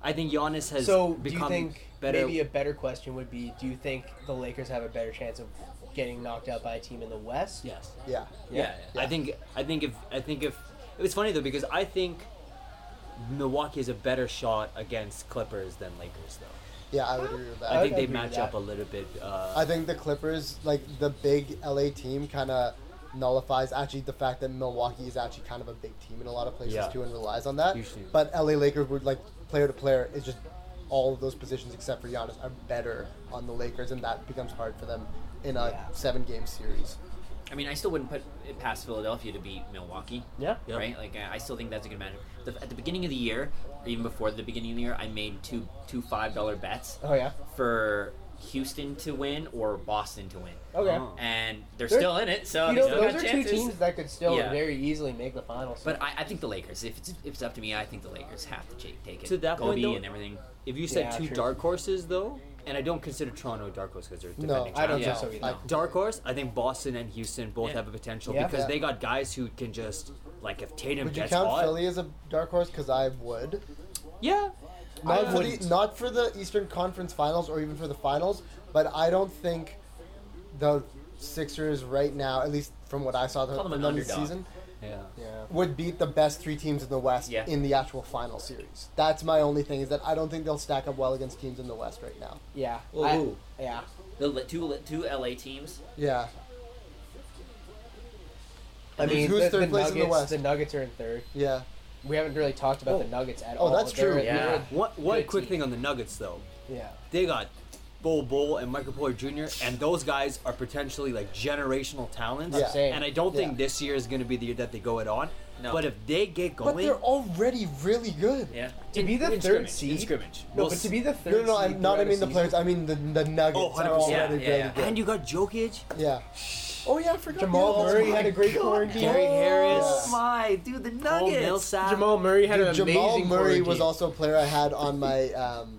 S5: I think Giannis has
S1: Mm. So, do you
S5: become
S1: think
S5: better.
S1: maybe a better question would be: Do you think the Lakers have a better chance of getting knocked out by a team in the West?
S5: yes.
S4: Yeah.
S5: Yeah, I think I think if I think if it was funny though because I think Milwaukee is a better shot against Clippers than Lakers though.
S4: Yeah, I would agree with that.
S5: I,
S1: I
S5: think they
S1: agree with
S5: match up
S1: that.
S5: a little bit. Uh,
S4: I think the Clippers, like the big LA team, kind of nullifies actually the fact that Milwaukee is actually kind of a big team in a lot of places
S5: Yeah.
S4: too, and relies on that.
S5: Usually.
S4: But LA Lakers would like player to player is just all of those positions except for Giannis are better on the Lakers, and that becomes hard for them in a
S1: Yeah.
S4: seven game series.
S3: I mean, I still wouldn't put it past Philadelphia to beat Milwaukee.
S1: Yeah.
S5: Yeah.
S3: Right? Like, I I still think that's a good matchup. The, at the beginning of the year, or even before the beginning of the year, I made two two $5 bets
S1: Oh yeah.
S3: for Houston to win or Boston to win.
S1: Okay.
S5: Oh.
S3: and they're,
S1: They're-
S3: still in it. So
S1: You
S3: they
S1: know,
S3: still
S1: those
S3: got
S1: are
S3: chances.
S1: two teams that could still
S3: Yeah.
S1: very easily make the finals.
S3: But I, I think the Lakers. If it's if it's up to me, I think the Lakers have to take, take it.
S5: To that point,
S3: Kobe
S5: though-
S3: and everything.
S5: if you said
S1: Yeah,
S5: two
S1: true.
S5: dark horses though, and I don't consider Toronto a dark horse because they're
S4: No,
S5: defending
S4: I don't
S5: champions.
S4: think
S3: Yeah.
S4: so either.
S5: Uh, dark horse, I think Boston and Houston both
S3: Yeah.
S5: have a potential
S1: Yeah.
S5: because
S4: Yeah.
S5: they got guys who can just like if Tatum
S4: Would you
S5: gets
S4: count
S5: hot,
S4: Philly as a dark horse? Because I would.
S5: yeah,
S4: Not, for the,
S5: wouldn't.
S4: not for the Eastern Conference Finals or even for the finals, but I don't think the Sixers right now, at least from what I saw the,
S3: Call them
S4: from
S3: an
S4: them this
S3: underdog.
S4: season,
S5: yeah,
S1: Yeah.
S4: would beat the best three teams in the West
S3: Yeah.
S4: in the actual final series. That's my only thing is that I don't think they'll stack up well against teams in the West right now.
S1: Yeah.
S3: Well,
S1: I-
S3: who?
S1: yeah.
S3: The li- two li- two LA teams.
S4: Yeah,
S1: I
S4: Who's-
S1: mean,
S4: who's
S1: the,
S4: third
S1: the
S4: place
S1: Nuggets,
S4: in the West?
S1: Nuggets are in third.
S4: yeah.
S1: We haven't really talked about
S5: Oh.
S1: the Nuggets at
S4: Oh,
S1: all.
S4: that's
S1: They're-
S4: true.
S3: Yeah.
S1: they're-
S5: One, one
S1: Good
S5: quick
S1: team.
S5: thing on the Nuggets though,
S1: yeah.
S5: they got Bull Bull and Michael Porter Jr. and those guys are potentially like generational talents.
S4: Yeah.
S1: Same.
S5: And I don't think
S4: Yeah.
S5: this year is going to be the year that they go it on.
S3: No.
S5: But if they get
S4: But
S5: going,
S4: they're already really good.
S3: Yeah.
S1: To be the
S5: in
S1: third
S5: scrimmage, in
S1: seed?
S5: scrimmage.
S1: No,
S5: We'll
S1: but to
S5: s-
S1: be the third.
S4: No, no, no
S1: seed
S4: I'm not. I
S1: throughout a
S4: mean the
S1: season-
S4: players. I mean the the Nuggets
S5: Oh,
S4: are
S5: 100%.
S4: already
S3: Yeah, yeah,
S4: really
S5: and you got Jokic,
S4: good. Yeah. Oh yeah, I forgot.
S1: Jamal
S4: the other
S1: Murray
S4: team.
S1: had a great quarantine.
S5: Gary Harris,
S4: Oh
S5: my dude, the Nuggets, Cole Millsap,
S11: Jamal Murray had an
S4: Dude,
S11: amazing
S4: Jamal Murray
S11: quarantine.
S4: was also a player I had on my um,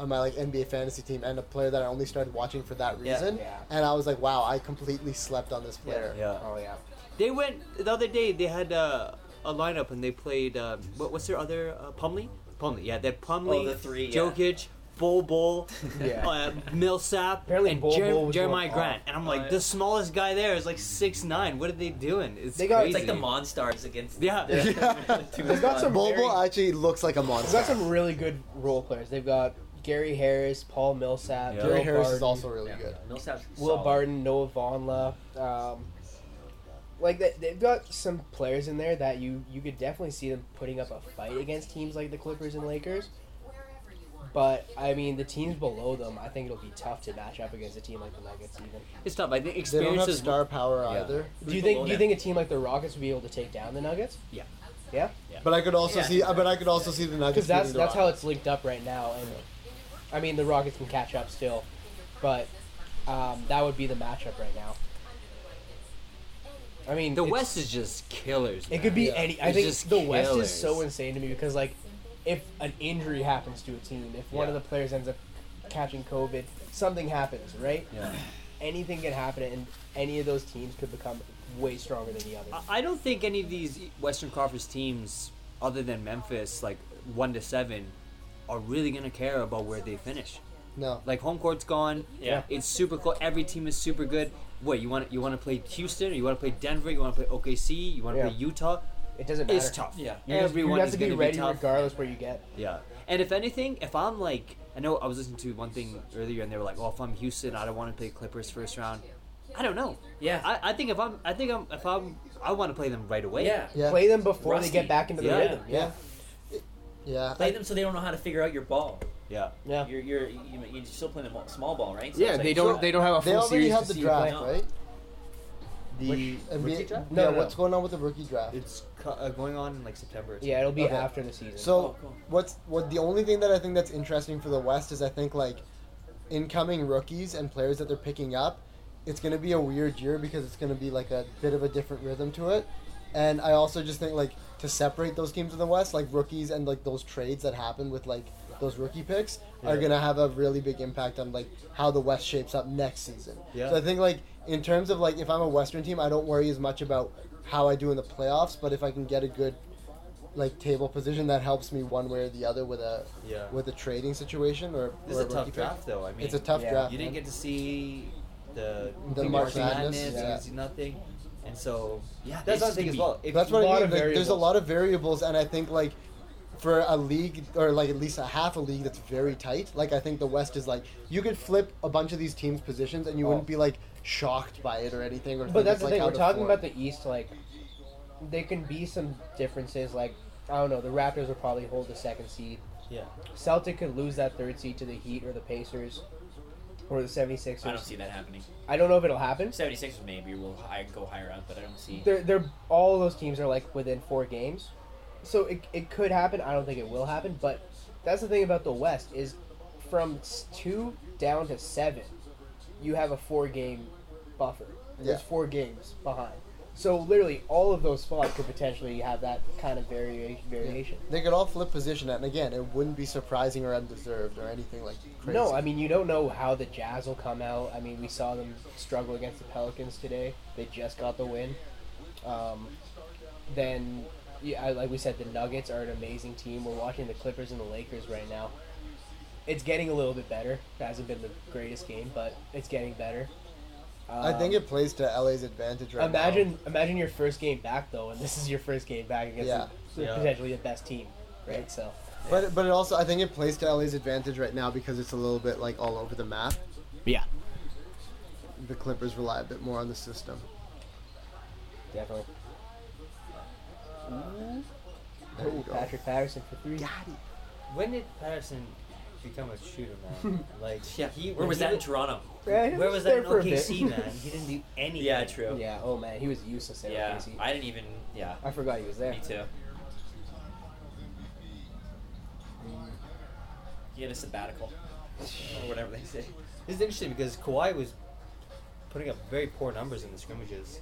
S4: on my like NBA fantasy team, and a player that I only started watching for that
S3: Yeah.
S4: reason.
S1: Yeah.
S4: And I was like, wow, I completely slept on this player.
S5: Yeah.
S1: Oh yeah.
S5: They went the other day. They had uh, a lineup and they played. Um, what, what's their other uh, Pumley? Pumley, yeah. They had Pumley,
S3: Oh, the three, yeah.
S5: Jokic, Bol Bol,
S1: Yeah.
S5: uh, Millsap,
S1: Apparently
S5: and
S1: Bol
S5: Jer-
S1: Bol was
S5: Jeremiah
S1: going
S5: Grant.
S1: off.
S5: And I'm like,
S3: Uh,
S5: the smallest guy there is like six nine. What are they doing? It's
S1: They got-
S5: crazy.
S3: It's like the Monstars against.
S5: yeah.
S4: They've got some
S1: Very-
S4: Bobo actually looks like a
S1: They've
S4: monster.
S1: got some really good role players. They've got Gary Harris, Paul Millsap,
S5: Yeah.
S1: Will
S4: Gary Harris is
S1: Barton,
S4: also really good.
S3: Millsap's
S1: Will
S3: solid.
S1: Barton, Noah Vonla. Um, like they, they've got some players in there that you you could definitely see them putting up a fight against teams like the Clippers and Lakers. But I mean, the teams below them, I think it'll be tough to match up against a team like the Nuggets. Even
S5: It's tough. I think
S4: They don't
S5: experience
S4: have
S5: is
S4: star power
S5: Yeah.
S4: either.
S1: do you think do you think a team like the Rockets would be able to take down the Nuggets?
S5: Yeah.
S1: Yeah,
S4: But I could also
S3: Yeah.
S4: see. But I could also see the
S1: because
S4: Nuggets.
S1: that's
S4: beating the
S1: that's how
S4: Rockets.
S1: it's linked up right now. And I mean, the Rockets can catch up still, but um, that would be the matchup right now. I mean,
S5: the
S1: it's-
S5: West is just killers.
S1: It could be
S4: Yeah.
S1: any. I
S5: It's
S1: think
S5: just
S1: the West is
S5: killers.
S1: so insane to me because like, if an injury happens to a team, if one
S5: Yeah.
S1: of the players ends up catching COVID, something happens, right?
S5: Yeah.
S1: Anything can happen, and any of those teams could become way stronger than the other.
S5: I- I don't think any of these Western Conference teams, other than Memphis, like one to seven, are really gonna care about where they finish.
S4: no.
S5: Like home court's gone.
S3: Yeah.
S5: It's super cool. Every team is super good. What you want? You want to play Houston? Or you want to play Denver? You want to play OKC? You want to
S1: Yeah.
S5: play Utah?
S1: It doesn't matter.
S5: It's tough.
S3: Yeah.
S1: You just-
S5: Everyone
S1: you have
S5: is
S1: to be
S5: gonna
S1: ready
S5: tough.
S1: regardless where you get.
S5: Yeah. And if anything, if I'm like, I know I was listening to one thing earlier, and they were like, "Oh, if I'm Houston, I don't want to play Clippers first round." I don't know.
S3: Yeah.
S5: I, I think if I'm, I think I'm, if I'm, I want to play them right away.
S3: yeah.
S4: Yeah.
S1: Play them before
S3: Rusty.
S1: they get back into the
S5: Yeah.
S1: rhythm.
S4: Yeah. Yeah.
S3: Play them so they don't know how to figure out your ball.
S5: Yeah.
S1: Yeah.
S3: You're you're you, you're still playing the mo- small ball, right? So
S11: yeah,
S3: it's like-
S11: they don't. They don't have a
S4: They
S11: full
S4: already
S11: series
S4: have
S11: to
S4: the
S11: see you play.
S4: draft,
S3: now.
S4: right?
S5: The
S4: NBA
S1: No,
S4: yeah,
S1: no,
S4: what's
S1: no.
S4: going on with the rookie draft?
S5: it's cu- uh, going on in like September. or
S1: Yeah, it'll be
S4: Okay.
S1: after the season.
S4: So
S3: Oh, cool.
S4: what's what the only thing that I think that's interesting for the West is I think like incoming rookies and players that they're picking up, it's gonna be a weird year because it's gonna be like a bit of a different rhythm to it. And I also just think like to separate those teams in the West, like rookies and like those trades that happen with like those rookie picks are gonna have a really big impact on like how the West shapes up next season.
S5: Yeah.
S4: So I think like in terms of like if I'm a Western team, I don't worry as much about how I do in the playoffs, but if I can get a good like table position that helps me one way or the other with a
S5: Yeah.
S4: with a trading situation or,
S5: This
S4: or
S5: is a tough
S4: rookie pick.
S5: draft, though. I mean,
S4: It's a tough
S1: Yeah.
S4: draft.
S5: You didn't
S4: man.
S5: get to see the
S4: The March Madness,
S5: you
S4: yeah.
S5: didn't see nothing, and so yeah,
S3: That's
S5: that's
S3: another thing
S5: another thing
S3: as
S5: as
S3: well.
S5: well. If
S4: That's
S5: you-
S4: what I
S1: lot
S4: mean.
S1: of
S4: Like, there's a
S1: variables.
S4: lot of variables, and I think like for a league or like at least a half a league that's very tight. Like I think the West is like you could flip a bunch of these teams' positions, and you
S1: Oh.
S4: wouldn't be like shocked by it or anything. Or
S1: But that's the
S4: like,
S1: thing.
S4: out
S1: We're
S4: of
S1: talking
S4: form.
S1: about the East. Like, there can be some differences. Like, I don't know. The Raptors will probably hold the second seed.
S5: yeah,
S1: Celtic could lose that third seed to the Heat or the Pacers or the 76ers.
S3: I don't see that happening.
S1: I don't know if it'll happen.
S3: 76ers maybe will high, go higher up, but I don't see.
S1: They're, they're all those teams are like within four games, so it, it could happen. I don't think it will happen, but that's the thing about the West is from s- two down to seven, you have a four game buffer. There's
S4: Yeah.
S1: four games behind. So literally, all of those spots could potentially have that kind of varia- variation.
S4: They could all flip position, and again, it wouldn't be surprising or undeserved or anything like crazy.
S1: No, I mean you don't know how the Jazz will come out. I mean we saw them struggle against the Pelicans today. They just got the win. Um, then, yeah, I- like we said, the Nuggets are an amazing team. We're watching the Clippers and the Lakers right now. It's getting a little bit better. It hasn't been the greatest game, but it's getting better.
S4: I think
S1: Um,
S4: it plays to LA's advantage right now.
S1: Imagine, imagine your first game back though, and this is your first game back against
S4: Yeah.
S1: the,
S5: Yeah.
S1: potentially the best team, right? So
S4: But but it also I think it plays to LA's advantage right now because it's a little bit like all over the map.
S1: yeah,
S4: The Clippers rely a bit more on the system.
S1: definitely.
S4: There you
S1: Ooh,
S4: go.
S1: Patrick Patterson for three.
S5: When did Patterson become a shooter, man? Like,
S3: Yeah.
S5: he,
S3: Where
S5: when
S3: was
S5: he
S3: that in Toronto?
S1: Right?
S5: Where was that
S1: There
S5: in
S1: for a
S5: OKC,
S1: bit.
S5: man? He didn't do anything.
S3: Yeah, true.
S1: Yeah. Oh man, he was useless there.
S3: Yeah,
S1: Casey. I,
S3: I didn't even. Yeah,
S1: forgot he was there.
S3: me too. He had a sabbatical, or whatever they say.
S5: This is interesting because Kawhi was putting up very poor numbers in the scrimmages.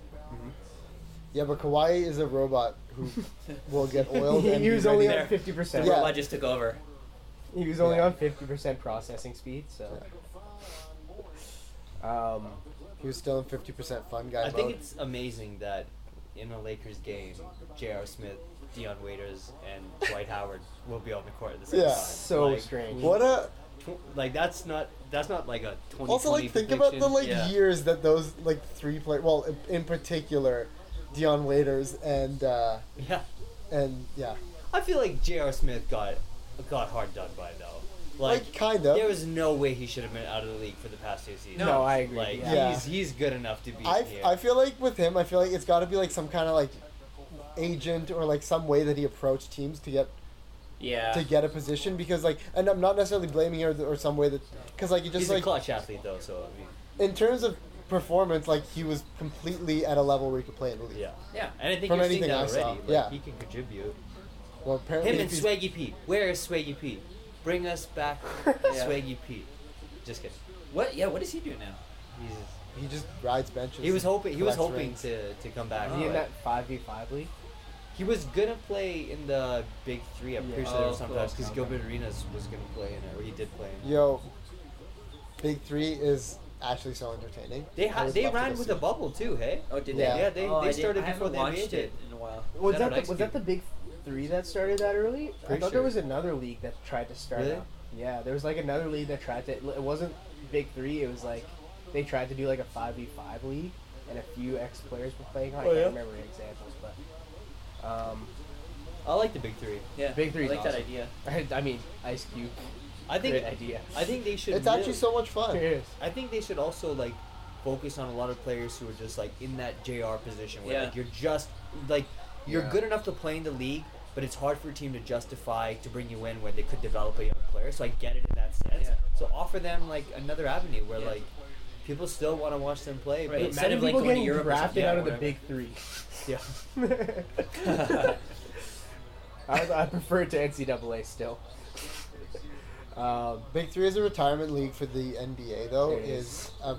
S4: Yeah, but Kawhi is a robot who will get oiled and
S1: he
S4: be
S1: was
S4: ready-
S1: only
S3: there.
S1: on fifty percent.
S4: Yeah.
S3: Kawhi just took over.
S1: He was only
S4: Yeah.
S1: on fifty percent processing speed. So. Um.
S4: he was still in fifty percent fun guy
S5: I think
S4: mode.
S5: it's amazing that in a Lakers game, J.R. Smith, Dion Waiters, and Dwight Howard will be on the court at the same
S4: Yeah.
S5: time.
S1: So
S5: like,
S1: strange.
S4: what a
S5: tw- like that's not that's not like a twenty.
S4: also like think about the like
S5: yeah.
S4: years that those like three play well in, in particular Dion Waiters and uh
S5: Yeah,
S4: and yeah
S5: I feel like J.R. Smith got got hard done by though.
S4: like,
S5: Like,
S4: kind
S5: there
S4: of
S5: was no way he should have been out of the league for the past two seasons.
S1: No, I agree.
S5: Like
S1: yeah.
S4: Yeah.
S5: he's he's good enough to be
S4: I,
S5: here.
S4: I feel like with him I feel like it's got to be like some kind of like agent or like some way that he approached teams to get
S3: Yeah.
S4: to get a position because like and I'm not necessarily blaming her or some way that because like you just
S5: he's a
S4: like
S5: clutch athlete though, so I mean,
S4: in terms of performance like he was completely at a level where he could play in the league
S5: yeah.
S3: Yeah.
S5: And I think
S4: From
S5: you're seeing
S4: anything
S5: that
S4: I
S5: already.
S4: saw,
S5: Like,
S4: yeah.
S5: he can contribute.
S4: well apparently
S5: Him
S4: if
S5: and
S4: he's-
S5: Swaggy P. Where is Swaggy P? Bring us back Swaggy P. Just kidding.
S3: What? Yeah. What does he do now?
S5: He's,
S4: he just rides benches
S5: he was
S4: and
S5: hoping he was
S4: collects
S5: hoping
S4: rings.
S5: to, to come back.
S1: Is
S3: Oh.
S1: he in that
S5: but
S1: five v five league?
S5: he was gonna play in the big three. I'm
S1: Yeah.
S5: pretty sure there
S3: Oh,
S5: was some
S3: cool.
S5: times because
S3: Okay.
S5: Gilbert Arenas was gonna play in it, or he did play in it.
S4: Yo, Big Three is actually so entertaining.
S5: They
S4: I
S5: ha-
S4: would
S5: they
S4: love to go
S5: ran with
S4: see
S5: a
S4: it.
S5: bubble too. Hey.
S3: Oh, did
S4: Yeah.
S3: they?
S5: Yeah, they,
S3: Oh, I
S5: they
S3: did-
S5: started
S3: I
S5: before
S3: haven't
S5: they
S3: watched
S5: made it.
S3: it in a while.
S1: Was that
S5: Is that
S1: the,
S5: an
S1: was that
S5: XP?
S1: the big three that started that early? I
S5: Pretty
S1: thought
S5: sure.
S1: there was another league that tried to start.
S5: Really?
S1: up. Yeah, there was like another league that tried to. It wasn't big three. It was like they tried to do like a five v five league, and a few ex players were playing. on it. I
S5: Oh,
S1: can't
S5: yeah?
S1: remember the examples, but um,
S5: I like the big three.
S3: Yeah.
S1: Big
S3: I
S1: Three's
S3: like that
S1: awesome.
S3: idea.
S1: I, I mean Ice Cube.
S5: I think
S1: Great idea.
S5: I think uh, they should.
S4: It's actually
S5: really-
S4: so much fun.
S1: Cheers.
S5: I think they should also like focus on a lot of players who are just like in that JR position where
S3: Yeah.
S5: like you're just like you're
S4: Yeah.
S5: good enough to play in the league, but it's hard for a team to justify to bring you in when they could develop a young player. So I get it in that sense.
S3: Yeah.
S5: So offer them like another avenue where
S3: Yeah.
S5: like people still want to watch them play.
S3: Right.
S5: But
S3: Instead
S1: Imagine
S3: of, like,
S1: people
S3: going to
S1: getting
S3: Europe or
S1: drafted
S3: something,
S1: out of the
S3: yeah,
S1: big three.
S5: yeah,
S1: I, I prefer it to NCAA still. Um,
S4: Big Three as a retirement league for the NBA though
S1: It is.
S4: is a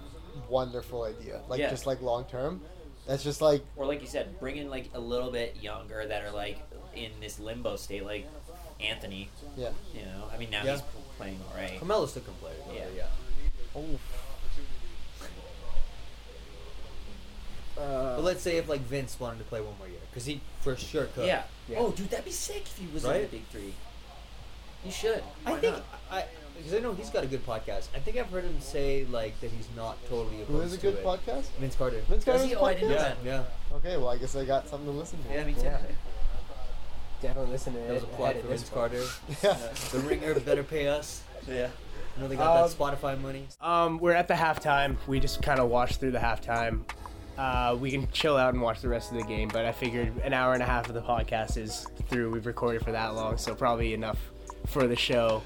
S4: wonderful idea. Like
S3: Yeah.
S4: just like long term. That's just like
S3: Or like you said, bring in like a little bit younger that are like in this limbo state, like Anthony.
S4: yeah.
S3: You know, I mean now
S5: Yeah.
S3: he's playing all right.
S5: Carmelo still can play. though,
S3: Yeah.
S5: yeah.
S1: uh,
S5: But let's say if like Vince wanted to play one more year because he for sure could.
S3: Yeah.
S1: Yeah.
S3: Oh, dude, that'd be sick if he was in the
S5: Right?
S3: Big Three. You should.
S5: I
S3: Why
S5: think
S3: not?
S5: I because I know he's got a good podcast. I think I've heard him say like that he's not totally opposed
S4: Who is a
S5: to
S4: good
S5: it.
S4: podcast?
S5: Vince Carter.
S3: Does
S4: Vince Carter's
S3: he? Oh, I didn't know
S4: podcast?
S5: Yeah,
S3: that.
S5: yeah.
S4: Okay, well I guess I got something to listen to.
S3: Yeah, me too.
S1: Yeah. definitely listen to
S5: That was a
S1: it
S5: plug
S1: ahead
S5: for
S1: of
S5: Vince
S1: this one.
S5: Carter.
S4: Yeah.
S5: the Ringer better pay us.
S3: Yeah.
S5: I know they got
S1: Um,
S5: that Spotify money.
S12: Um, we're at the halftime. We just kind of watched through the halftime. Uh, we can chill out and watch the rest of the game, but I figured an hour and a half of the podcast is through. We've recorded for that long, so probably enough for the show.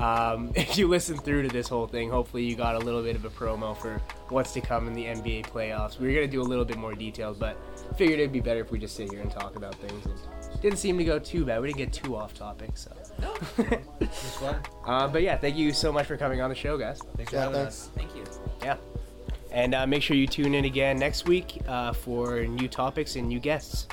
S12: Um, if you listen through to this whole thing, hopefully you got a little bit of a promo for what's to come in the NBA playoffs. We were gonna do a little bit more detailed, but figured it'd be better if we just sit here and talk about things. And didn't seem to go too bad. We didn't get too off topic, so.
S5: It's fun.
S12: Uh, but yeah, thank you so much for coming on the show, guys.
S5: Thanks for
S4: Yeah,
S5: having
S4: thanks.
S5: us.
S3: Thank you.
S12: Yeah.
S1: And uh, make sure you tune in again next week uh, for new topics and new guests.